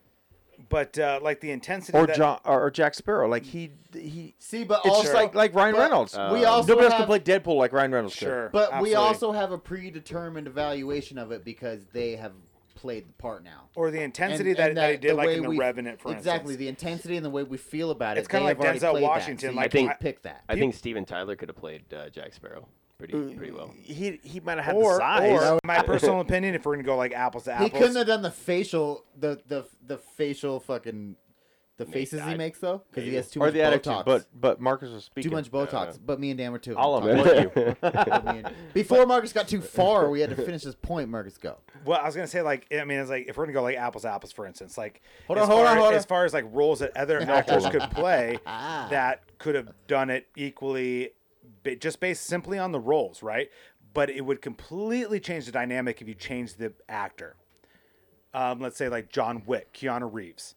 Speaker 1: but uh, like the intensity
Speaker 5: or
Speaker 1: that,
Speaker 5: John or, or Jack Sparrow? Like he he.
Speaker 4: See, but
Speaker 5: It's
Speaker 4: also
Speaker 5: just like like Ryan
Speaker 4: but
Speaker 5: Reynolds.
Speaker 4: we also
Speaker 5: Nobody else
Speaker 4: have-
Speaker 5: could play Deadpool like Ryan Reynolds. could.
Speaker 1: Sure.
Speaker 4: But we
Speaker 1: absolutely.
Speaker 4: also have a predetermined evaluation of it because they have played the part now.
Speaker 1: or the
Speaker 4: And-
Speaker 1: intensity
Speaker 4: and
Speaker 1: that, that, he
Speaker 4: the
Speaker 1: did like
Speaker 4: way
Speaker 1: in the
Speaker 4: we-
Speaker 1: Revenant for
Speaker 4: exactly
Speaker 1: instance.
Speaker 4: the intensity and the way we feel about it.
Speaker 1: It's kinda
Speaker 4: they
Speaker 1: like
Speaker 4: have already
Speaker 1: Denzel
Speaker 4: played that,
Speaker 1: Washington,
Speaker 4: so
Speaker 1: like,
Speaker 4: you
Speaker 1: I-
Speaker 4: can't pick that.
Speaker 6: I think Steven Tyler could have played uh, Jack Sparrow
Speaker 5: Uh,
Speaker 6: pretty pretty well.
Speaker 5: He he might have had the
Speaker 1: or,
Speaker 5: size.
Speaker 1: or my personal opinion, if we're gonna go like apples to
Speaker 4: he
Speaker 1: apples,
Speaker 4: couldn't have done the facial, the the the facial fucking, the faces he
Speaker 6: I-
Speaker 4: makes though, because he
Speaker 6: maybe.
Speaker 4: has too
Speaker 5: or
Speaker 4: much
Speaker 5: the
Speaker 4: Botox.
Speaker 5: attitude. But but Marcus was
Speaker 4: too
Speaker 5: speaking.
Speaker 4: much Botox. But me and Dan were too.
Speaker 5: I'll
Speaker 4: talking
Speaker 5: unplug you. (laughs)
Speaker 4: about me and- Before Marcus got too far, we had to finish this point.
Speaker 5: (laughs)
Speaker 4: Marcus, go.
Speaker 1: Well, I was gonna say like I mean it's like if we're gonna go like apples to apples for instance, like
Speaker 4: Hold
Speaker 1: as
Speaker 4: on, hold
Speaker 1: far,
Speaker 4: on, hold on.
Speaker 1: as far as like roles that other actors could play that could have done it equally, ba- just based simply on the roles, right? But it would completely change the dynamic if you change the actor. Um, let's say like John Wick, Keanu Reeves.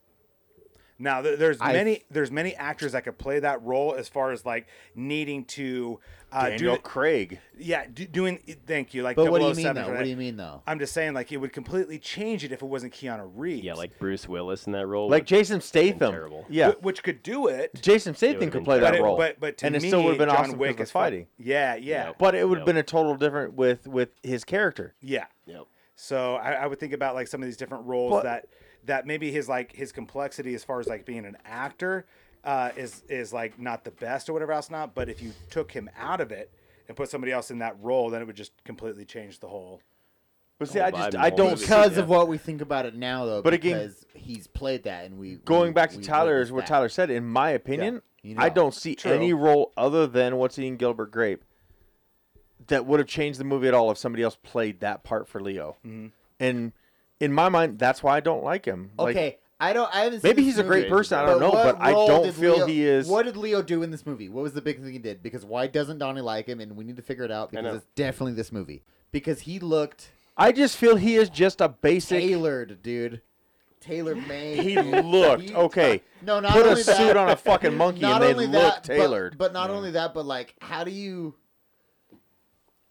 Speaker 1: Now th- there's
Speaker 4: I-
Speaker 1: many there's many actors that could play that role as far as like needing to uh, do
Speaker 5: Daniel
Speaker 1: the-
Speaker 5: Craig.
Speaker 1: yeah do, doing thank you like
Speaker 4: But what do you oh mean
Speaker 1: 007
Speaker 4: though?
Speaker 1: for
Speaker 4: What
Speaker 1: that.
Speaker 4: do you mean though?
Speaker 1: I'm just saying, like, it would completely change it if it wasn't Keanu Reeves.
Speaker 6: Yeah, like Bruce Willis in that role.
Speaker 5: Like
Speaker 6: would-
Speaker 5: Jason Statham.
Speaker 6: terrible.
Speaker 5: Yeah.
Speaker 1: wh- which could do it.
Speaker 5: Jason
Speaker 6: would've
Speaker 5: Statham
Speaker 6: been
Speaker 5: could play
Speaker 1: but
Speaker 5: that
Speaker 1: it,
Speaker 5: role.
Speaker 1: But, but to
Speaker 5: and it
Speaker 1: me,
Speaker 5: still would have been
Speaker 1: John
Speaker 5: awesome
Speaker 1: Wick
Speaker 5: because
Speaker 1: is
Speaker 5: of
Speaker 1: fun.
Speaker 5: fighting.
Speaker 1: Yeah, yeah,
Speaker 6: Yep.
Speaker 5: But it would have
Speaker 6: Yep.
Speaker 5: been a total different with with his character.
Speaker 1: yeah.
Speaker 6: Yep.
Speaker 1: So I, I would think about like some of these different roles
Speaker 5: But-
Speaker 1: that that maybe his like his complexity as far as like being an actor uh, is is like not the best or whatever else not. But if you took him out of it and put somebody else in that role, then it would just completely change the whole.
Speaker 5: But see,
Speaker 6: Whole
Speaker 5: I just
Speaker 6: vibe
Speaker 5: I
Speaker 6: and whole
Speaker 5: don't
Speaker 6: movie.
Speaker 5: see
Speaker 4: because of what we think about it now, though.
Speaker 5: But again-
Speaker 4: because he's played that, and we
Speaker 5: going
Speaker 4: we-
Speaker 5: back to
Speaker 4: we
Speaker 5: Tyler's
Speaker 4: witnessed
Speaker 5: what
Speaker 4: that.
Speaker 5: Tyler said. In my opinion,
Speaker 4: you
Speaker 5: I
Speaker 4: know.
Speaker 5: don't see
Speaker 1: True.
Speaker 5: any role other than what's eating Gilbert Grape that would have changed the movie at all if somebody else played that part for Leo.
Speaker 4: Mm-hmm.
Speaker 5: And in my mind, that's why I don't like him. Like,
Speaker 4: Okay, I don't. I haven't. Seen
Speaker 5: maybe
Speaker 4: this
Speaker 5: he's a great
Speaker 4: movie,
Speaker 5: person. I don't know,
Speaker 4: what
Speaker 5: but I
Speaker 4: role
Speaker 5: don't
Speaker 4: did
Speaker 5: feel
Speaker 4: Leo-
Speaker 5: he is-
Speaker 4: What did Leo do in this movie? What was the big thing he did? Because why doesn't Donnie like him? And we need to figure it out
Speaker 6: know.
Speaker 4: because it's definitely this movie. Because he looked
Speaker 5: I just feel he is just a basic.
Speaker 4: tailored, dude. Taylor made. (laughs)
Speaker 5: He looked okay.
Speaker 4: No, not
Speaker 5: Put a
Speaker 4: only that-
Speaker 5: suit on a
Speaker 4: (laughs)
Speaker 5: fucking monkey
Speaker 4: not
Speaker 5: and they
Speaker 4: only
Speaker 5: look
Speaker 4: that, but-
Speaker 5: tailored.
Speaker 4: But, not only that, but like, how do you?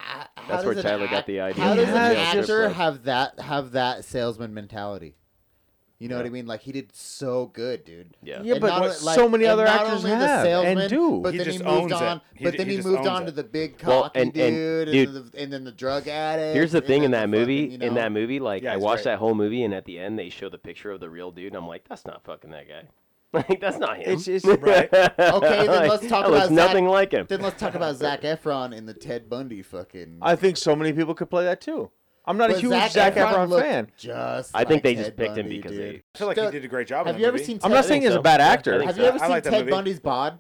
Speaker 4: h- how
Speaker 6: That's where
Speaker 4: does an
Speaker 6: Tyler got the idea
Speaker 4: How
Speaker 6: of
Speaker 4: does
Speaker 5: the
Speaker 4: an
Speaker 5: nail
Speaker 4: actor
Speaker 6: strip, like-
Speaker 4: have that have that salesman mentality? You know what I mean? Like he did so good, dude.
Speaker 6: Yeah.
Speaker 5: Yeah, but
Speaker 4: not
Speaker 5: what
Speaker 4: o- like-
Speaker 5: so many
Speaker 4: and
Speaker 5: other
Speaker 4: not
Speaker 5: actors
Speaker 4: only the
Speaker 5: have
Speaker 4: salesman,
Speaker 5: and do.
Speaker 4: But
Speaker 1: He
Speaker 4: then he
Speaker 1: just
Speaker 4: moved
Speaker 1: owns it.
Speaker 4: on.
Speaker 1: He
Speaker 4: but
Speaker 1: d-
Speaker 4: then
Speaker 1: he
Speaker 4: he,
Speaker 1: just
Speaker 4: moved
Speaker 1: owns
Speaker 4: on
Speaker 1: it.
Speaker 4: to the big cocky
Speaker 6: Well, and-
Speaker 4: dude,
Speaker 6: and,
Speaker 4: and,
Speaker 6: dude,
Speaker 4: the, and then the drug addict.
Speaker 6: Here's the
Speaker 4: and
Speaker 6: thing
Speaker 4: then
Speaker 6: in that
Speaker 4: the
Speaker 6: movie.
Speaker 4: fucking, you know,
Speaker 6: In that movie, like
Speaker 1: Yeah,
Speaker 6: I
Speaker 1: it's
Speaker 6: watched
Speaker 1: great.
Speaker 6: that whole movie, and at the end they show the picture of the real dude, and I'm like, that's not fucking that guy. (laughs) Like that's not him.
Speaker 5: It's
Speaker 4: (laughs)
Speaker 6: (laughs)
Speaker 5: just
Speaker 1: Right.
Speaker 4: Okay, then
Speaker 6: Like,
Speaker 4: let's talk
Speaker 6: that (laughs) looks
Speaker 4: about
Speaker 6: nothing
Speaker 4: Zach-
Speaker 6: like him.
Speaker 4: Then let's talk about Zach Efron in the Ted Bundy fucking.
Speaker 5: I think so many people could play that too. I'm not
Speaker 4: But
Speaker 5: a huge Zac, Efron,
Speaker 4: looked
Speaker 5: fan.
Speaker 4: Just
Speaker 6: I think
Speaker 4: like
Speaker 6: they just
Speaker 4: Ted
Speaker 6: picked him
Speaker 4: Bundy,
Speaker 6: because
Speaker 4: dude.
Speaker 6: they-
Speaker 1: I feel like
Speaker 4: Don't-
Speaker 1: he did a great job. in
Speaker 4: Have
Speaker 1: that
Speaker 4: you ever
Speaker 1: movie.
Speaker 4: seen?
Speaker 5: I'm
Speaker 4: Ted-
Speaker 5: not saying he's
Speaker 6: so.
Speaker 5: a bad
Speaker 6: Yeah, I
Speaker 5: actor.
Speaker 6: think
Speaker 4: Have
Speaker 6: so.
Speaker 4: you ever
Speaker 1: I
Speaker 4: seen
Speaker 1: like that
Speaker 4: Ted
Speaker 1: movie.
Speaker 4: Bundy's bod?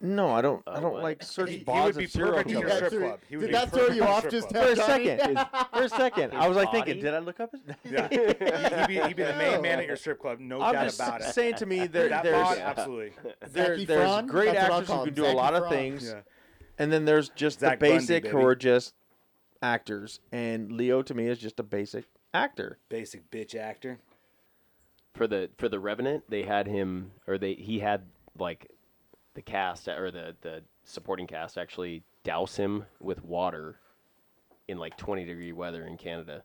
Speaker 5: No, I don't. I
Speaker 6: Oh,
Speaker 5: don't
Speaker 6: what?
Speaker 5: like search
Speaker 1: He- he
Speaker 5: bonds
Speaker 1: would be
Speaker 5: of serial
Speaker 1: perfect in your (laughs)
Speaker 5: killers.
Speaker 1: strip club. He would
Speaker 4: Did
Speaker 1: be
Speaker 4: that throw
Speaker 1: perfect
Speaker 4: you
Speaker 1: in a
Speaker 4: off
Speaker 1: strip
Speaker 4: just
Speaker 1: club.
Speaker 5: For
Speaker 4: now,
Speaker 5: a
Speaker 4: Johnny?
Speaker 5: second, for a second, I was like thinking,
Speaker 6: body?
Speaker 5: did I look up?
Speaker 1: (laughs)
Speaker 5: his- (laughs)
Speaker 1: Yeah, he'd be, he'd be the main man at your strip club, no
Speaker 5: I'm
Speaker 1: doubt
Speaker 5: just
Speaker 1: about it.
Speaker 5: saying to me (laughs) there,
Speaker 1: that
Speaker 5: there's
Speaker 1: bond, absolutely.
Speaker 5: there,
Speaker 4: Zac
Speaker 5: there's
Speaker 4: Efron?
Speaker 5: great
Speaker 4: That's what I'll
Speaker 5: actors
Speaker 4: call
Speaker 5: who
Speaker 4: him,
Speaker 5: can do
Speaker 4: Zac
Speaker 5: a lot
Speaker 4: Efron.
Speaker 5: of things,
Speaker 1: Yeah.
Speaker 5: and then there's just
Speaker 1: Zac
Speaker 5: the
Speaker 1: Bundy,
Speaker 5: basic who
Speaker 1: baby.
Speaker 5: are just actors. And Leo to me is just a basic actor.
Speaker 1: Basic bitch actor.
Speaker 6: for the for the Revenant, they had him or they he had like the cast or the the supporting cast actually douse him with water in like 20 degree weather in Canada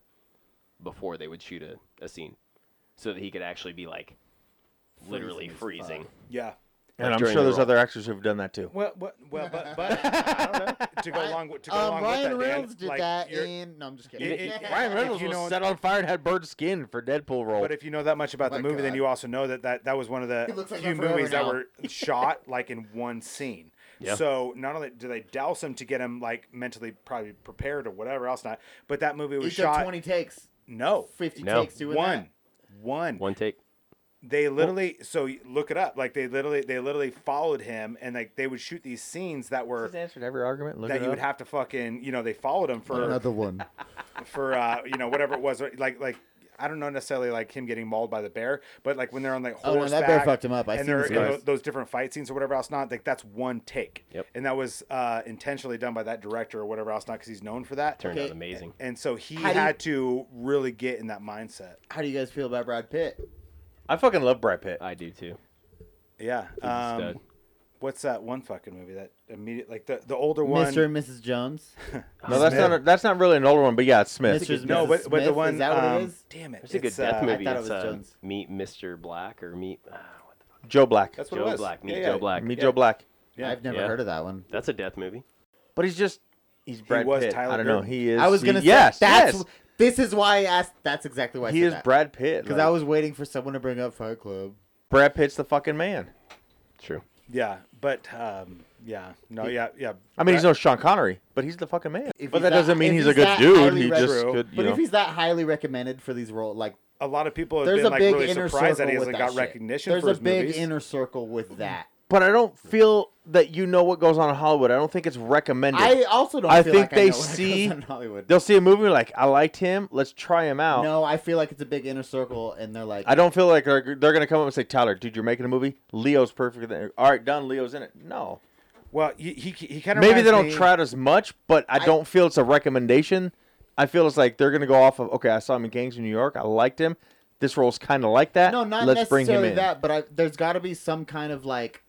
Speaker 6: before they would shoot a, a scene so that he could actually be like literally freezing.
Speaker 1: Yeah.
Speaker 5: And
Speaker 6: Like,
Speaker 5: I'm
Speaker 6: during
Speaker 5: sure
Speaker 6: the
Speaker 5: there's
Speaker 6: role.
Speaker 5: other actors who've done that too.
Speaker 1: Well, well, well but,
Speaker 4: (laughs)
Speaker 1: but I don't know. To go along with to go
Speaker 4: Um,
Speaker 1: along
Speaker 4: Ryan
Speaker 1: with that, Dan,
Speaker 4: Reynolds did
Speaker 1: like,
Speaker 4: that
Speaker 1: you're-
Speaker 4: in. No, I'm just
Speaker 1: It-
Speaker 4: kidding.
Speaker 1: it-
Speaker 5: Ryan Reynolds
Speaker 1: you
Speaker 5: was
Speaker 1: know-
Speaker 5: set on fire and had bird skin for Deadpool role.
Speaker 1: But if you know that much about
Speaker 4: Oh my
Speaker 1: the movie, then
Speaker 4: God.
Speaker 1: you also know that that, that was one of
Speaker 4: It
Speaker 1: the
Speaker 4: looks like
Speaker 1: few
Speaker 4: that forever
Speaker 1: movies that
Speaker 4: now.
Speaker 1: were
Speaker 4: (laughs)
Speaker 1: shot like in one scene.
Speaker 6: Yeah.
Speaker 1: So not only do they douse him to get him like mentally probably prepared or whatever else not, but that movie was
Speaker 4: He
Speaker 1: shot
Speaker 4: took 20 takes,
Speaker 1: no
Speaker 4: 50
Speaker 6: No.
Speaker 4: takes doing
Speaker 1: one.
Speaker 4: that.
Speaker 1: One.
Speaker 6: One take.
Speaker 1: They literally so you look it up. Like they literally they literally followed him and like they would shoot these scenes that were
Speaker 5: He's answered every argument. Look
Speaker 1: that
Speaker 5: it
Speaker 1: you would
Speaker 5: up.
Speaker 1: have to fucking you know they followed him for
Speaker 4: Another one.
Speaker 1: for uh, you know whatever it was like like I don't know necessarily like him getting mauled by the bear, but like when they're on like
Speaker 4: Oh, no,
Speaker 1: horseback,
Speaker 4: that bear fucked him up. I
Speaker 1: and
Speaker 4: seen
Speaker 1: they're
Speaker 4: this
Speaker 1: in
Speaker 4: guy.
Speaker 1: tho- those different fight scenes or whatever else not like that's one take.
Speaker 6: Yep.
Speaker 1: And that was uh, intentionally done by that director or whatever else not because he's known for that.
Speaker 6: Turned
Speaker 4: Okay.
Speaker 6: out amazing.
Speaker 1: And so he
Speaker 4: How do you-
Speaker 1: had to really get in that mindset.
Speaker 4: How do you guys feel about Brad Pitt?
Speaker 5: I fucking love Brad Pitt.
Speaker 6: I do too.
Speaker 1: Yeah.
Speaker 6: He's a
Speaker 1: Um,
Speaker 6: stud.
Speaker 1: what's that one fucking movie that immediate like the the older one?
Speaker 4: Mr. and Mrs. Jones.
Speaker 5: No, that's not a, that's not really an older one, but yeah, it's Smith.
Speaker 4: Mr.
Speaker 1: No,
Speaker 4: Mrs.
Speaker 1: but, but
Speaker 4: Smith,
Speaker 1: the
Speaker 4: is
Speaker 1: one.
Speaker 4: that what it
Speaker 1: um,
Speaker 4: is?
Speaker 1: Damn it!
Speaker 6: It's a good
Speaker 1: uh,
Speaker 6: death movie.
Speaker 4: thought it
Speaker 6: it's
Speaker 4: was
Speaker 6: uh,
Speaker 4: Jones.
Speaker 6: Meet Mr. Black or Meet ah, what the fuck?
Speaker 5: Joe Black.
Speaker 1: That's what it
Speaker 6: Joe
Speaker 1: was.
Speaker 6: Black. Meet
Speaker 1: Yeah,
Speaker 6: Joe
Speaker 1: yeah.
Speaker 6: Black.
Speaker 5: Me, Joe Black.
Speaker 1: Yeah.
Speaker 4: I've never
Speaker 6: Yeah.
Speaker 4: heard of that one.
Speaker 6: That's a death movie.
Speaker 5: But he's just he's Brad
Speaker 1: was
Speaker 5: Pitt.
Speaker 1: Tyler
Speaker 5: I don't know.
Speaker 1: Durden.
Speaker 5: He is.
Speaker 4: I was
Speaker 5: he-
Speaker 4: gonna say
Speaker 5: yes,
Speaker 4: that's
Speaker 5: yes.
Speaker 4: this is why I asked. That's exactly why I
Speaker 5: He
Speaker 4: said
Speaker 5: is
Speaker 4: that.
Speaker 5: Brad Pitt.
Speaker 4: because
Speaker 5: like,
Speaker 4: I was waiting for someone to bring up Fight Club.
Speaker 5: Brad Pitt's the fucking man.
Speaker 6: True.
Speaker 1: Yeah, but um, yeah, no, yeah, yeah.
Speaker 5: I mean, he's
Speaker 1: Brad-
Speaker 5: no Sean Connery, but he's the fucking man.
Speaker 4: If
Speaker 5: but
Speaker 4: he's
Speaker 5: that doesn't mean
Speaker 4: if
Speaker 5: he's a good
Speaker 4: that
Speaker 5: dude.
Speaker 4: highly
Speaker 5: He
Speaker 4: rec-
Speaker 5: just
Speaker 1: True.
Speaker 5: could, you
Speaker 4: But
Speaker 5: know.
Speaker 4: if he's that highly recommended for these roles, like
Speaker 1: a lot of people have
Speaker 4: there's
Speaker 1: been
Speaker 4: a
Speaker 1: like
Speaker 4: big
Speaker 1: really
Speaker 4: inner
Speaker 1: surprised
Speaker 4: circle
Speaker 1: that he
Speaker 4: with
Speaker 1: hasn't got
Speaker 4: shit.
Speaker 1: recognition
Speaker 4: There's
Speaker 1: for his
Speaker 4: a big
Speaker 1: movies.
Speaker 4: inner circle with that.
Speaker 5: but I don't feel that you know what goes on in Hollywood. I don't think it's recommended.
Speaker 4: I also don't.
Speaker 5: I
Speaker 4: feel
Speaker 5: think
Speaker 4: like I
Speaker 5: they
Speaker 4: know what goes
Speaker 5: see-
Speaker 4: on in Hollywood.
Speaker 5: They'll see a movie like I liked him. Let's try him out.
Speaker 4: No, I feel like it's a big inner circle, and they're like,
Speaker 5: I don't feel like they're, they're gonna come up and say, Tyler, dude, you're making a movie. Leo's perfect. in it." All right, done. Leo's in it. No,
Speaker 1: well, he he, he kind of
Speaker 5: maybe they don't try it as much, but I, don't feel it's a recommendation. I feel it's like they're gonna go off of okay, I saw him in Gangs of New York. I liked him. This role's kind of like that.
Speaker 4: no, not
Speaker 5: Let's
Speaker 4: necessarily
Speaker 5: bring him in.
Speaker 4: that, but I, there's got to be some kind of like,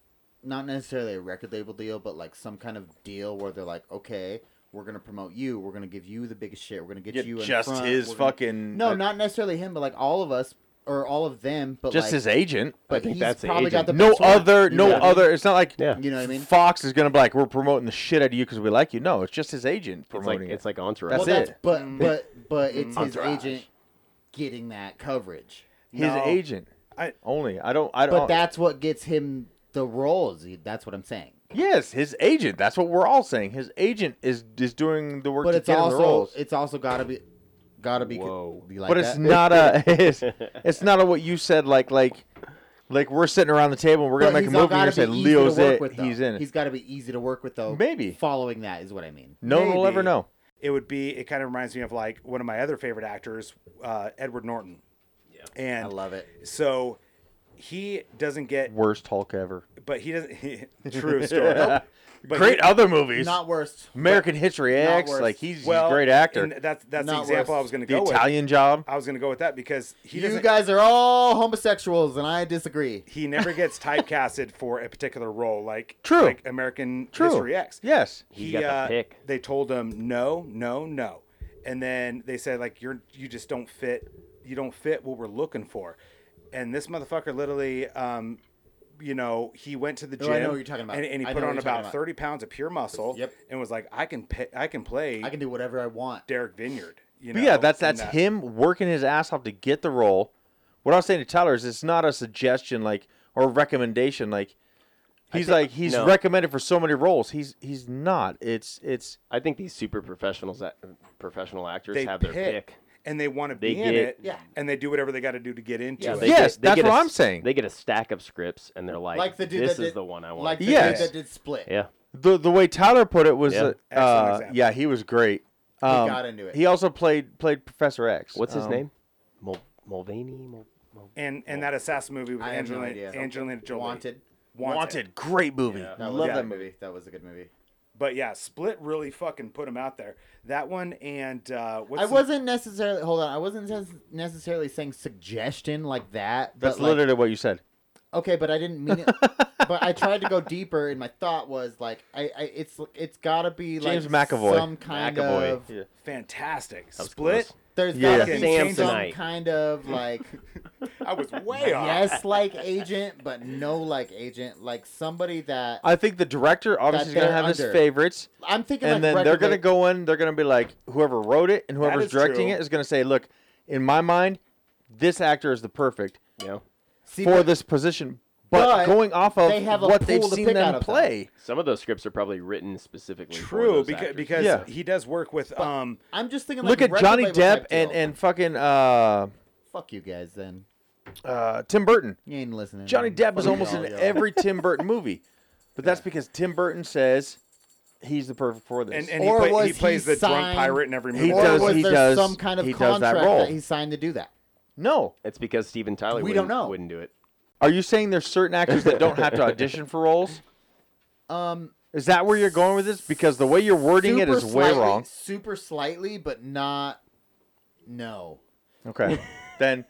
Speaker 4: not necessarily a record label deal, but like some kind of deal where they're like, okay, we're gonna promote you, we're gonna give you the biggest shit, we're gonna get
Speaker 5: Yeah,
Speaker 4: you in
Speaker 5: just
Speaker 4: front,
Speaker 5: his
Speaker 4: we're gonna-
Speaker 5: fucking
Speaker 4: No,
Speaker 5: uh,
Speaker 4: not necessarily him, but like all of us or all of them, but
Speaker 5: just
Speaker 4: like,
Speaker 5: his agent.
Speaker 4: But
Speaker 6: think
Speaker 4: he's
Speaker 6: that's the
Speaker 4: probably got
Speaker 6: agent.
Speaker 4: the
Speaker 5: No
Speaker 4: best one.
Speaker 5: other,
Speaker 4: You
Speaker 5: no
Speaker 4: know what I mean?
Speaker 5: other. It's not like
Speaker 6: Yeah.
Speaker 4: You know what I mean?
Speaker 5: Fox is gonna be like, we're promoting the shit out of you because we like you. No, it's just his agent
Speaker 6: It's like
Speaker 5: promoting
Speaker 6: it's
Speaker 5: it.
Speaker 6: like Entourage.
Speaker 5: That's
Speaker 4: well,
Speaker 5: it.
Speaker 4: That's, but but but it's his
Speaker 5: Mm-hmm. Entourage.
Speaker 4: agent getting that coverage.
Speaker 5: his
Speaker 1: No.
Speaker 5: agent
Speaker 1: I-
Speaker 5: only. I don't. I don't.
Speaker 4: But that's what gets him the roles. That's what I'm saying.
Speaker 5: yes, his agent. That's what we're all saying. His agent is is doing the work.
Speaker 4: But
Speaker 5: to
Speaker 4: it's
Speaker 5: get him the
Speaker 4: also
Speaker 5: roles.
Speaker 4: it's also gotta be gotta be.
Speaker 6: Whoa.
Speaker 4: You like
Speaker 5: but it's
Speaker 4: that?
Speaker 5: not
Speaker 4: (laughs)
Speaker 5: a (laughs) it's, it's not a what you said like like like we're sitting around the table and we're gonna
Speaker 4: But
Speaker 5: make a
Speaker 4: he's all
Speaker 5: movie and
Speaker 4: gotta
Speaker 5: you said
Speaker 4: be easy to
Speaker 5: Leo's
Speaker 4: work
Speaker 5: it
Speaker 4: with, though.
Speaker 5: he's in it.
Speaker 4: He's got to be easy to work with though.
Speaker 5: Maybe.
Speaker 4: following that is what I mean.
Speaker 5: no one will ever
Speaker 1: Maybe.
Speaker 5: know.
Speaker 1: It would be. It kind of reminds me of like one of my other favorite actors, uh, Edward Norton. Yeah, and
Speaker 4: I love it.
Speaker 1: So he doesn't get,
Speaker 5: Worst Hulk
Speaker 4: (laughs)
Speaker 5: ever.
Speaker 1: but he doesn't. true story.
Speaker 5: (laughs) Nope.
Speaker 1: But
Speaker 5: great
Speaker 1: he-
Speaker 5: other movies.
Speaker 4: Not worst.
Speaker 5: American History
Speaker 4: not
Speaker 5: X.
Speaker 4: worse.
Speaker 5: Like he's,
Speaker 1: well,
Speaker 5: he's a great actor.
Speaker 1: and that's that's the
Speaker 4: Not
Speaker 1: example
Speaker 4: worth
Speaker 1: I was going to
Speaker 5: the
Speaker 1: go with.
Speaker 5: Italian Job.
Speaker 1: I was going to go with that because he
Speaker 4: You
Speaker 1: doesn't.
Speaker 4: guys are all homosexuals, and I disagree.
Speaker 1: he never gets typecasted for a particular role, like
Speaker 5: True.
Speaker 1: like American
Speaker 5: True.
Speaker 1: History X. uh,
Speaker 5: Yes.
Speaker 6: He's got the pick.
Speaker 1: They told him no, no, no, and then they said like you're you just don't fit. you don't fit what we're looking for. And this motherfucker literally, um, you know, he went to the
Speaker 4: Oh,
Speaker 1: gym.
Speaker 4: I know what you're talking about.
Speaker 1: And, and he
Speaker 4: I
Speaker 1: put
Speaker 4: know what
Speaker 1: on
Speaker 4: you're talking
Speaker 1: about,
Speaker 4: about.
Speaker 1: 30 pounds of pure muscle.
Speaker 4: Yep.
Speaker 1: And was like, I can pay, I can play
Speaker 4: I can do whatever I want.
Speaker 1: Derek Vineyard. You know,
Speaker 5: But yeah, that's
Speaker 1: and
Speaker 5: that's
Speaker 1: that-
Speaker 5: him working his ass off to get the role. What I was saying to Tyler is it's not a suggestion like or recommendation like he's
Speaker 6: think-
Speaker 5: like he's
Speaker 6: no.
Speaker 5: recommended for so many roles. He's he's not. It's it's
Speaker 6: I think these super professionals, that, professional actors,
Speaker 1: They
Speaker 6: have their
Speaker 1: pick.
Speaker 6: pick.
Speaker 1: And they want to
Speaker 6: They
Speaker 1: be in
Speaker 6: get-
Speaker 1: it.
Speaker 4: Yeah.
Speaker 1: And they do whatever they got to do to get into
Speaker 6: Yeah,
Speaker 1: it.
Speaker 6: they
Speaker 5: Yes,
Speaker 6: get- they
Speaker 5: that's
Speaker 6: get a
Speaker 5: what
Speaker 6: s-
Speaker 5: I'm saying.
Speaker 6: They get a stack of scripts and they're like,
Speaker 4: Like the dude
Speaker 6: "This
Speaker 4: that
Speaker 6: is
Speaker 4: did-
Speaker 6: the one I want."
Speaker 4: Like the
Speaker 5: Yes.
Speaker 4: dude that did Split.
Speaker 6: yeah,
Speaker 5: the the way Tyler put it was
Speaker 6: Yeah.
Speaker 5: that,
Speaker 1: Excellent
Speaker 5: uh,
Speaker 1: example.
Speaker 5: yeah, he was great. Um,
Speaker 4: got into it.
Speaker 5: He also played played Professor X.
Speaker 6: what's his
Speaker 5: Um,
Speaker 6: name? Mul- Mulvaney. Mul- Mul-
Speaker 1: And and that assassin movie with
Speaker 4: I have no
Speaker 1: Angelina,
Speaker 4: idea.
Speaker 1: Angelina Jolie.
Speaker 4: Wanted.
Speaker 1: Wanted.
Speaker 5: Wanted. Great movie.
Speaker 6: Yeah.
Speaker 4: That was
Speaker 5: Love
Speaker 4: a
Speaker 5: that
Speaker 4: good
Speaker 5: movie.
Speaker 4: movie. That was a good movie.
Speaker 1: But yeah, Split really fucking put him out there. That one and uh, what's
Speaker 4: I
Speaker 1: the-
Speaker 4: wasn't necessarily hold on. I wasn't nes- necessarily saying suggestion like that.
Speaker 5: That's
Speaker 4: but like-
Speaker 5: literally what you said.
Speaker 4: okay, but I didn't
Speaker 5: (laughs)
Speaker 4: mean it. but I tried to go deeper, and my thought was like, I, I it's it's gotta be
Speaker 5: James
Speaker 4: like
Speaker 5: McAvoy.
Speaker 4: some kind
Speaker 6: McAvoy.
Speaker 4: of
Speaker 5: Yeah.
Speaker 1: fantastic.
Speaker 6: was
Speaker 1: Split.
Speaker 6: close.
Speaker 4: there's
Speaker 5: Yeah.
Speaker 4: gotta be some
Speaker 6: Samsonite.
Speaker 4: kind of
Speaker 1: (laughs)
Speaker 4: like (laughs)
Speaker 1: I was way off.
Speaker 4: yes like agent, but no like agent, like somebody that
Speaker 5: I think the director obviously is going to
Speaker 4: they're
Speaker 5: have his
Speaker 4: under.
Speaker 5: favorites.
Speaker 4: I'm thinking.
Speaker 5: and
Speaker 4: like
Speaker 5: then they're going to
Speaker 4: recommend-
Speaker 5: go in. They're going to be like, whoever wrote it and whoever's
Speaker 1: is
Speaker 5: directing
Speaker 1: true.
Speaker 5: it is going to say, look, in my mind, this actor is the perfect
Speaker 6: Yeah.
Speaker 4: See,
Speaker 5: for
Speaker 4: but-
Speaker 5: this position. But,
Speaker 4: but
Speaker 5: going off of
Speaker 4: they have a
Speaker 5: what they've
Speaker 4: pool to
Speaker 5: seen
Speaker 4: pick
Speaker 5: them
Speaker 4: out of
Speaker 5: play,
Speaker 6: Some of those scripts are probably written specifically. For
Speaker 1: True,
Speaker 6: those
Speaker 1: because
Speaker 6: actors.
Speaker 1: because
Speaker 5: Yeah.
Speaker 1: he does work with um
Speaker 4: I'm just thinking.
Speaker 5: look
Speaker 4: like,
Speaker 5: at Johnny
Speaker 4: regular type
Speaker 5: Depp and,
Speaker 4: deal.
Speaker 5: and fucking uh,
Speaker 4: fuck you guys. Then
Speaker 5: uh, Tim Burton.
Speaker 4: you ain't listening.
Speaker 5: Johnny Depp is
Speaker 4: Fuck
Speaker 5: almost
Speaker 4: y'all,
Speaker 5: in
Speaker 4: yo.
Speaker 5: every Tim Burton
Speaker 4: (laughs)
Speaker 5: movie. But that's because Tim Burton says he's the perfect for this.
Speaker 1: and, and he,
Speaker 4: Or
Speaker 1: play,
Speaker 4: was
Speaker 1: he plays
Speaker 4: he
Speaker 1: the drunk
Speaker 4: signed-
Speaker 1: pirate in every
Speaker 5: He
Speaker 1: movie.
Speaker 5: does-
Speaker 4: Or was
Speaker 5: he
Speaker 4: there
Speaker 5: does-
Speaker 4: some kind of
Speaker 5: he does
Speaker 4: contract
Speaker 5: that
Speaker 4: that,
Speaker 5: role.
Speaker 4: he signed to do that?
Speaker 5: no.
Speaker 6: it's because Steven Tyler
Speaker 4: We don't
Speaker 6: wouldn't,
Speaker 4: know.
Speaker 6: wouldn't do it.
Speaker 5: Are you saying there's certain actors that don't have to audition for roles?
Speaker 4: (laughs) Um,
Speaker 5: Is that where you're going with this? Because the way you're wording it
Speaker 4: super
Speaker 5: is way
Speaker 4: slightly-
Speaker 5: wrong.
Speaker 4: Super slightly, but not. No. (laughs)
Speaker 5: Okay. then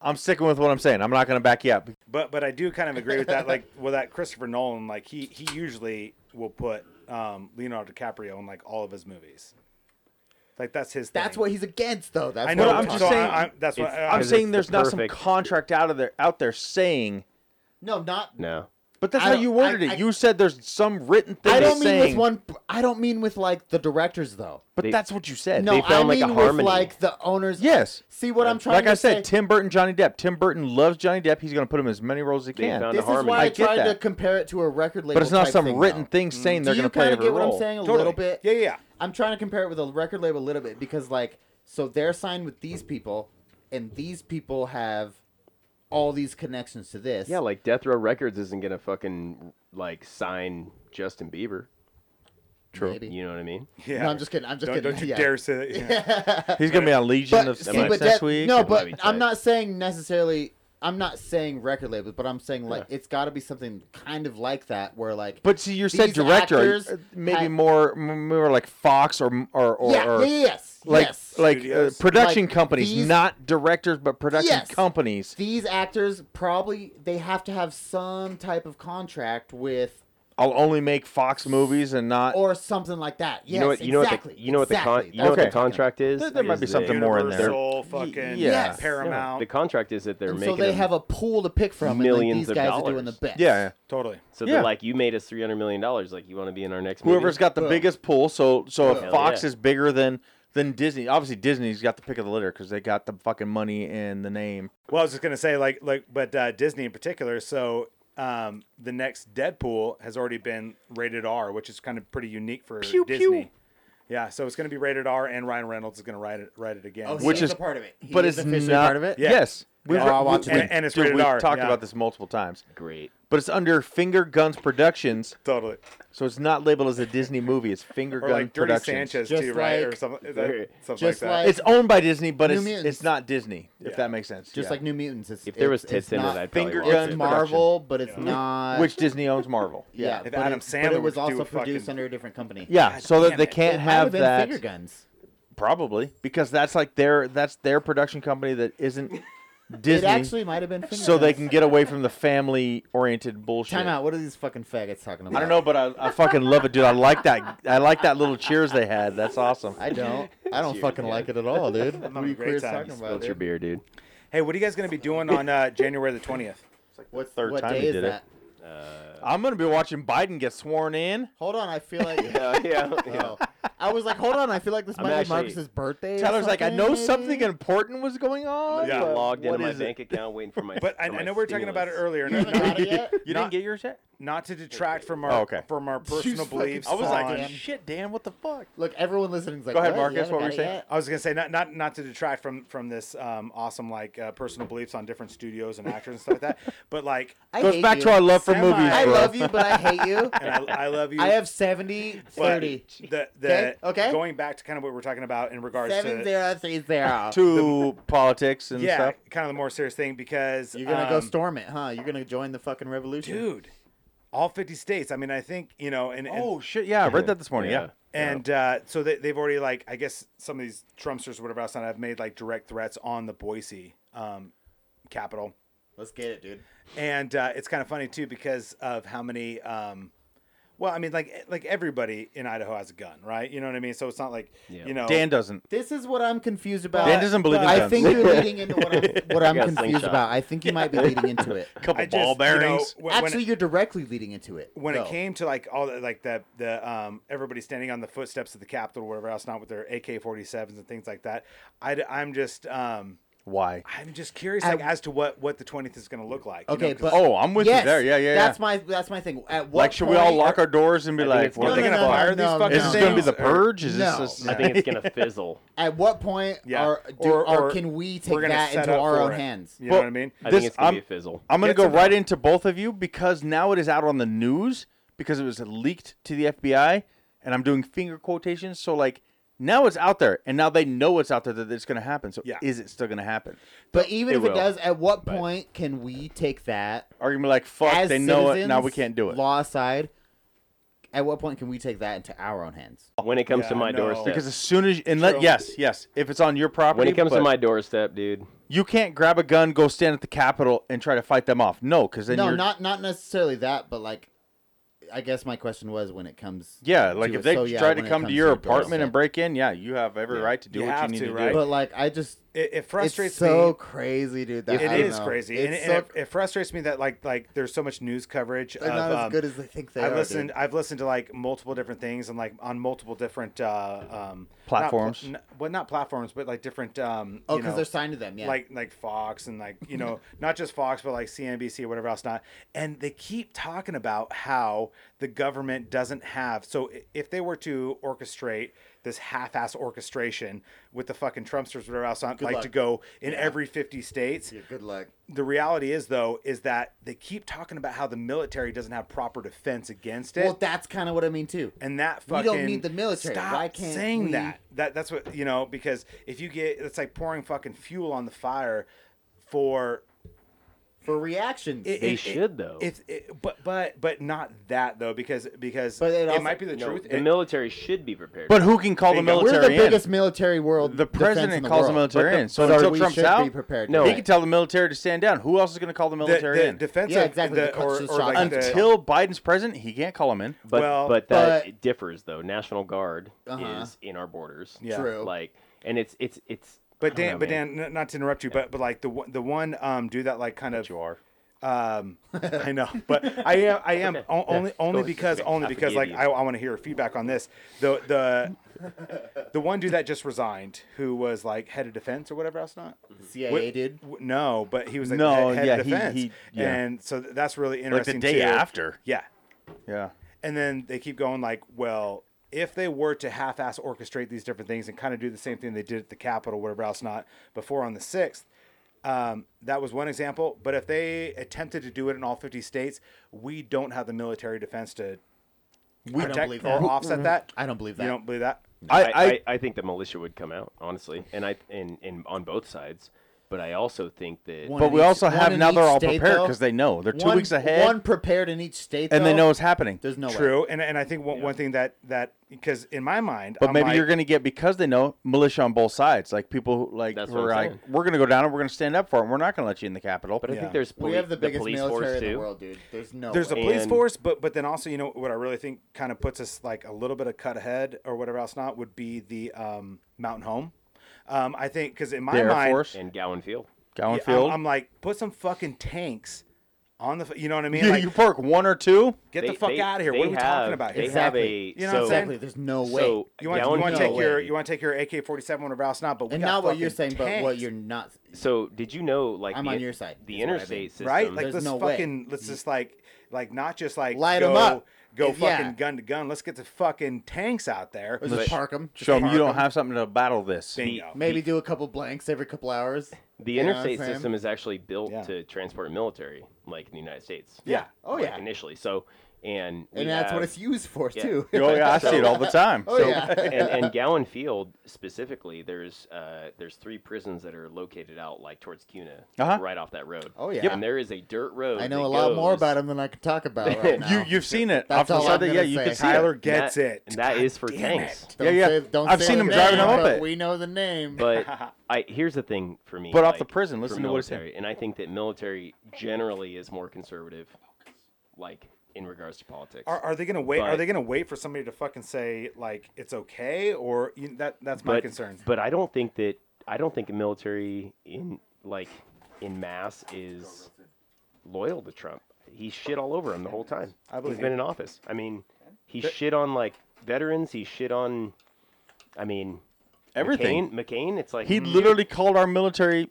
Speaker 5: I'm sticking with what I'm saying. I'm not going to back you up.
Speaker 1: But but I do kind of agree with that. Like (laughs) with that Christopher Nolan, like he he usually will put um Leonardo DiCaprio in like all of his movies. Like that's his.
Speaker 4: That's
Speaker 1: thing.
Speaker 4: what he's against, though. That's
Speaker 1: I know.
Speaker 4: What
Speaker 5: I'm
Speaker 1: so
Speaker 5: just
Speaker 1: I-
Speaker 5: saying-
Speaker 1: I- that's what
Speaker 6: It's-
Speaker 1: I-
Speaker 5: I'm
Speaker 6: Because
Speaker 5: saying
Speaker 6: it's
Speaker 5: there's
Speaker 6: the
Speaker 5: not
Speaker 6: perfect-
Speaker 5: some contract out of there out there saying,
Speaker 4: No, not.
Speaker 6: No.
Speaker 5: but that's
Speaker 4: I
Speaker 5: how
Speaker 4: don't-
Speaker 5: you worded
Speaker 4: I-
Speaker 5: it.
Speaker 4: I-
Speaker 5: you said there's some written thing
Speaker 4: I don't mean
Speaker 5: saying,
Speaker 4: with one. I don't mean with like the directors, though.
Speaker 5: but
Speaker 6: They-
Speaker 5: that's what you said.
Speaker 4: No,
Speaker 6: they found,
Speaker 4: I
Speaker 6: like,
Speaker 4: mean
Speaker 6: a
Speaker 4: with
Speaker 6: harmony.
Speaker 4: like the owners.
Speaker 5: Yes.
Speaker 4: See what I'm trying
Speaker 5: like
Speaker 4: to
Speaker 5: I said,
Speaker 4: say?
Speaker 5: Tim Burton, Johnny Depp. Tim Burton loves Johnny Depp. He's going to put him in as many roles as he
Speaker 6: They
Speaker 5: can.
Speaker 6: found
Speaker 4: This is
Speaker 6: harmony.
Speaker 4: why I,
Speaker 6: I
Speaker 5: get
Speaker 4: tried to
Speaker 5: that.
Speaker 4: compare it to a record label.
Speaker 5: but it's not
Speaker 4: type
Speaker 5: some
Speaker 4: thing,
Speaker 5: written
Speaker 4: though.
Speaker 5: thing saying they're
Speaker 4: Do
Speaker 5: going
Speaker 4: you
Speaker 5: to play
Speaker 4: kind of
Speaker 5: every
Speaker 4: get what
Speaker 5: role.
Speaker 4: I'm saying a
Speaker 1: Totally.
Speaker 4: little bit?
Speaker 1: Yeah, yeah, yeah.
Speaker 4: I'm trying to compare it with a record label a little bit because like so they're signed with these people and these people have all these connections to this.
Speaker 6: Yeah, like Death Row Records isn't gonna fucking like sign Justin Bieber.
Speaker 4: true.
Speaker 6: You know what I mean?
Speaker 1: Yeah.
Speaker 4: No, I'm just kidding. I'm just
Speaker 1: Don't,
Speaker 4: kidding.
Speaker 1: don't
Speaker 4: (laughs)
Speaker 1: you
Speaker 4: yeah.
Speaker 1: dare say that. Yeah.
Speaker 5: He's going to be on Legion
Speaker 4: But,
Speaker 5: of
Speaker 4: see,
Speaker 5: Sex
Speaker 6: might
Speaker 4: but
Speaker 5: next
Speaker 4: that,
Speaker 5: week.
Speaker 4: no,
Speaker 6: It might
Speaker 4: but
Speaker 6: be tight.
Speaker 4: I'm not saying necessarily. I'm not saying record labels, but I'm saying like it's got to be something kind of like that, where like
Speaker 5: But see, you said
Speaker 4: These
Speaker 5: director,
Speaker 4: actors
Speaker 5: uh, maybe
Speaker 4: had-
Speaker 5: more, m- more like Fox or or or,
Speaker 4: yeah,
Speaker 5: or
Speaker 4: yeah, yes,
Speaker 5: like
Speaker 4: yes.
Speaker 5: like uh,
Speaker 1: Studios.
Speaker 5: production
Speaker 4: Like,
Speaker 5: companies,
Speaker 4: these-
Speaker 5: not directors, but production
Speaker 4: Yes.
Speaker 5: companies.
Speaker 4: these actors probably they have to have some type of contract with
Speaker 5: I'll only make Fox movies and not.
Speaker 4: or something like that. Yes,
Speaker 6: you know what you know
Speaker 4: exactly.
Speaker 6: what the, you know what the
Speaker 4: exactly.
Speaker 6: con- you know what the
Speaker 5: Okay.
Speaker 6: contract is?
Speaker 5: There- there might
Speaker 6: Is
Speaker 5: be
Speaker 6: that-
Speaker 5: something more in there.
Speaker 1: Universal, fucking
Speaker 5: Yes.
Speaker 1: Paramount.
Speaker 6: The contract is that they're
Speaker 4: And so
Speaker 6: making
Speaker 4: they
Speaker 6: a-
Speaker 4: have a pool to pick from, and like,
Speaker 6: millions
Speaker 4: these
Speaker 6: of
Speaker 4: guys are doing the
Speaker 6: dollars.
Speaker 4: best.
Speaker 5: Yeah, yeah.
Speaker 1: totally.
Speaker 6: so they're
Speaker 5: yeah.
Speaker 6: like you made us three hundred million dollars. Like you want to be in our next movie.
Speaker 5: whoever's got the
Speaker 4: Boom.
Speaker 5: biggest pool. So so if
Speaker 6: Hell
Speaker 5: Fox
Speaker 6: yeah.
Speaker 5: is bigger than than Disney, obviously Disney's got the pick of the litter because they got the fucking money and the name.
Speaker 1: Well, I was just gonna say, like, like, but uh, Disney in particular. So, um, the next Deadpool has already been rated R, which is kind of pretty unique for Disney. Yeah, so it's gonna be rated R, and Ryan Reynolds is gonna write it, write it again.
Speaker 4: Oh,
Speaker 1: So-
Speaker 4: he
Speaker 5: Which
Speaker 4: is
Speaker 5: is-
Speaker 4: a part of it. He
Speaker 5: but
Speaker 4: is
Speaker 5: it's
Speaker 4: officially
Speaker 5: not
Speaker 4: part of it.
Speaker 1: Yeah.
Speaker 5: Yes,
Speaker 1: Yeah.
Speaker 4: Oh, I'll watch it.
Speaker 5: we-
Speaker 1: And- and it's
Speaker 5: dude,
Speaker 1: rated
Speaker 5: we've
Speaker 1: R,
Speaker 5: talked
Speaker 1: yeah.
Speaker 5: about this multiple times,
Speaker 6: great.
Speaker 5: but it's under Finger Guns Productions,
Speaker 1: totally.
Speaker 5: so it's not labeled as a Disney movie. It's Finger
Speaker 1: (laughs) Or
Speaker 5: Gun
Speaker 1: like Dirty
Speaker 5: Productions.
Speaker 1: Sanchez
Speaker 4: Just
Speaker 1: too, right? Or
Speaker 4: like-
Speaker 1: something, is that-
Speaker 6: Very-
Speaker 1: something
Speaker 4: just
Speaker 1: like that.
Speaker 4: like-
Speaker 5: It's owned by Disney, but
Speaker 4: New
Speaker 5: it's
Speaker 4: Mutants.
Speaker 5: it's not Disney. If
Speaker 1: Yeah.
Speaker 5: that makes sense.
Speaker 4: Just
Speaker 5: Yeah.
Speaker 4: like New Mutants. It's,
Speaker 6: If there was
Speaker 4: it's- it's
Speaker 6: tits in it,
Speaker 4: not-
Speaker 6: I'd probably
Speaker 5: Finger
Speaker 6: watch
Speaker 5: Gun
Speaker 6: it.
Speaker 4: It's
Speaker 5: Production.
Speaker 4: Marvel, but it's
Speaker 1: Yeah.
Speaker 4: not.
Speaker 5: which Disney owns Marvel.
Speaker 4: yeah,
Speaker 1: If
Speaker 4: but
Speaker 1: Adam
Speaker 4: it, but
Speaker 1: Sandler
Speaker 4: it
Speaker 1: would
Speaker 4: was
Speaker 1: do
Speaker 4: also
Speaker 1: a fucking-
Speaker 4: produced under a different company.
Speaker 5: Yeah,
Speaker 1: God
Speaker 5: so that
Speaker 1: damn
Speaker 5: they
Speaker 1: it.
Speaker 5: can't
Speaker 4: It might
Speaker 5: have
Speaker 4: been
Speaker 5: that
Speaker 4: Finger guns.
Speaker 5: probably because that's like their that's their production company that isn't
Speaker 4: (laughs) It
Speaker 5: Disney.
Speaker 4: actually might have been finger
Speaker 5: so they
Speaker 4: guns.
Speaker 5: can get away from the family oriented bullshit.
Speaker 4: Time out. What are these fucking faggots talking about?
Speaker 5: I don't know, but I, I fucking love it, dude. I like that. I like that little cheers they had. That's awesome.
Speaker 4: I don't. I don't
Speaker 6: Cheers,
Speaker 4: fucking
Speaker 1: (laughs)
Speaker 6: yeah.
Speaker 4: like it at all, dude.
Speaker 1: having
Speaker 4: What are
Speaker 1: (laughs) a
Speaker 4: you
Speaker 1: great
Speaker 4: queers
Speaker 1: time.
Speaker 4: talking
Speaker 1: You
Speaker 4: about?
Speaker 6: That's your
Speaker 4: dude? (laughs)
Speaker 6: beer, dude.
Speaker 1: Hey, what are you guys going to be doing on uh, January the twentieth?
Speaker 5: What third
Speaker 4: what
Speaker 5: time
Speaker 4: day
Speaker 5: he
Speaker 4: is
Speaker 5: did
Speaker 4: that?
Speaker 5: it? I'm gonna be watching Biden get sworn in.
Speaker 4: Hold on, I
Speaker 5: (laughs)
Speaker 4: feel like. (laughs)
Speaker 6: Yeah, yeah. (laughs) yeah.
Speaker 4: Oh. I was like, hold on, I feel like this
Speaker 6: I'm
Speaker 4: might be
Speaker 6: actually-
Speaker 4: Marcus's birthday. or
Speaker 5: Tyler's like, I
Speaker 4: something,
Speaker 5: know
Speaker 4: maybe?"
Speaker 5: something important was going on.
Speaker 1: Yeah.
Speaker 6: yeah. logged
Speaker 5: What
Speaker 6: into my
Speaker 5: is it?
Speaker 6: bank account waiting for my.
Speaker 1: But I,
Speaker 6: for my
Speaker 1: I know we were talking about it
Speaker 6: stimulus.
Speaker 1: earlier.
Speaker 4: You haven't got
Speaker 1: Not,
Speaker 4: it yet?
Speaker 5: You
Speaker 1: Not-
Speaker 5: didn't get yours yet?
Speaker 1: not to detract from our
Speaker 5: Oh, okay.
Speaker 4: (laughs)
Speaker 1: from our personal
Speaker 4: fucking
Speaker 1: beliefs.
Speaker 5: I was
Speaker 1: on-
Speaker 5: like, shit, Dan, what the fuck?
Speaker 4: Look, everyone listening's like,
Speaker 5: Go ahead,
Speaker 4: "What? You
Speaker 5: Marcus,
Speaker 4: haven't
Speaker 5: what were
Speaker 4: got
Speaker 5: you
Speaker 4: it
Speaker 5: saying?"
Speaker 4: yet?"
Speaker 1: I was gonna say not not not to detract from from this um, awesome like uh, personal beliefs on different studios and actors and stuff like that,
Speaker 4: (laughs)
Speaker 1: but like
Speaker 4: I
Speaker 5: Goes
Speaker 4: hate
Speaker 5: back
Speaker 4: you.
Speaker 5: to our love for
Speaker 1: Semi-
Speaker 5: movies. (laughs)
Speaker 4: I
Speaker 5: bro.
Speaker 4: love you, but I hate you.
Speaker 1: and I, I love you.
Speaker 4: I
Speaker 1: (laughs)
Speaker 4: have 70,
Speaker 1: but
Speaker 4: 30.
Speaker 1: The, the
Speaker 4: Okay, okay.
Speaker 1: Going back to kind of what we're talking about in regards
Speaker 4: Seven
Speaker 1: to
Speaker 4: zero three
Speaker 1: (laughs)
Speaker 4: zero.
Speaker 5: to politics and
Speaker 1: yeah,
Speaker 5: stuff.
Speaker 1: kind of the more serious thing because
Speaker 4: You're gonna go
Speaker 1: um,
Speaker 4: storm it, huh? You're gonna join the fucking revolution,
Speaker 1: dude. All fifty states. I mean, I think you know, and and,
Speaker 5: Oh shit, yeah, I read that this morning. Yeah.
Speaker 1: and uh, so they, they've already like I guess some of these Trumpsters or whatever else have made like direct threats on the Boise um, capital.
Speaker 4: Let's get it, dude.
Speaker 1: and uh, it's kind of funny too because of how many. Um, well, I mean, like eh, like everybody in Idaho has a gun, right? You know what I mean. So it's not like
Speaker 6: Yeah.
Speaker 1: you know.
Speaker 5: Dan doesn't.
Speaker 4: This is what I'm confused about.
Speaker 5: Dan doesn't believe in
Speaker 4: I
Speaker 5: guns.
Speaker 4: think
Speaker 5: (laughs)
Speaker 4: you're leading into what I'm, what I'm
Speaker 6: got a
Speaker 4: confused
Speaker 6: slingshot.
Speaker 4: about. I think you might be leading into
Speaker 1: (laughs)
Speaker 4: it.
Speaker 5: Couple
Speaker 1: I just,
Speaker 5: ball
Speaker 1: you know,
Speaker 5: bearings.
Speaker 1: when- when it-
Speaker 4: Actually, you're directly leading into it.
Speaker 1: when
Speaker 4: though.
Speaker 1: it came to like all the, like the the um everybody standing on the footsteps of the Capitol or whatever else, not with their AK forty sevens and things like that. I am just um
Speaker 5: Why?
Speaker 1: I'm just curious
Speaker 4: At-
Speaker 1: like as to what what the twentieth is going to look like. you know,
Speaker 4: okay,
Speaker 1: 'cause
Speaker 4: but
Speaker 5: Oh, I'm with you
Speaker 4: yes,
Speaker 5: there. Yeah, yeah,
Speaker 4: That's
Speaker 5: yeah.
Speaker 4: my that's my thing. At what
Speaker 5: Like, should we all
Speaker 4: point-
Speaker 5: lock our doors and be
Speaker 6: I think
Speaker 5: like,
Speaker 6: it's
Speaker 5: "What
Speaker 1: are
Speaker 5: are
Speaker 1: they
Speaker 5: they
Speaker 4: No,
Speaker 1: going
Speaker 5: gonna
Speaker 1: to
Speaker 4: no,
Speaker 5: fire?"
Speaker 1: fire
Speaker 4: no,
Speaker 1: these fucking
Speaker 5: Is this gonna be
Speaker 1: things?
Speaker 5: the purge? Is (laughs)
Speaker 4: No.
Speaker 5: this? Just,
Speaker 6: I think it's gonna fizzle.
Speaker 4: At what point
Speaker 1: Yeah.
Speaker 4: are do,
Speaker 1: Or-
Speaker 4: or,
Speaker 1: or
Speaker 4: can we
Speaker 1: We're
Speaker 4: take
Speaker 1: gonna
Speaker 4: that
Speaker 1: set
Speaker 4: into
Speaker 1: up
Speaker 4: our
Speaker 1: for
Speaker 4: own
Speaker 1: it.
Speaker 4: hands?
Speaker 1: You know
Speaker 5: Well,
Speaker 1: what I mean?
Speaker 6: I
Speaker 5: This-
Speaker 6: think it's gonna
Speaker 5: I'm-
Speaker 6: be a fizzle.
Speaker 5: I'm gonna
Speaker 1: Get
Speaker 5: go
Speaker 1: some-
Speaker 5: right into both of you because now it is out on the news because it was leaked to the FBI, and I'm doing finger quotations. So like. Now it's out there, and now they know it's out there that it's going to happen. So,
Speaker 1: Yeah.
Speaker 5: is it still going to happen?
Speaker 4: But even
Speaker 6: It
Speaker 4: if it
Speaker 6: will,
Speaker 4: does, at what
Speaker 6: but-
Speaker 4: point can we take that
Speaker 5: Are you going to be like, "Fuck,
Speaker 4: as
Speaker 5: they know it. Now we
Speaker 4: citizens,
Speaker 5: can't do it
Speaker 4: Law aside, at what point can we take that into our own hands?
Speaker 6: When it comes
Speaker 1: Yeah,
Speaker 6: to my
Speaker 1: no.
Speaker 6: doorstep,
Speaker 5: because as soon as unless
Speaker 1: True.
Speaker 5: yes, yes, if it's on your property,
Speaker 6: when it comes to
Speaker 5: but-
Speaker 6: my doorstep, dude,
Speaker 5: you can't grab a gun, go stand at the Capitol, and try to fight them off. No, because then
Speaker 4: no,
Speaker 5: you're
Speaker 4: not not necessarily that, but like, I guess my question was when it comes.
Speaker 5: Yeah, like
Speaker 4: to
Speaker 5: if
Speaker 4: it.
Speaker 5: they
Speaker 4: So, yeah,
Speaker 5: try to
Speaker 4: when it
Speaker 5: come to
Speaker 4: comes
Speaker 5: your
Speaker 4: doorstep.
Speaker 5: apartment and break in, yeah, you have every right to do
Speaker 1: You
Speaker 5: what you
Speaker 1: have
Speaker 5: need
Speaker 1: to,
Speaker 5: to,
Speaker 1: right?
Speaker 5: do.
Speaker 4: But like, I just
Speaker 1: It, it
Speaker 4: it's
Speaker 1: frustrates
Speaker 4: so
Speaker 1: me.
Speaker 4: crazy, dude. That
Speaker 1: It
Speaker 4: I don't
Speaker 1: is
Speaker 4: know.
Speaker 1: crazy,
Speaker 4: It's
Speaker 1: and, it-
Speaker 4: so,
Speaker 1: and it, it frustrates me that like like there's so much news coverage.
Speaker 4: they're
Speaker 1: of,
Speaker 4: not
Speaker 1: um,
Speaker 4: as good as they think they
Speaker 1: I've
Speaker 4: are.
Speaker 1: listened.
Speaker 4: dude.
Speaker 1: I've listened to like multiple different things and like on multiple different uh, um, not pla-
Speaker 5: Platforms.
Speaker 1: n- well, not platforms, but like different. Um,
Speaker 4: Oh,
Speaker 1: you
Speaker 4: because
Speaker 1: know,
Speaker 4: they're signed to them. Yeah,
Speaker 1: Like like Fox and like
Speaker 4: (laughs)
Speaker 1: you know not just Fox but like CNBC or whatever else not and they keep talking about how the government doesn't have so i- if they were to orchestrate this half-ass orchestration with the fucking Trumpsters whatever else not like
Speaker 4: luck.
Speaker 1: to go in every 50 states
Speaker 4: Yeah, good luck.
Speaker 1: the reality is though is that they keep talking about how the military doesn't have proper defense against it
Speaker 4: Well, that's kind of what I mean too.
Speaker 1: and that
Speaker 4: We don't
Speaker 1: fucking
Speaker 4: need the military.
Speaker 1: Stop
Speaker 4: Why can't
Speaker 1: saying
Speaker 4: we-
Speaker 1: that? That that's what you know because if you get it's like pouring fucking fuel on the fire for
Speaker 4: For reactions,
Speaker 1: it,
Speaker 6: They
Speaker 1: it-
Speaker 6: should,
Speaker 1: it-
Speaker 6: though.
Speaker 1: If it, but but but not that though because because
Speaker 4: But it
Speaker 1: it,
Speaker 4: also-
Speaker 1: might be the
Speaker 6: no,
Speaker 1: truth.
Speaker 6: the
Speaker 1: It-
Speaker 6: military should be prepared.
Speaker 5: But who can call the
Speaker 1: Bingo.
Speaker 5: military
Speaker 4: we're the
Speaker 5: in?
Speaker 4: biggest military world.
Speaker 5: The
Speaker 4: defense in
Speaker 5: president calls
Speaker 4: world.
Speaker 5: the military
Speaker 4: But
Speaker 5: in, so
Speaker 4: but
Speaker 5: until
Speaker 4: we
Speaker 5: Trump's
Speaker 4: should Be
Speaker 5: out,
Speaker 4: prepared.
Speaker 6: no.
Speaker 5: He
Speaker 4: to
Speaker 5: can tell the military to stand down. Who else is going to call the
Speaker 1: the,
Speaker 5: military
Speaker 1: the
Speaker 5: in?
Speaker 1: defense uh,
Speaker 4: Yeah,
Speaker 1: of
Speaker 4: exactly,
Speaker 1: the,
Speaker 4: the
Speaker 1: or,
Speaker 4: conscious
Speaker 1: or like
Speaker 4: shot.
Speaker 1: the-
Speaker 5: Until Biden's president, he can't call him in.
Speaker 6: But
Speaker 1: Well,
Speaker 6: but that
Speaker 4: but-
Speaker 6: it differs though. National Guard
Speaker 4: Uh-huh.
Speaker 6: is in our borders.
Speaker 1: Yeah.
Speaker 4: True.
Speaker 6: Like, and it's it's it's. I
Speaker 1: but
Speaker 6: don't
Speaker 1: Dan,
Speaker 6: know,
Speaker 1: but
Speaker 6: man.
Speaker 1: Dan, n- not to interrupt you, but but like the one- the one um dude that like kind of
Speaker 5: you are.
Speaker 1: Um, I know, (laughs) but I am. I am o- only only
Speaker 6: ahead.
Speaker 1: because
Speaker 6: Okay,
Speaker 1: only
Speaker 6: I
Speaker 1: because like
Speaker 6: forgive
Speaker 1: I, Oh, I want to hear feedback on this. The the the one dude that just resigned, who was like head of defense or whatever else, not
Speaker 4: the CIA,
Speaker 1: What-
Speaker 4: dude.
Speaker 1: w- No, but he was like
Speaker 5: No,
Speaker 1: head, head
Speaker 5: yeah,
Speaker 1: of
Speaker 5: he-
Speaker 1: defense,
Speaker 5: he- yeah.
Speaker 1: and so th- that's really
Speaker 5: Like the
Speaker 1: interesting.
Speaker 5: day
Speaker 1: too.
Speaker 5: after.
Speaker 1: yeah.
Speaker 5: Yeah.
Speaker 1: And then they keep going like, well, if they were to half-ass orchestrate these different things and kind of do the same thing they did at the Capitol, whatever else, not before on the sixth, um, that was one example. But if they attempted to do it in all fifty states, we don't have the military defense to
Speaker 4: I don't
Speaker 1: protect
Speaker 4: believe
Speaker 1: or
Speaker 4: that. Mm-hmm.
Speaker 1: offset that.
Speaker 4: I don't believe that.
Speaker 1: You don't believe that?
Speaker 5: I,
Speaker 6: I, I, I think the militia would come out honestly, and I and, and on both sides. But I also think that
Speaker 4: One
Speaker 5: but
Speaker 4: in
Speaker 5: we
Speaker 4: each-
Speaker 5: also have
Speaker 4: one in
Speaker 5: now they're
Speaker 4: each
Speaker 5: all
Speaker 4: state,
Speaker 5: prepared
Speaker 4: though.
Speaker 5: because they know they're two
Speaker 4: One-
Speaker 5: weeks ahead
Speaker 4: One prepared in each state,
Speaker 5: and they
Speaker 4: though,
Speaker 5: know it's happening.
Speaker 4: there's no way.
Speaker 1: True. Oh, And and I think one, one thing that that because in my mind,
Speaker 5: But
Speaker 1: I'm
Speaker 5: maybe
Speaker 1: like,
Speaker 5: you're going to get because they know militia on both sides, like people who, like
Speaker 6: That's
Speaker 5: who
Speaker 6: what
Speaker 5: are
Speaker 6: I'm
Speaker 5: like,
Speaker 6: saying.
Speaker 5: we're going to go down and we're going to stand up for them. We're not going to let you in the Capitol.
Speaker 6: but I
Speaker 1: Yeah.
Speaker 6: think there's
Speaker 4: We
Speaker 6: poli-
Speaker 4: have the biggest
Speaker 6: police
Speaker 4: military
Speaker 6: force
Speaker 4: in
Speaker 6: too.
Speaker 4: the world, dude. There's no.
Speaker 1: there's a
Speaker 4: way.
Speaker 1: police
Speaker 6: And-
Speaker 1: force, but but then also you know what I really think kind of puts us like a little bit of cut ahead or whatever else not would be the um, Mountain Home. Um, I think because in my
Speaker 5: The Air
Speaker 1: mind,
Speaker 5: Force.
Speaker 6: and Gowan Field.
Speaker 5: Gowan
Speaker 1: Yeah,
Speaker 5: Field.
Speaker 1: I'm, I'm like, put some fucking tanks on the. f- You know what I mean?
Speaker 5: (laughs) you,
Speaker 1: Like,
Speaker 5: you park one or two.
Speaker 1: get the
Speaker 6: They-
Speaker 1: fuck
Speaker 6: they-
Speaker 1: out of here.
Speaker 6: they
Speaker 1: What are we
Speaker 6: have-
Speaker 1: talking about
Speaker 6: They
Speaker 1: here?
Speaker 6: have a
Speaker 4: Exactly.
Speaker 1: You know what I'm
Speaker 6: so-
Speaker 1: saying?
Speaker 4: Exactly. There's no way.
Speaker 6: So
Speaker 1: You want,
Speaker 6: Gowan
Speaker 1: you want to
Speaker 6: Field-
Speaker 1: take your
Speaker 4: way.
Speaker 1: you want to take your AK-47 whatever else not, but we
Speaker 4: and
Speaker 1: got
Speaker 4: not what you're saying,
Speaker 1: fucking
Speaker 4: but what
Speaker 1: tanks,
Speaker 4: you're not.
Speaker 6: so did you know like
Speaker 4: I'm
Speaker 6: the,
Speaker 4: on your side,
Speaker 6: the
Speaker 4: is what I
Speaker 6: interstate system
Speaker 1: right? Like
Speaker 4: There's
Speaker 1: let's
Speaker 4: no way.
Speaker 1: fucking let's just like like not just like
Speaker 4: Light
Speaker 1: go,
Speaker 4: 'em up.
Speaker 1: go fucking
Speaker 4: Yeah.
Speaker 1: gun to gun. Let's get the fucking tanks out there.
Speaker 4: Just park them.
Speaker 5: Show them you don't have something to battle this.
Speaker 1: Bingo.
Speaker 4: Maybe do a couple blanks every couple hours.
Speaker 6: the
Speaker 4: You know what I'm
Speaker 6: interstate
Speaker 4: saying?
Speaker 6: system is actually built
Speaker 1: Yeah.
Speaker 6: to transport military like in the United States
Speaker 1: Yeah.
Speaker 4: Oh
Speaker 6: like,
Speaker 4: yeah.
Speaker 6: initially so and we
Speaker 4: And that's what
Speaker 6: have-
Speaker 4: it's used for
Speaker 6: Yeah.
Speaker 4: too.
Speaker 5: Oh yeah, I see it all the time.
Speaker 4: (laughs) Oh,
Speaker 5: so
Speaker 4: yeah.
Speaker 6: and, and Gowan Field specifically, there's uh, there's three prisons that are located out like towards Cuna,
Speaker 5: Uh-huh.
Speaker 6: right off that road.
Speaker 4: Oh, yeah.
Speaker 6: and there is a dirt road.
Speaker 4: I know
Speaker 6: that
Speaker 4: a lot more
Speaker 6: goes-
Speaker 4: about him than I can talk about right now.
Speaker 5: you you've seen it.
Speaker 4: That's
Speaker 5: Off the
Speaker 4: all
Speaker 5: side
Speaker 4: I'm
Speaker 5: that-
Speaker 4: gonna
Speaker 5: yeah, you
Speaker 4: say.
Speaker 5: can see
Speaker 1: Tyler
Speaker 5: it.
Speaker 6: and
Speaker 1: gets
Speaker 6: that-
Speaker 1: it.
Speaker 6: and that is for tanks.
Speaker 4: Don't
Speaker 5: yeah.
Speaker 4: Say, don't
Speaker 5: I've
Speaker 4: say
Speaker 5: seen him
Speaker 4: the
Speaker 5: driving
Speaker 4: name,
Speaker 5: up
Speaker 4: but
Speaker 5: it.
Speaker 4: We know the name.
Speaker 6: But I here's the thing for me.
Speaker 5: But off the
Speaker 6: like,
Speaker 5: prison,
Speaker 6: for
Speaker 5: listen to what it's saying.
Speaker 6: military, and I think that military generally is more conservative, like in regards to politics.
Speaker 1: Are, are they gonna wait? are
Speaker 6: But-
Speaker 1: they gonna wait for somebody to fucking say like it's okay or you, that? That's my
Speaker 6: but,
Speaker 1: concern.
Speaker 6: But I don't think that I don't think the military in like in mass is loyal to Trump. He shit all over him the whole time.
Speaker 1: I believe
Speaker 6: He's been
Speaker 1: you.
Speaker 6: in office. I mean, he shit on like veterans. He shit on. I mean,
Speaker 5: Everything.
Speaker 6: McCain. McCain it's like
Speaker 5: He
Speaker 4: Mm-hmm.
Speaker 6: mm,
Speaker 5: literally called our military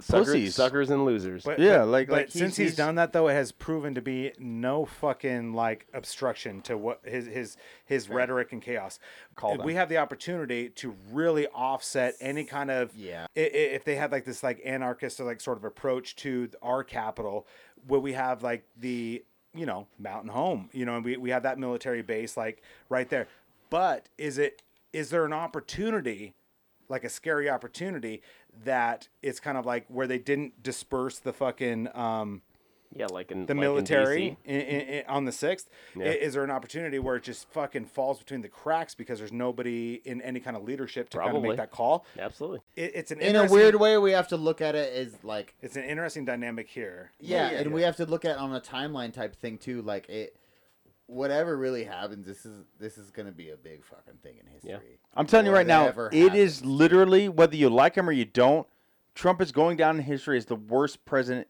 Speaker 6: sucker-
Speaker 5: pussies.
Speaker 6: suckers and losers.
Speaker 1: But-
Speaker 5: Yeah,
Speaker 1: but-
Speaker 5: like-
Speaker 1: but
Speaker 5: like, he's-
Speaker 1: since he's,
Speaker 5: he's-
Speaker 1: done that though, it has proven to be no fucking like obstruction to what his his his rhetoric and chaos.
Speaker 5: Call
Speaker 1: we
Speaker 5: them.
Speaker 1: have the opportunity to really offset any kind of
Speaker 4: Yeah.
Speaker 1: i- i- If they had like this like anarchist or like sort of approach to our capital, where we have like the you know mountain home, you know, and we we have that military base like right there. But is it is there an opportunity? like a scary opportunity that it's kind of like where they didn't disperse the fucking um,
Speaker 6: yeah, like in
Speaker 1: the
Speaker 6: like in
Speaker 1: military
Speaker 6: DC.
Speaker 1: i i i on the sixth.
Speaker 6: Yeah.
Speaker 1: Is there an opportunity where it just fucking falls between the cracks because there's nobody in any kind of leadership to kind of
Speaker 6: Probably.
Speaker 1: make that call?
Speaker 6: Absolutely.
Speaker 1: It, it's an
Speaker 4: in a
Speaker 1: interesting-
Speaker 4: weird way, we have to look at it as like
Speaker 1: It's an interesting dynamic here.
Speaker 4: yeah, and we have to look at it on a timeline type thing too. Like it, whatever really happens, this is this is gonna be a big fucking thing in history.
Speaker 5: I'm telling you right now,
Speaker 4: Whatever
Speaker 5: it is literally whether you like him or you don't. Trump is going down in history as the worst president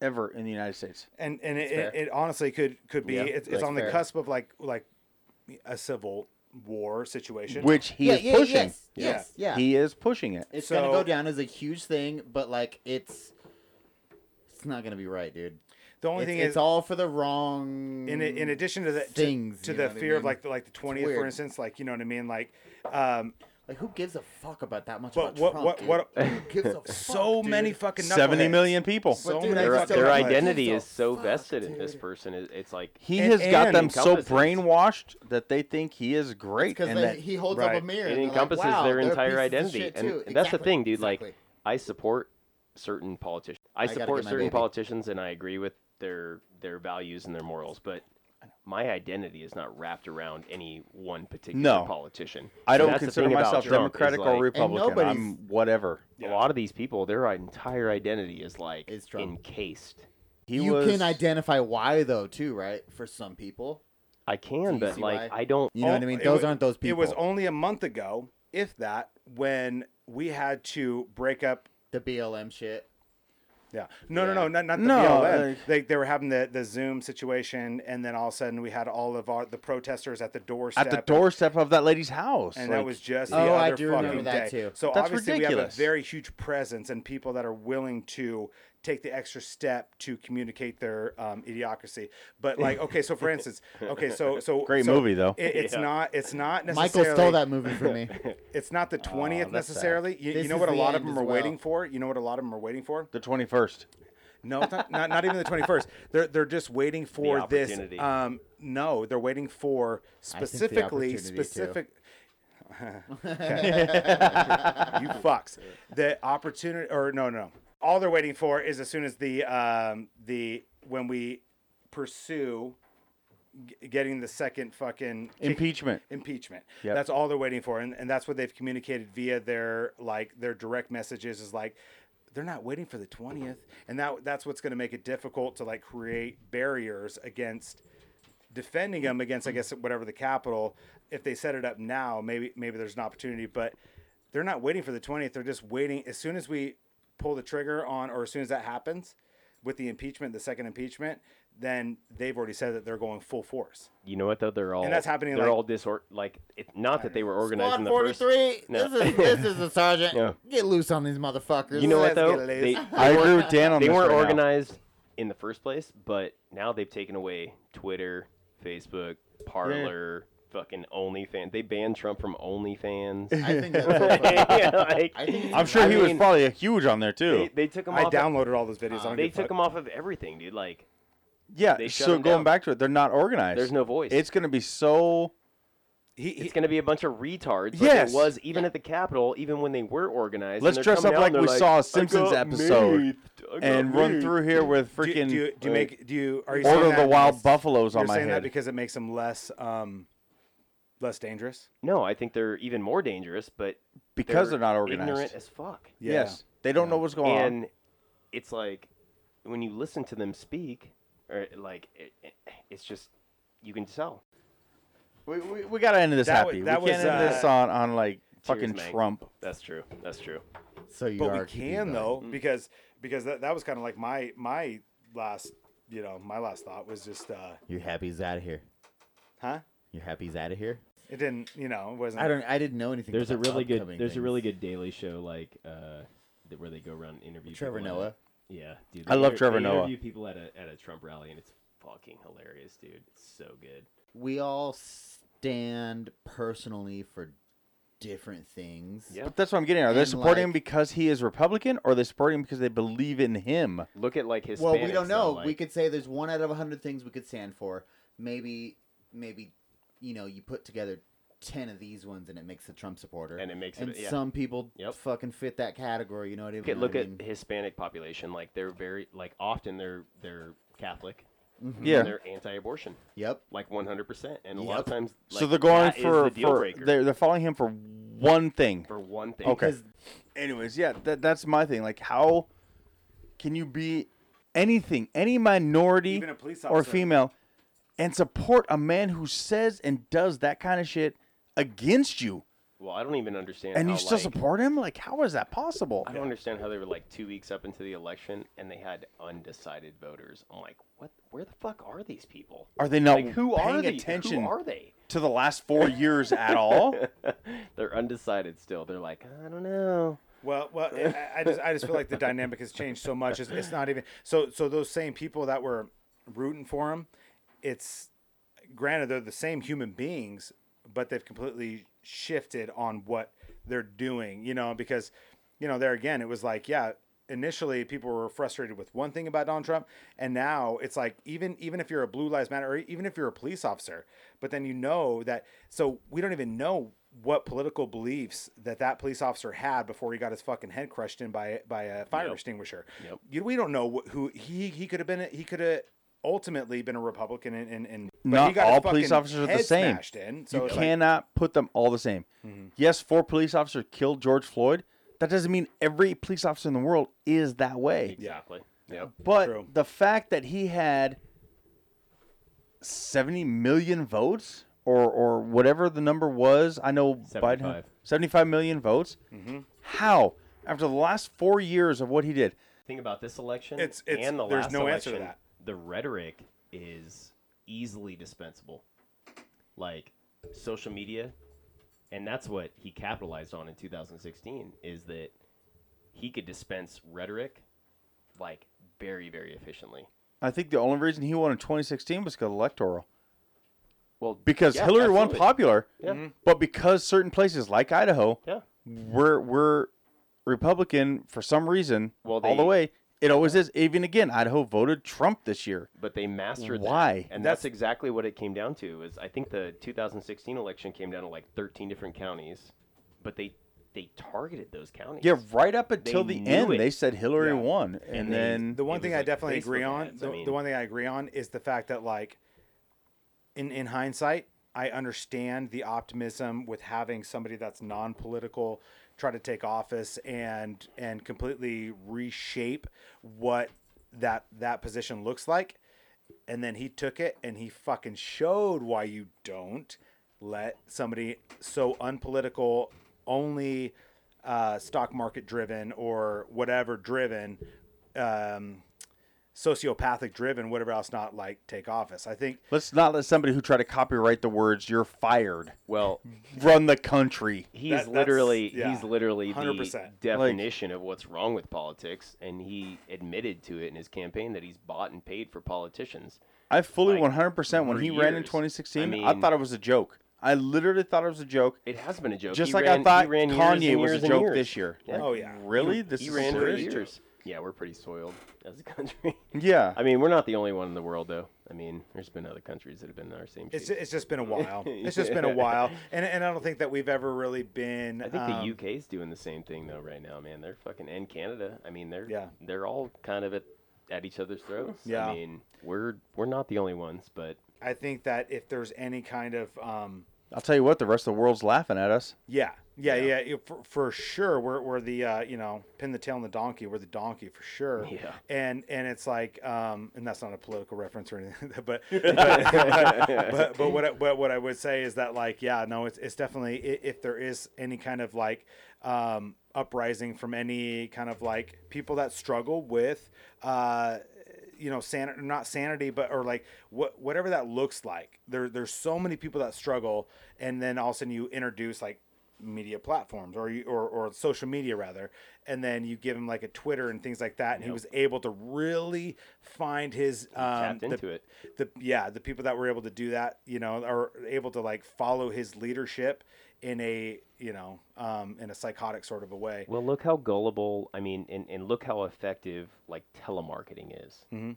Speaker 5: ever in the United States.
Speaker 1: and and it,
Speaker 4: fair.
Speaker 1: it, it honestly could could be
Speaker 6: Yeah,
Speaker 1: it's, it's
Speaker 4: that's
Speaker 1: on the
Speaker 4: fair.
Speaker 1: cusp of like like a civil war situation.
Speaker 5: Which he
Speaker 4: yeah,
Speaker 5: is
Speaker 4: yeah,
Speaker 5: pushing.
Speaker 4: yes, yes, yeah.
Speaker 5: He is pushing it.
Speaker 4: it's
Speaker 1: So-
Speaker 4: gonna go down as a huge thing, but like it's it's not gonna be right, dude.
Speaker 1: the only
Speaker 4: it's,
Speaker 1: thing
Speaker 4: it's
Speaker 1: is
Speaker 4: all for the wrong.
Speaker 1: in in addition to the to-
Speaker 4: things,
Speaker 1: to,
Speaker 4: you know
Speaker 1: the
Speaker 4: what I
Speaker 1: fear of
Speaker 4: mean?
Speaker 1: like the, like the twentieth, for
Speaker 4: weird.
Speaker 1: instance, like you know what I mean, like um,
Speaker 4: like who gives a fuck about that much? about
Speaker 1: But what-
Speaker 4: Trump,
Speaker 1: what-
Speaker 4: dude?
Speaker 1: what-
Speaker 4: Who gives a fuck,
Speaker 1: (laughs) so
Speaker 4: dude?
Speaker 1: many fucking
Speaker 5: Seventy
Speaker 1: knuckleheads.
Speaker 5: million people.
Speaker 1: So
Speaker 4: But dude,
Speaker 1: many
Speaker 4: I
Speaker 6: Their,
Speaker 4: still
Speaker 1: fucking
Speaker 6: their
Speaker 4: don't
Speaker 1: knuckleheads.
Speaker 4: like
Speaker 6: identity
Speaker 4: it.
Speaker 6: is so
Speaker 4: Fuck,
Speaker 6: vested in this
Speaker 4: dude.
Speaker 6: person. It, it's like
Speaker 5: he
Speaker 1: And-
Speaker 5: has got them
Speaker 1: and-
Speaker 5: so
Speaker 6: encompasses.
Speaker 5: brainwashed that they think he is great.
Speaker 4: because
Speaker 5: and that-
Speaker 4: he holds
Speaker 1: right.
Speaker 4: up a mirror.
Speaker 6: it
Speaker 4: and they're like,
Speaker 6: encompasses
Speaker 4: wow,
Speaker 6: their
Speaker 4: they're
Speaker 6: entire
Speaker 4: pieces of
Speaker 6: identity
Speaker 4: shit,
Speaker 6: and,
Speaker 4: too.
Speaker 6: and that's the
Speaker 4: Exactly,
Speaker 6: thing dude like
Speaker 4: exactly.
Speaker 6: i support certain politicians i,
Speaker 4: gotta
Speaker 6: support
Speaker 4: get my
Speaker 6: certain
Speaker 4: baby.
Speaker 6: politicians and i agree with their their values and their morals but my identity is not wrapped around any one particular
Speaker 5: No.
Speaker 6: politician
Speaker 5: I
Speaker 6: And
Speaker 5: don't
Speaker 6: that's the
Speaker 5: consider
Speaker 6: thing about
Speaker 5: myself
Speaker 6: Trump is,
Speaker 5: Democratic or
Speaker 6: like,
Speaker 5: Republican.
Speaker 4: nobody's-
Speaker 5: I'm whatever.
Speaker 6: a lot of these people their entire identity is like
Speaker 4: Is Trump.
Speaker 6: encased
Speaker 5: He
Speaker 4: you
Speaker 5: was
Speaker 4: can identify why though too, right? For some people,
Speaker 6: i can
Speaker 4: you
Speaker 6: but
Speaker 4: see
Speaker 6: like
Speaker 4: why?
Speaker 6: i don't
Speaker 4: you know
Speaker 1: Oh,
Speaker 4: what I mean.
Speaker 1: it
Speaker 4: Those
Speaker 1: wa-
Speaker 4: aren't those people.
Speaker 1: It was only a month ago, if that, when we had to break up.
Speaker 4: the BLM shit.
Speaker 1: Yeah. No, no, no, not, not the
Speaker 5: No,
Speaker 1: BLM.
Speaker 5: like-
Speaker 1: they, they were having the, the Zoom situation, and then all of a sudden we had all of our the protesters at the doorstep.
Speaker 5: at the doorstep of that lady's house.
Speaker 1: And
Speaker 5: Like,
Speaker 1: that was just the
Speaker 4: Oh, I
Speaker 1: other
Speaker 4: do
Speaker 1: fucking
Speaker 4: remember that
Speaker 1: day.
Speaker 4: too.
Speaker 1: So
Speaker 5: That's
Speaker 1: obviously we have a
Speaker 5: ridiculous.
Speaker 1: very huge presence and people that are willing to take the extra step to communicate their um, idiocracy. But like, okay, so for instance, okay, so so
Speaker 5: Great
Speaker 1: so
Speaker 5: movie, though.
Speaker 1: It, it's not it's not necessarily
Speaker 4: Michael stole that movie from me. (laughs)
Speaker 1: it's not the 20th
Speaker 5: that's sad.
Speaker 1: necessarily. You, you
Speaker 4: This
Speaker 1: know
Speaker 4: is
Speaker 1: what a
Speaker 4: the
Speaker 1: lot of
Speaker 4: end
Speaker 1: them
Speaker 4: as
Speaker 1: are
Speaker 4: well.
Speaker 1: waiting for? You know what a lot of them are waiting for?
Speaker 5: the 21st.
Speaker 1: No, it's not, not, not even the 21st.
Speaker 4: (laughs)
Speaker 1: They're, they're just waiting for this.
Speaker 6: opportunity.
Speaker 1: Um, no, they're waiting for
Speaker 4: think the
Speaker 1: specifically,
Speaker 4: opportunity, too.
Speaker 1: specific. Okay. you fucks. The opportunity, or no, no. All they're waiting for is as soon as the, um, the, when we pursue g- getting the second fucking kick-
Speaker 5: Impeachment.
Speaker 1: impeachment.
Speaker 5: Yep.
Speaker 1: That's all they're waiting for, and, and that's what they've communicated via their like their direct messages is like they're not waiting for the twentieth, and that that's what's going to make it difficult to like create barriers against defending them against I guess whatever the capital. If they set it up now, maybe maybe there's an opportunity, but they're not waiting for the twentieth. They're just waiting as soon as we pull the trigger on, or as soon as that happens, with the impeachment, the second impeachment, then they've already said that they're going full force.
Speaker 6: You know what though? They're all
Speaker 1: that's happening,
Speaker 6: They're
Speaker 1: like-
Speaker 6: all disor like it, not that they were organized in
Speaker 4: Squad
Speaker 6: the first.
Speaker 4: 43.
Speaker 6: No.
Speaker 4: This is this is the sergeant.
Speaker 6: No.
Speaker 4: Get loose on these motherfuckers.
Speaker 6: You know what
Speaker 1: Let's
Speaker 6: though?
Speaker 1: get it,
Speaker 6: They,
Speaker 1: ladies.
Speaker 5: I agree with Dan on
Speaker 6: they
Speaker 5: this
Speaker 6: weren't
Speaker 5: Oh, right now.
Speaker 6: organized in the first place, but now they've taken away Twitter, Facebook, Parlor, fucking OnlyFans. They banned Trump from
Speaker 4: (laughs)
Speaker 6: OnlyFans. (laughs)
Speaker 4: I think that's so funny.
Speaker 6: like,
Speaker 4: I think
Speaker 5: I'm sure
Speaker 6: I
Speaker 5: he was
Speaker 6: mean,
Speaker 5: probably a huge on there too.
Speaker 6: they, they took him
Speaker 1: I
Speaker 6: off. of-
Speaker 1: downloaded all those videos. I don't
Speaker 6: Uh, they
Speaker 1: give a
Speaker 6: took
Speaker 1: fuck.
Speaker 6: him off of everything, dude. Like
Speaker 5: yeah.
Speaker 6: they shut
Speaker 5: so
Speaker 6: him
Speaker 5: going
Speaker 6: down.
Speaker 5: back to it, they're not organized.
Speaker 6: There's no voice.
Speaker 5: It's gonna be so.
Speaker 1: He, he,
Speaker 6: it's going to be a bunch of retards. Like
Speaker 5: Yes.
Speaker 6: it was even at the Capitol, even when they were organized.
Speaker 5: Let's
Speaker 6: and they're
Speaker 5: dress
Speaker 6: coming
Speaker 5: up
Speaker 6: out
Speaker 5: like
Speaker 6: and they're
Speaker 5: we saw a
Speaker 6: "I
Speaker 5: Simpsons
Speaker 6: got
Speaker 5: episode
Speaker 6: meat. I got
Speaker 5: and run
Speaker 6: meat."
Speaker 5: through here with
Speaker 1: do, you-
Speaker 5: freaking uh,
Speaker 1: do, you- do you make do you are you saying
Speaker 5: Order
Speaker 1: that
Speaker 5: of the Wild
Speaker 1: because-
Speaker 5: Buffaloes
Speaker 1: You're
Speaker 5: on my
Speaker 1: saying that
Speaker 5: head.
Speaker 1: because it makes them less um, less dangerous.
Speaker 6: No, I think they're even more dangerous, but
Speaker 5: Because they're not organized.
Speaker 6: Ignorant as fuck.
Speaker 1: Yeah.
Speaker 5: Yes, they don't know what's going on.
Speaker 6: and it's like when you listen to them speak, or like it, it- it's just you can tell.
Speaker 5: We, we, we gotta end this
Speaker 1: That wa-
Speaker 5: happy.
Speaker 1: that
Speaker 5: we can't
Speaker 1: was,
Speaker 5: end this
Speaker 1: uh,
Speaker 5: on on like fucking
Speaker 6: Tears, Meg.
Speaker 5: Trump.
Speaker 6: That's true. That's true.
Speaker 4: so you
Speaker 1: but
Speaker 4: are
Speaker 1: we
Speaker 4: keeping
Speaker 1: can
Speaker 4: going.
Speaker 1: though
Speaker 5: Mm.
Speaker 1: because because that, that was kind of like my my last you know my last thought was just uh
Speaker 4: You're happy he's out of here.
Speaker 1: huh
Speaker 4: You're happy he's out of here.
Speaker 1: it didn't you know it wasn't
Speaker 4: I don't. I didn't know anything.
Speaker 3: There's a
Speaker 4: about the
Speaker 3: really good.
Speaker 4: upcoming
Speaker 3: There's a
Speaker 4: things.
Speaker 3: really good Daily Show like uh, that where they go around and interview
Speaker 4: Trevor
Speaker 3: people at-
Speaker 4: Noah.
Speaker 3: yeah, dude.
Speaker 5: I
Speaker 3: they
Speaker 5: love Trevor
Speaker 3: they
Speaker 5: Noah.
Speaker 3: Interview people at a at a Trump rally and it's fucking hilarious, dude. It's so good.
Speaker 4: We all stand personally for different things.
Speaker 6: Yeah.
Speaker 5: But that's what I'm getting. at. Are they
Speaker 4: And,
Speaker 5: supporting him
Speaker 4: like-
Speaker 5: because he is Republican, or are they supporting him because they believe in him?
Speaker 6: Look at like his.
Speaker 4: Well, we don't know. we could say there's one out of a hundred things we could stand for. Maybe, maybe, you know, you put together ten of these ones and it makes a Trump supporter.
Speaker 6: And it makes
Speaker 4: and
Speaker 6: it- yeah.
Speaker 4: some people
Speaker 6: Yep.
Speaker 4: fucking fit that category. You know what I mean?
Speaker 6: look at, look
Speaker 4: I
Speaker 6: at
Speaker 4: mean,
Speaker 6: Hispanic population. Like they're very like often they're they're Catholic.
Speaker 5: Yeah.
Speaker 4: Mm-hmm.
Speaker 6: And they're anti-abortion,
Speaker 4: yep.
Speaker 6: like 100, percent and a lot
Speaker 4: Yep.
Speaker 6: of times. Like,
Speaker 5: so they're going
Speaker 6: that is
Speaker 5: for
Speaker 6: the deal
Speaker 5: for
Speaker 6: breaker
Speaker 5: they're, they're following him for one thing.
Speaker 6: for one thing.
Speaker 5: Okay.
Speaker 4: Because
Speaker 5: Anyways, yeah, that, that's my thing. Like, how can you be anything, any minority
Speaker 1: Even a police
Speaker 5: or
Speaker 1: officer.
Speaker 5: female, and support a man who says and does that kind of shit against you,
Speaker 6: Well, I don't even understand.
Speaker 5: and
Speaker 6: how,
Speaker 5: you still
Speaker 6: like,
Speaker 5: support him? Like, how is that possible?
Speaker 6: I don't understand how they were like two weeks up into the election and they had undecided voters. I'm like, what? Where the fuck are these people?
Speaker 5: Are they not
Speaker 6: Like, who
Speaker 5: paying
Speaker 6: are they?
Speaker 5: attention
Speaker 6: Who are they?
Speaker 5: to the last four years at
Speaker 6: (laughs)
Speaker 5: all?
Speaker 6: They're undecided still. They're like, I don't know.
Speaker 1: well well I, I just I just feel like the dynamic has changed so much it's, it's not even so so those same people that were rooting for him it's granted they're the same human beings but they've completely shifted on what they're doing you know because you know there again it was like yeah initially people were frustrated with one thing about Donald Trump and now it's like even even if you're a blue lives matter or even if you're a police officer but then you know that so we don't even know what political beliefs that that police officer had before he got his fucking head crushed in by by a fire extinguisher
Speaker 6: Yep.
Speaker 1: you, we don't know wh- who he he could have been a- he could have ultimately been a republican and and, and but
Speaker 5: Not
Speaker 1: he got his
Speaker 5: all police
Speaker 1: fucking
Speaker 5: officers are the
Speaker 1: head
Speaker 5: same.
Speaker 1: smashed in, so
Speaker 5: you
Speaker 1: it's like-
Speaker 5: cannot put them all the same. Yes, four police officers killed George Floyd. That doesn't mean every police officer in the world is that way.
Speaker 6: Exactly. Yep.
Speaker 5: But
Speaker 1: True.
Speaker 5: the fact that he had 70 million votes or or whatever the number was, I know Biden
Speaker 3: 75.
Speaker 5: 75 million votes. How? After the last 4 years of what he did.
Speaker 3: Thing about this election
Speaker 1: It's- it's-
Speaker 3: and the
Speaker 1: there's
Speaker 3: last
Speaker 1: no answer
Speaker 3: election,
Speaker 1: to that.
Speaker 3: the rhetoric is easily dispensable. Like social media, and that's what he capitalized on in 2016 is that he could dispense rhetoric like very very efficiently.
Speaker 5: I think the only reason he won in 2016 was because electoral.
Speaker 6: Well,
Speaker 5: Because
Speaker 6: yeah,
Speaker 5: Hillary won
Speaker 6: absolutely.
Speaker 5: popular,
Speaker 6: Yeah.
Speaker 5: but because certain places like Idaho
Speaker 6: Yeah.
Speaker 5: were were Republican for some reason
Speaker 6: Well,
Speaker 5: all the
Speaker 6: they-
Speaker 5: way. It always is. Even again, Idaho voted Trump this year.
Speaker 6: but they mastered that.
Speaker 5: Why?
Speaker 6: and
Speaker 1: That's-
Speaker 6: that's, exactly what it came down to is i think the 2016 election came down to like 13 different counties but they they targeted those counties
Speaker 5: Yeah, right up until the
Speaker 6: knew
Speaker 5: end,
Speaker 6: it.
Speaker 5: they said Hillary
Speaker 1: Yeah.
Speaker 5: won, and,
Speaker 6: they-
Speaker 5: then
Speaker 1: the one
Speaker 6: It
Speaker 1: thing
Speaker 6: was
Speaker 1: I
Speaker 6: like
Speaker 1: definitely
Speaker 6: Facebook
Speaker 1: agree on,
Speaker 6: ads, I
Speaker 1: the,
Speaker 6: mean.
Speaker 1: the one thing I agree on is the fact that like in in hindsight, I understand the optimism with having somebody that's non-political try to take office and and completely reshape what that that position looks like. And then he took it and he fucking showed why you don't let somebody so unpolitical only uh, stock market driven or whatever driven, um, sociopathic driven, whatever else not like take office. I think
Speaker 5: Let's not let somebody who tried to copyright the words "you're fired"
Speaker 1: (laughs)
Speaker 6: Well,
Speaker 5: run the country.
Speaker 6: he's
Speaker 1: that's-
Speaker 6: literally
Speaker 1: yeah,
Speaker 6: he's literally the
Speaker 1: 100%.
Speaker 6: definition of what's wrong with politics, and he admitted to it in his campaign that he's bought and paid for politicians.
Speaker 5: I fully
Speaker 6: Like,
Speaker 5: 100% when
Speaker 6: for
Speaker 5: he ran in
Speaker 6: years.
Speaker 5: 2016, I,
Speaker 6: I mean-
Speaker 5: thought it was a joke. I literally thought it was a joke.
Speaker 6: It has been a joke.
Speaker 5: Just
Speaker 6: He
Speaker 5: like
Speaker 6: ran-
Speaker 5: I
Speaker 6: he
Speaker 5: thought
Speaker 6: ran years
Speaker 5: Kanye
Speaker 6: and
Speaker 5: was
Speaker 6: years
Speaker 5: a
Speaker 6: and
Speaker 5: joke
Speaker 6: years.
Speaker 5: this year.
Speaker 6: Yeah.
Speaker 1: Oh, yeah.
Speaker 5: Really? This
Speaker 6: he
Speaker 5: is
Speaker 6: ran
Speaker 5: a
Speaker 6: for
Speaker 5: serious joke.
Speaker 6: years. Yeah, we're pretty soiled as a country. (laughs)
Speaker 5: Yeah.
Speaker 6: I mean, we're not the only one in the world, though. I mean, there's been other countries that have been in our same
Speaker 1: it's
Speaker 6: shape.
Speaker 1: it's just been a while. It's just been a while, and and I don't think that we've ever really been.
Speaker 6: I think
Speaker 1: um,
Speaker 6: the UK's doing the same thing though right now, man. They're fucking and Canada. I mean, they're
Speaker 1: Yeah.
Speaker 6: they're all kind of at at each other's throats.
Speaker 1: Yeah.
Speaker 6: I mean, we're we're not the only ones, but
Speaker 1: I think that if there's any kind of um,
Speaker 5: I'll tell you what, the rest of the world's laughing at us.
Speaker 1: Yeah, yeah, yeah, yeah, for, for sure. We're, we're the uh, you know pin the tail on the donkey. We're the donkey for sure.
Speaker 6: Yeah.
Speaker 1: and and it's like um, and that's not a political reference or anything, (laughs) but but, but, but what I, but what I would say is that like yeah no it's it's definitely i- if there is any kind of like um, uprising from any kind of like people that struggle with uh, you know sanity not sanity but or like what whatever that looks like there there's so many people that struggle and then all of a sudden you introduce like media platforms or you or, or social media rather and then you give him like a twitter and things like that and he was able to really find his um
Speaker 6: tapped into it.
Speaker 1: the yeah the people that were able to do that you know are able to like follow his leadership in a you know um in a psychotic sort of a way
Speaker 6: Well, look how gullible. I mean, and, and look how effective like telemarketing is.
Speaker 1: Mhm.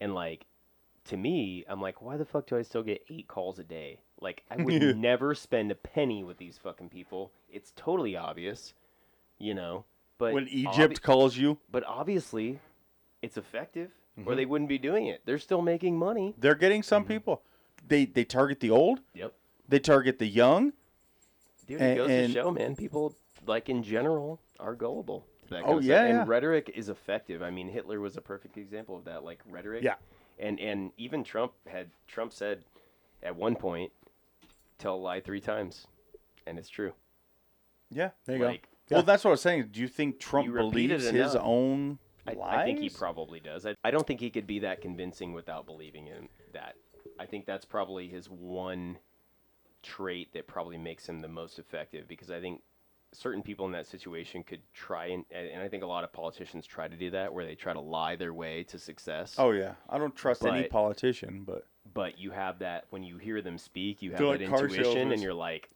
Speaker 6: And like, to me, I'm like, why the fuck do I still get eight calls a day? Like, I
Speaker 1: (laughs)
Speaker 6: would never spend a penny with these fucking people. It's totally obvious, you know. But
Speaker 5: When Egypt
Speaker 6: obvi-
Speaker 5: calls you,
Speaker 6: but obviously, it's effective, or they wouldn't be doing it. They're still making money.
Speaker 5: they're getting some
Speaker 1: Mm-hmm.
Speaker 5: people. They they target the old,
Speaker 6: Yep.
Speaker 5: they target the young.
Speaker 6: Dude,
Speaker 5: And-
Speaker 6: it goes
Speaker 5: and-
Speaker 6: to show, man. People like in general are gullible. to That
Speaker 5: Oh,
Speaker 6: kind of stuff.
Speaker 5: yeah,
Speaker 6: and
Speaker 5: yeah.
Speaker 6: rhetoric is effective. I mean, Hitler was a perfect example of that. Like rhetoric,
Speaker 1: Yeah.
Speaker 6: and and even Trump had Trump said at one point, "Tell a lie three times," and it's true.
Speaker 5: Yeah. There
Speaker 6: you go. Like-
Speaker 5: Well, that's what I was saying. Do you think Trump
Speaker 6: You repeat it
Speaker 5: believes his
Speaker 6: enough.
Speaker 5: own
Speaker 6: I,
Speaker 5: lies?
Speaker 6: I think he probably does. I, I don't think he could be that convincing without believing in that. I think that's probably his one trait that probably makes him the most effective because I think certain people in that situation could try and and and I think a lot of politicians try to do that where they try to lie their way to success.
Speaker 5: Oh yeah, I don't trust any
Speaker 6: But-
Speaker 5: politician, but
Speaker 6: But you have that when you hear them speak, you have
Speaker 5: They're
Speaker 6: that
Speaker 5: like car
Speaker 6: intuition
Speaker 5: salesmen.
Speaker 6: and you're like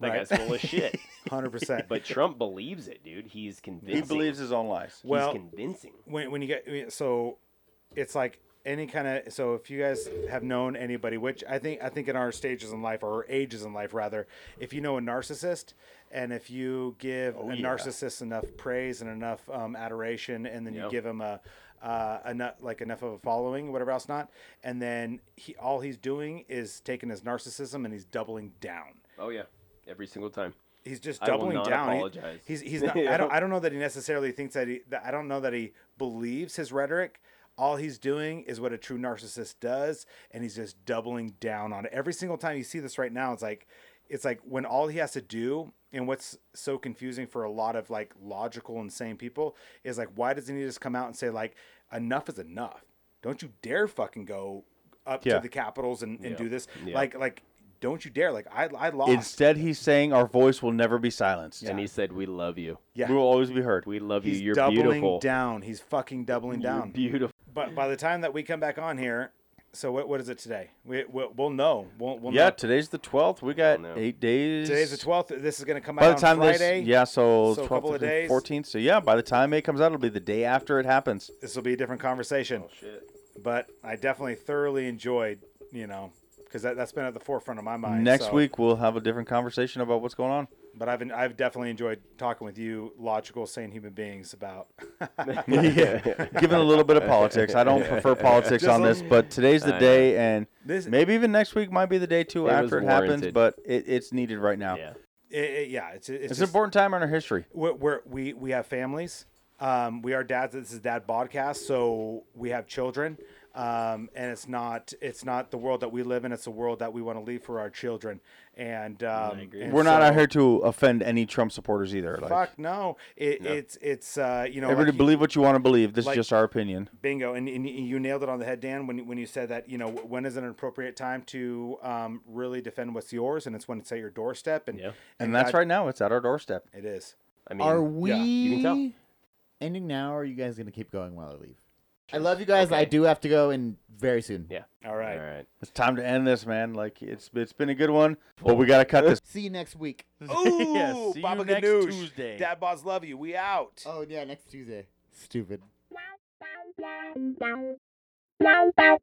Speaker 6: that
Speaker 1: Right.
Speaker 6: guy's
Speaker 5: (laughs)
Speaker 6: full of shit.
Speaker 1: 100%
Speaker 6: But Trump believes it, dude. He's
Speaker 5: he
Speaker 6: convincing.
Speaker 5: believes his own lies.
Speaker 6: He's
Speaker 1: Well-
Speaker 6: convincing.
Speaker 1: when, when you get so it's like any kind of so if you guys have known anybody which i think i think in our stages in life or ages in life rather if you know a narcissist and if you give
Speaker 6: Oh,
Speaker 1: a narcissist enough praise and enough um, adoration and then you
Speaker 6: Yep.
Speaker 1: give him a uh, enough like enough of a following whatever else not and then he all he's doing is taking his narcissism and he's doubling down
Speaker 6: Oh yeah. Every single time.
Speaker 1: He's just
Speaker 6: I will
Speaker 1: doubling
Speaker 6: not
Speaker 1: down. He-
Speaker 6: apologize.
Speaker 1: he's
Speaker 6: (laughs)
Speaker 1: he's not. I don't. I don't know that he necessarily thinks that he. That I don't know that he believes his rhetoric. All he's doing is what a true narcissist does, and he's just doubling down on it. Every single time you see this right now, it's like, it's like when all he has to do, and what's so confusing for a lot of like logical insane people is like, why doesn't he just come out and say like, enough is enough? Don't you dare fucking go up
Speaker 5: Yeah.
Speaker 1: to the capitals and, and
Speaker 6: Yeah.
Speaker 1: do this.
Speaker 6: Yeah.
Speaker 1: Like like, don't you dare! Like I I lost.
Speaker 5: Instead, he's saying our voice will never be silenced.
Speaker 6: And he said, "We love you.
Speaker 1: yeah.
Speaker 5: We will always be heard.
Speaker 6: We love
Speaker 1: He's
Speaker 6: you. You're
Speaker 1: doubling
Speaker 6: beautiful.
Speaker 1: down. He's fucking doubling
Speaker 6: You're
Speaker 1: down.
Speaker 6: beautiful."
Speaker 1: but by the time that we come back on here, so what, what is it today? We, we'll, we'll know. We'll, we'll
Speaker 5: yeah,
Speaker 1: know.
Speaker 5: today's the twelfth. We got
Speaker 6: Oh, no.
Speaker 5: eight days.
Speaker 1: Today's the 12th. This is going to come
Speaker 5: By
Speaker 1: out
Speaker 5: the time
Speaker 1: on Friday.
Speaker 5: this, yeah, so,
Speaker 1: so a couple
Speaker 5: twelfth
Speaker 1: of days.
Speaker 5: fourteenth. So yeah, by the time it comes out, it'll be the day after it happens.
Speaker 1: This will be a different conversation. But I definitely thoroughly enjoyed, you know, because that, that's been at the forefront of my mind.
Speaker 5: Next
Speaker 1: so-
Speaker 5: week, we'll have a different conversation about what's going on.
Speaker 1: But I've, I've definitely enjoyed talking with you, logical, sane human beings about. (laughs)
Speaker 5: (laughs) yeah, given a little bit of politics. I don't prefer politics
Speaker 1: Just
Speaker 5: on
Speaker 1: a-
Speaker 5: this, but today's the
Speaker 6: I know.
Speaker 5: day, and
Speaker 1: This-
Speaker 5: maybe even next week might be the day too
Speaker 6: It
Speaker 5: after it
Speaker 6: was
Speaker 5: happens.
Speaker 6: warranted.
Speaker 5: But it, it's needed right now.
Speaker 6: Yeah.
Speaker 1: It, it- yeah, it's, it's,
Speaker 5: It's
Speaker 1: just-
Speaker 5: an important time in our history.
Speaker 1: we're, we're we we have families. Um, we are dads. This is dad podcast, so we have children. um, and it's not it's not the world that we live in. It's the world that we want to leave for our children. And, um,
Speaker 6: agree.
Speaker 1: and
Speaker 5: We're not
Speaker 1: so-
Speaker 5: out here to offend any Trump supporters either. Like,
Speaker 1: Fuck no! It, It's it's uh, you know
Speaker 5: everybody
Speaker 1: like-
Speaker 5: believe what you want to believe. This
Speaker 1: like-
Speaker 5: is just our opinion.
Speaker 1: Bingo, and, and you nailed it on the head, Dan. When when you said that, you know, when is an appropriate time to um, really defend what's yours, and it's when it's at your doorstep, and
Speaker 6: Yeah.
Speaker 5: And that's
Speaker 1: God-
Speaker 5: right now. It's at our doorstep.
Speaker 1: it is.
Speaker 6: I mean,
Speaker 4: Are we
Speaker 1: yeah,
Speaker 6: you can tell.
Speaker 4: ending now, or are you guys gonna keep going while I leave? I love you guys. I do have to go in very soon.
Speaker 6: Yeah.
Speaker 1: All right.
Speaker 6: All right.
Speaker 5: It's time to end this, man. Like it's it's been a good one, but we gotta cut this.
Speaker 4: See you next week.
Speaker 1: (laughs) Ooh,
Speaker 6: (laughs)
Speaker 5: Yeah, see you
Speaker 1: Baba
Speaker 5: next
Speaker 1: Ganoush.
Speaker 5: Tuesday.
Speaker 1: Dad bods love you. We out.
Speaker 4: Oh yeah, next Tuesday. Stupid.
Speaker 8: Bye.